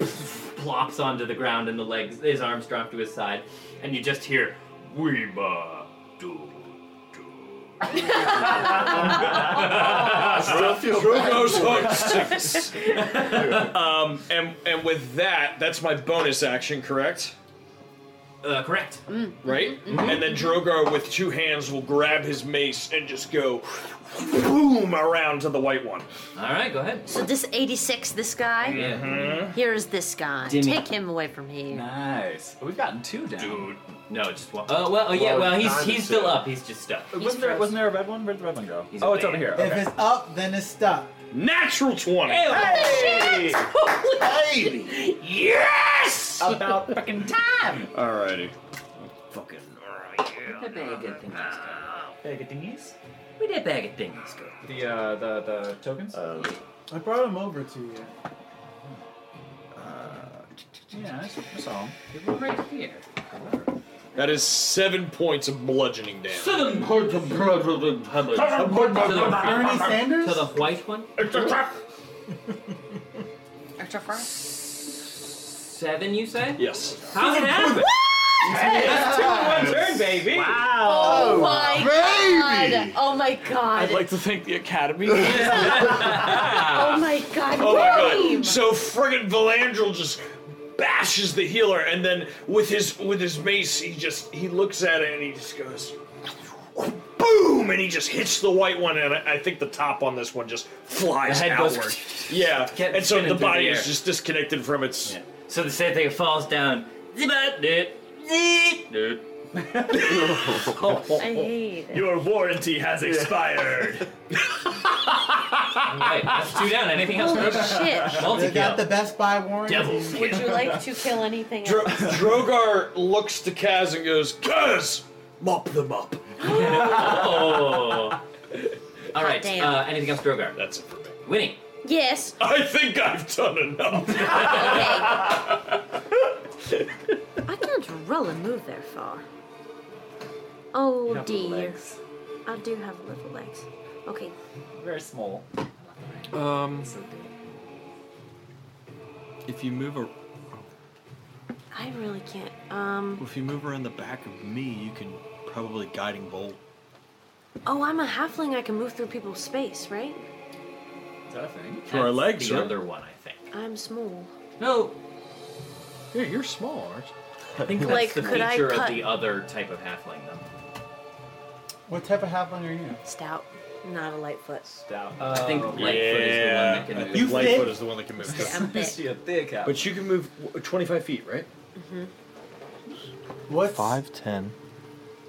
plops onto the ground and the legs his arms drop to his side and you just hear Weeba do
I still feel bad.
Drogo's hook
[LAUGHS]
six. um, and and with that, that's my bonus action, correct?
uh, correct.
right?
Mm-hmm.
And then Drogar with two hands will grab his mace and just go boom around to the white one.
Alright, go ahead.
So this 86, this guy, here is this guy.
Didn't-
Take him away from here.
Nice. We've gotten two down.
No, just one. Oh well, oh, yeah.
Well,
Well, he's
kinda
he's still
so.
up. He's just stuck.
Wasn't there, wasn't there a red one? Where'd the red one go?
He's
oh,
up
it's over here.
there.
If
Okay.
it's up, then it's stuck.
Natural 20.
Hey!
Yes!
About fucking time!
Alrighty. Fucking.
Where'd that bag of good things go?
Bag of dingies?
Where'd that bag of things go?
The, uh, the, the tokens?
Um,
I brought him over to you.
yeah, I saw them.
They were right here.
That is seven points of bludgeoning damage.
Seven points of bludgeoning damage.
Seven points of
To the-
Bernie Sanders?
To the white one?
Extra fry.
Seven, you say?
Yes.
How's it happen?
Hey!
That's two in one turn, baby.
Wow. Oh my god. Oh my god.
I'd like to thank the Academy.
[LAUGHS]
[LAUGHS]
oh my god.
Oh my
William!
god. So friggin' Valandrel just bashes the healer and then with his with his mace he just he looks at it and he just goes boom and he just hits the white one and I, I think the top on this one just flies
The head goes-
outward.
[LAUGHS]
yeah.
Get
and so
spinning
the
through
body
the
is
air.
just disconnected from its
So the same thing falls down.
I hate it.
Your warranty has expired.
Alright, that's two down. Anything else?
Holy shit.
They got the Best Buy warranty. [LAUGHS]
Devil's
Would you like to kill anything [LAUGHS]
Dro-
else?
Drogar looks to Kaz and goes, Kaz, mop them up.
oh. All right.
damn.
Uh, anything else, Drogar?
That's it for me.
Winning.
Yes.
I think I've done enough.
[LAUGHS]
I can't really move that far. Oh
You have little
dear.
legs.
I do have little legs. Okay.
Very small.
Um, if you move a,
I really can't. Um.
if you move around the back of me, you can probably guiding bolt.
Oh, I'm a halfling. I can move through people's space, right?
Is that a thing?
Through our legs,
the
right?
other one, I think.
I'm small.
No.
Yeah, you're small, aren't you?
I think that's
Like,
the
could I
feature of
cut-
the other type of halfling, though.
What type of halfling are you?
Stout. Not a lightfoot.
Stout. Oh,
I think Lightfoot
yeah.
is the one that can
I
move.
think You Lightfoot fit?
is the one that can move.
[LAUGHS]
I'm thick.
See a thick half.
But you can move w- 25 feet, right?
Mm-hmm.
What? Five, ten.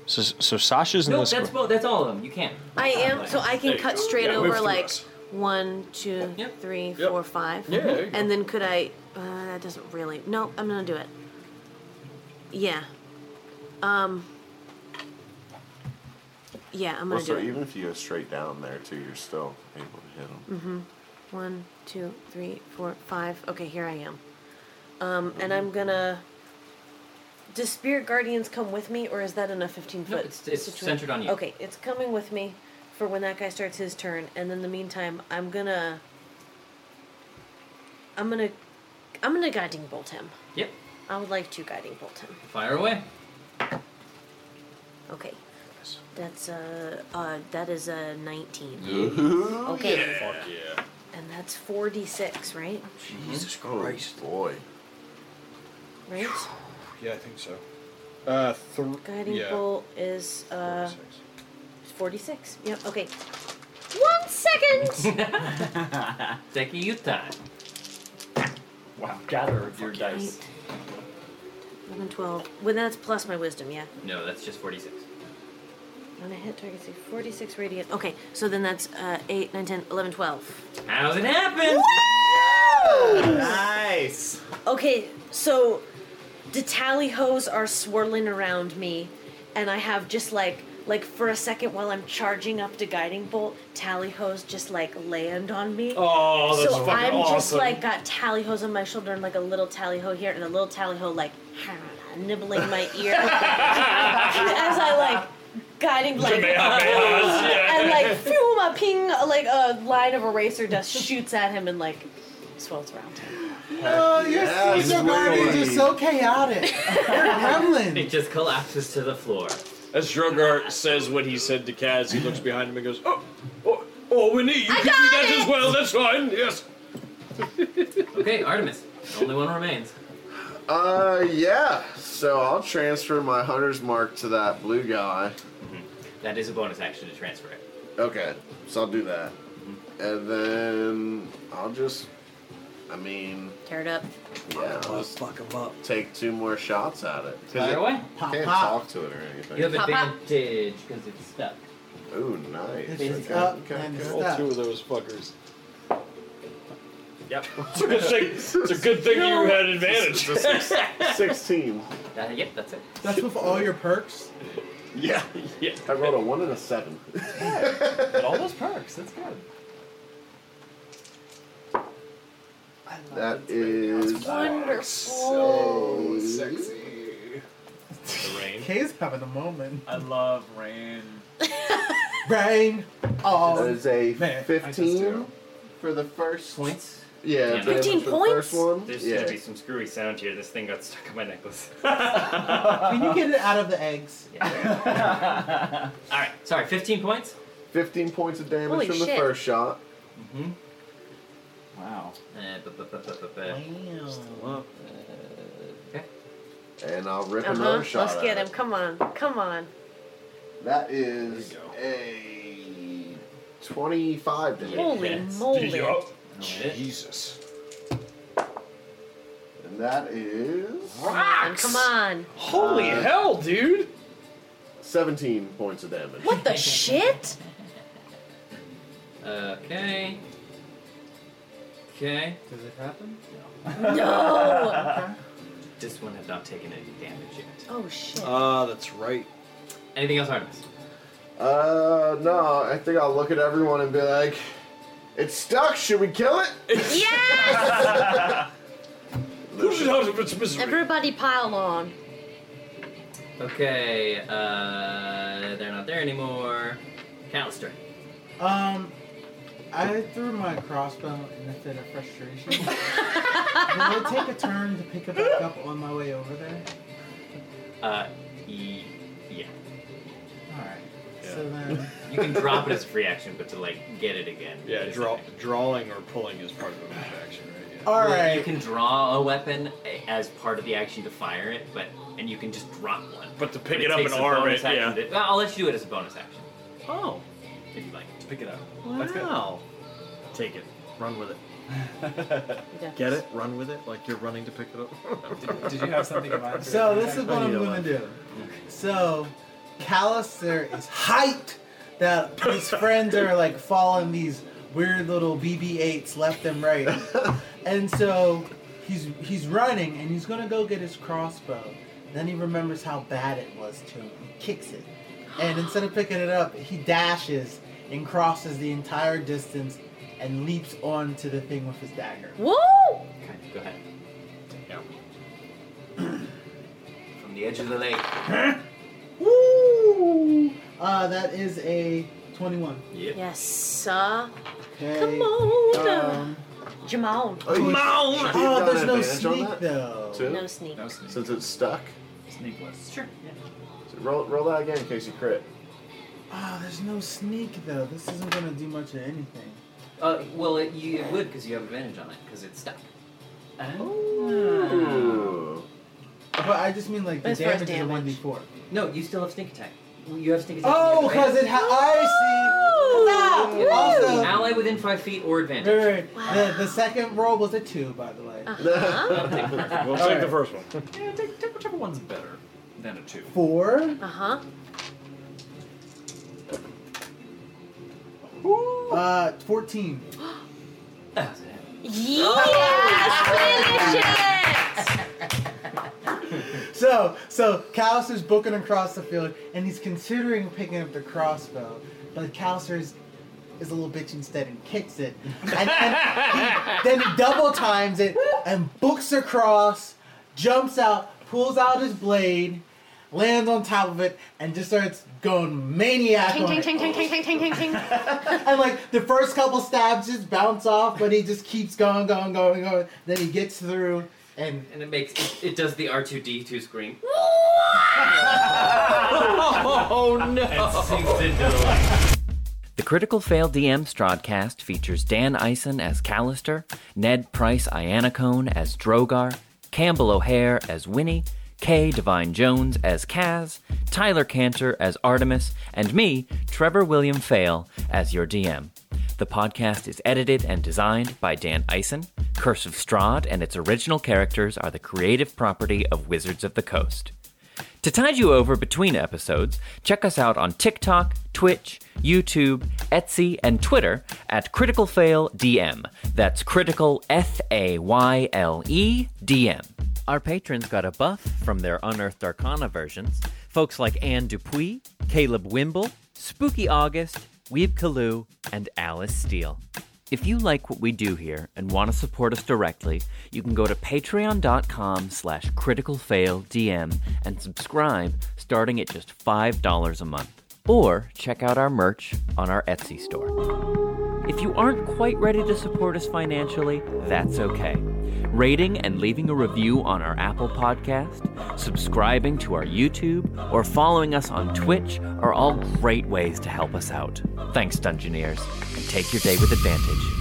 So, so Sasha's in
No,
this
that's
group.
both. That's all of them. You can't.
I am, so I
There
can
you
cut
go.
straight
Yeah, move
over
through
like
us.
one, two, three, four, five.
Yeah, there you go.
and then could I? Uh, that doesn't really. No, I'm gonna do it. Yeah. Um. Yeah, I'm gonna
well,
do
so
it.
even if you go straight down there too, you're still able to hit him.
Mm-hmm. One, two, three, four, five. Okay, here I am. Um, and I'm gonna. Does spirit guardians come with me, or is that in a 15 foot?
it's- it's centered on you.
Okay, it's coming with me for when that guy starts his turn, and in the meantime, I'm gonna. I'm gonna. I'm gonna guiding bolt him.
Yep.
I would like to guiding bolt him.
Fire away.
Okay. That's a. Uh, uh, that is a 19.
Ooh,
okay.
yeah. Fuck
yeah.
And that's 4d6, right?
Jesus Christ. boy.
Right?
Yeah, I think so. Uh, thr-
Guiding
yeah.
bolt is uh, 46. Yep, okay. One second!
Take you time.
Wow. Gather your dice.
11, 12. Well, that's plus my wisdom, yeah.
No, that's just forty-six.
On a hit target, see 46 radiant. Okay, so then that's uh, 8, 9, 10, 11, 12.
How's it happen?
Nice!
Okay, so the tally hoes are swirling around me, and I have just like like for a second while I'm charging up the guiding bolt, tally hoes just like land on me.
Oh, that's
so
fucking
I'm just
awesome.
like got tally hoes on my shoulder and like a little tally ho here and a little tally ho like [LAUGHS] nibbling my
[LAUGHS]
ear as I like guiding like uh,
Kamehamehas, yeah.
and like phew, my ping like a line of eraser dust shoots at him and like swirls around him.
Oh, your
Yeah,
Caesar
it's
guardians
weird.
are so
[LAUGHS]
chaotic.
It just collapses to the floor. As Drogar says what he said to Kaz, he looks behind him and goes, Oh, oh, oh Winnie, you
I
can do
got
that
it!"
as well, that's fine, yes.
okay, Artemis. Only one remains.
Uh, yeah. So I'll transfer my hunter's mark to that blue guy.
That is a bonus action to transfer it.
Okay, so I'll do that, and then I'll just, I mean,
Tear it up.
yeah, I'll just fuck him up. Take two more shots at it. 'Cause
Fire
it
away. Pop,
Can't
pop.
talk to it or anything.
You have advantage because it's stuck.
Ooh, nice.
It's
okay,
uh,
up
okay,
and
okay.
it's All two
of those fuckers.
Yep.
[LAUGHS] It's a good thing, it's a good thing you had advantage.
[LAUGHS] It's a six- 16.
yep, that's it.
That's with all your perks.
Yeah,
yeah.
I rolled a one and a seven.
But all those perks, that's good.
That is
Wonderful.
so sexy.
The rain.
K.
Kay's having a moment.
I love rain.
[LAUGHS] Rain all
That is a
Oh, man.
fifteen for the first points.
Yeah,
Yeah,
but-
for the First one.
There's
yeah.
gonna be some screwy sound here. This thing got stuck on my necklace.
Can you get it out of the eggs?
[LAUGHS]
All right, sorry, 15 points?
15 points of damage
Holy
from the
shit.
first shot.
Mm-hmm.
Wow.
Eh,
And I'll rip
Uh-huh.
another shot.
Let's
at
get
it.
him. Come on. Come on.
That is a 25 damage.
Holy Yes. moly.
uh,
Yup.
Jesus. And that is.
Come on. Come on.
Holy
hell, dude!
17 points of damage.
What the shit?
Okay. Okay.
Does it happen?
No.
No.
this one has not taken any damage yet.
Oh shit.
Ah, that's right.
Anything else, Artemis?
Uh, no, I think I'll look at everyone and be like, it's stuck, should we kill it?
Yes!
Push it out of its misery.
Everybody pile on.
Okay, uh, they're not there anymore. Callister.
Um, I threw my crossbow in a fit of
[LAUGHS]
frustration. Will it take a turn to pick it back up on my way over there?
Uh, e- yeah.
Alright. So then.
You can drop it as a free action, but to, like, get it again.
Yeah,
is
draw,
an action.
drawing or pulling is part of a move action, right? Yeah.
Well, You can draw a weapon a- as part of the action to fire it, but and you can just drop one.
But to pick it
it
up
takes
and
a
arm
bonus
it,
action
yeah.
to- well, I'll let you do it as a bonus action. Oh. If you like.
To pick it up.
That's good.
Wow. Take it. Run with it. Get it? Run with it? Like you're running to pick it up.
Did- did you have something in mind?
So this is what
I
I'm
need a
gonna
one.
do. So Callister is hyped that his friends are like following these weird little BB-8s left and right, and so he's he's running and he's gonna go get his crossbow. Then he remembers how bad it was to him. He kicks it, and instead of picking it up, he dashes and crosses the entire distance and leaps onto the thing with his dagger.
Woo!
Okay, go ahead. [CLEARS THROAT] From the edge of the lake.
Woo! Uh, that is a 21.
Yep.
Yes, sir.
Okay.
Come on.
Um,
Jamal.
Oh, there's no sneak though.
Two?
No sneak.
No sneak. Since it's stuck?
Sneakless.
Sure.
So roll, roll that again in case you crit.
Oh, there's no sneak though. This isn't gonna do much of anything.
Uh, well, it, you, it would because you have advantage on it because it's stuck.
Oh.
Ooh. [LAUGHS]
But I just mean like the
That's for
damage, is
damage.
a 1d4.
No, you still have sneak attack. You have sneak attack.
Oh, because it ha- I see.
Woo!
Also,
Ally within five feet or advantage.
Wait, wait, wait. The, the second roll was a 2, by the way.
Uh-huh. We'll take the first one.
Yeah, take, take whichever one's better than a two.
4.
Uh-huh.
Uh huh.
Uh, 14.
Yes! Finish it!
So, so Callister's is booking across the field, and he's considering picking up the crossbow, but Callister is, is a little bitch instead and kicks it, and, and he- then he double times it and books across, jumps out, pulls out his blade, lands on top of it, and just starts going maniac
Ting,
on
ting,
it.
ting, ting, ting, ting, ting, ting, ting.
and like the first couple stabs just bounce off, but he just keeps going, going, going, going. Then he gets through, and
And it makes it, it does the R two D two scream.
oh no!
And sinks into the lake.
The Critical Fail DM Strodcast features Dan Ison as Callister, Ned Price Iannacone as Drogar, Campbell O'Hare as Winnie, Kay Divine Jones as Kaz, Tyler Cantor as Artemis, and me, Trevor William Fail, as your DM. The podcast is edited and designed by Dan Ison. Curse of Strahd and its original characters are the creative property of Wizards of the Coast. To tide you over between episodes, check us out on TikTok, Twitch, YouTube, Etsy, and Twitter at Critical Fail DM. That's critical F A Y L E D M. Our patrons got a buff from their Unearthed Arcana versions. Folks like Anne Dupuis, Caleb Wimble, Spooky August, Weeb Kalu, and Alice Steele. If you like what we do here and want to support us directly, you can go to patreon.com slash criticalfaildm and subscribe starting at just $5 a month. Or check out our merch on our Etsy store. If you aren't quite ready to support us financially, that's okay. Rating and leaving a review on our Apple podcast, subscribing to our YouTube, or following us on Twitch are all great ways to help us out. Thanks, Dungeoneers, and take your day with advantage.